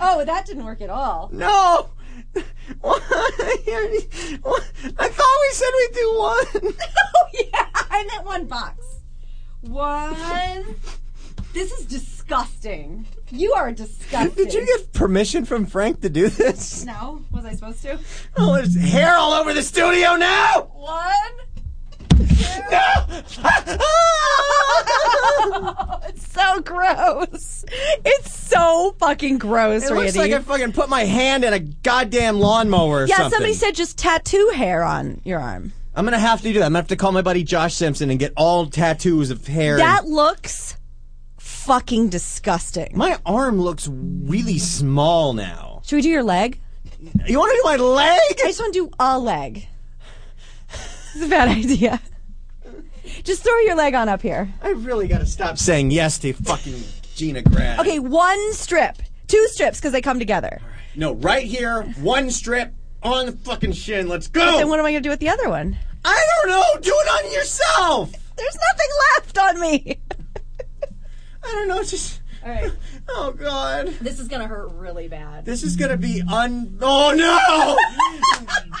oh, that didn't work at all.
No. (laughs) I thought (laughs) we said we'd do one.
Oh yeah, I meant one box. One. This is disgusting. You are disgusting.
Did you get permission from Frank to do this?
No, was I supposed to?
Oh, there's hair all over the studio now.
One. (laughs) it's so gross. It's so fucking gross,
It looks like
Randy.
I fucking put my hand in a goddamn lawnmower or
yeah,
something.
somebody said just tattoo hair on your arm.
I'm gonna have to do that. I'm gonna have to call my buddy Josh Simpson and get all tattoos of hair.
That looks fucking disgusting.
my arm looks really small now.
Should we do your leg?
You want to do my leg?
I just want to do a leg. This is a bad (laughs) idea. Just throw your leg on up here.
I really gotta stop saying yes to fucking Gina Grad.
Okay, one strip, two strips because they come together.
No, right here, one strip on the fucking shin. Let's
But then
go.
what am I going to do with the other one?
I don't know. Do it on yourself.
There's nothing left on me.
I don't know. It's just.
All right,
(laughs) Oh God.
this is going to hurt really bad.
This is gonna be un. Oh
(laughs)
no!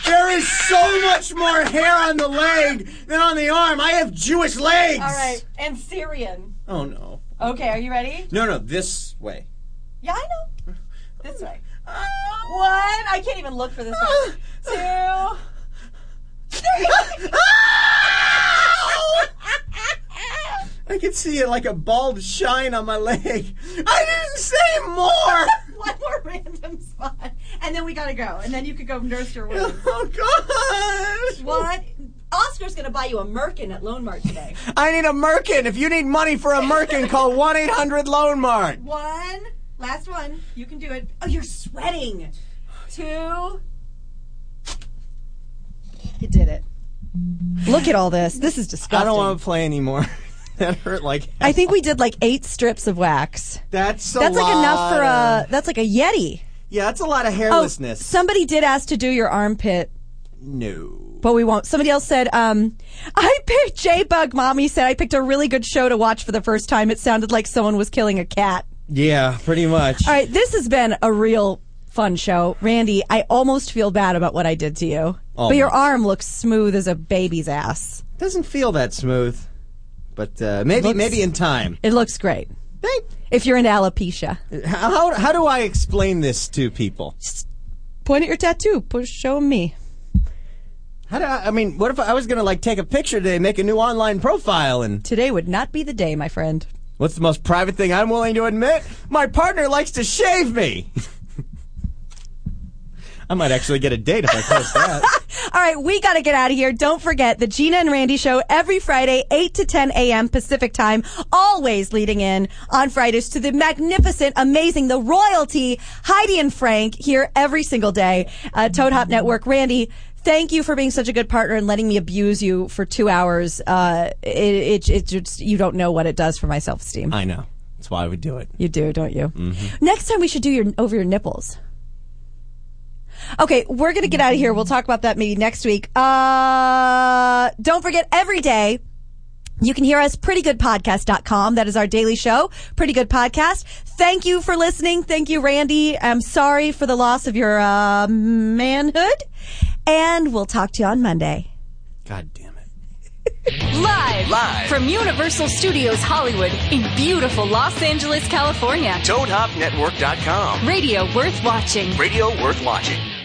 there is so much more hair on the leg than on the arm. I have Jewish legs.
All
(laughs)
right, and Syrian.
Oh no.
Okay, are you ready?
No, no, this way.
Yeah, I know. This way.
Ah!
One. I can't even look for this one.
Ah!
Two.
(laughs)
(laughs)
I can see it like a bald shine on my leg. I didn't say more.
(laughs) One more random spot, and then we gotta go, and then you could go nurse your wounds.
(laughs) Oh God!
What? Oscar's gonna buy you a merkin at Lone Mart today.
I need a merkin. If you need money for a merkin, call one eight hundred Loan Mart.
One, last one. You can do it. Oh, you're sweating. Two. You did it. Look at all this. This is disgusting.
I don't want to play anymore. (laughs) that hurt like
I think we did like eight strips of wax.
that's a
that's like
lot
enough for
of-
a. That's like a yeti.
yeah. That's a lot of
Oh,
hairlessness.
somebody did ask to do your armpit
No.
But we won't. Somebody else said, um, I picked J Bug Mommy said I picked a really good show to watch for the first time. It sounded like someone was killing a cat.
Yeah, pretty much.
All right, this has been a real fun show. Randy, I almost feel bad about what I did to you. But your
Almost.
arm looks smooth as a baby's ass.
Doesn't feel that smooth, but uh, maybe
Looks-
maybe in time.
It looks great. If you're into alopecia.
How how do I explain this to people?
Point at your tattoo. Push, show 'em me.
How do I, I mean? What if I was gonna like take a picture today, make a new online profile, and
today would not be the day, my friend.
What's the most private thing I'm willing to admit? My partner likes to shave me. (laughs) I might actually get a date if I post
(laughs)
that.
All right, we got to get out of here. Don't forget the Gina and Randy show every Friday, 8 to 10 a.m. Pacific time, always leading in on Fridays to the magnificent, amazing, the royalty, Heidi and Frank here every single day. Uh, Toad Hop Network. Randy, thank you for being such a good partner and letting me abuse you for two hours. Uh, it, it, it just, you don't know what it does for my self esteem.
I know. That's why we do it.
You do, don't you?
hmm
Next time we should do your over your nipples. Okay, we're gonna get out of here. We'll talk about that maybe next week. Uh, don't forget every day. You can hear us prettygoodpodcast.com. That is our daily show, Pretty Good Podcast. Thank you for listening. Thank you, Randy. I'm sorry for the loss of your uh, manhood. And we'll talk to you on Monday.
God
Live,
Live.
from Universal Studios Hollywood in beautiful Los Angeles, California.
ToadHopNetwork.com.
Radio worth watching.
Radio worth watching.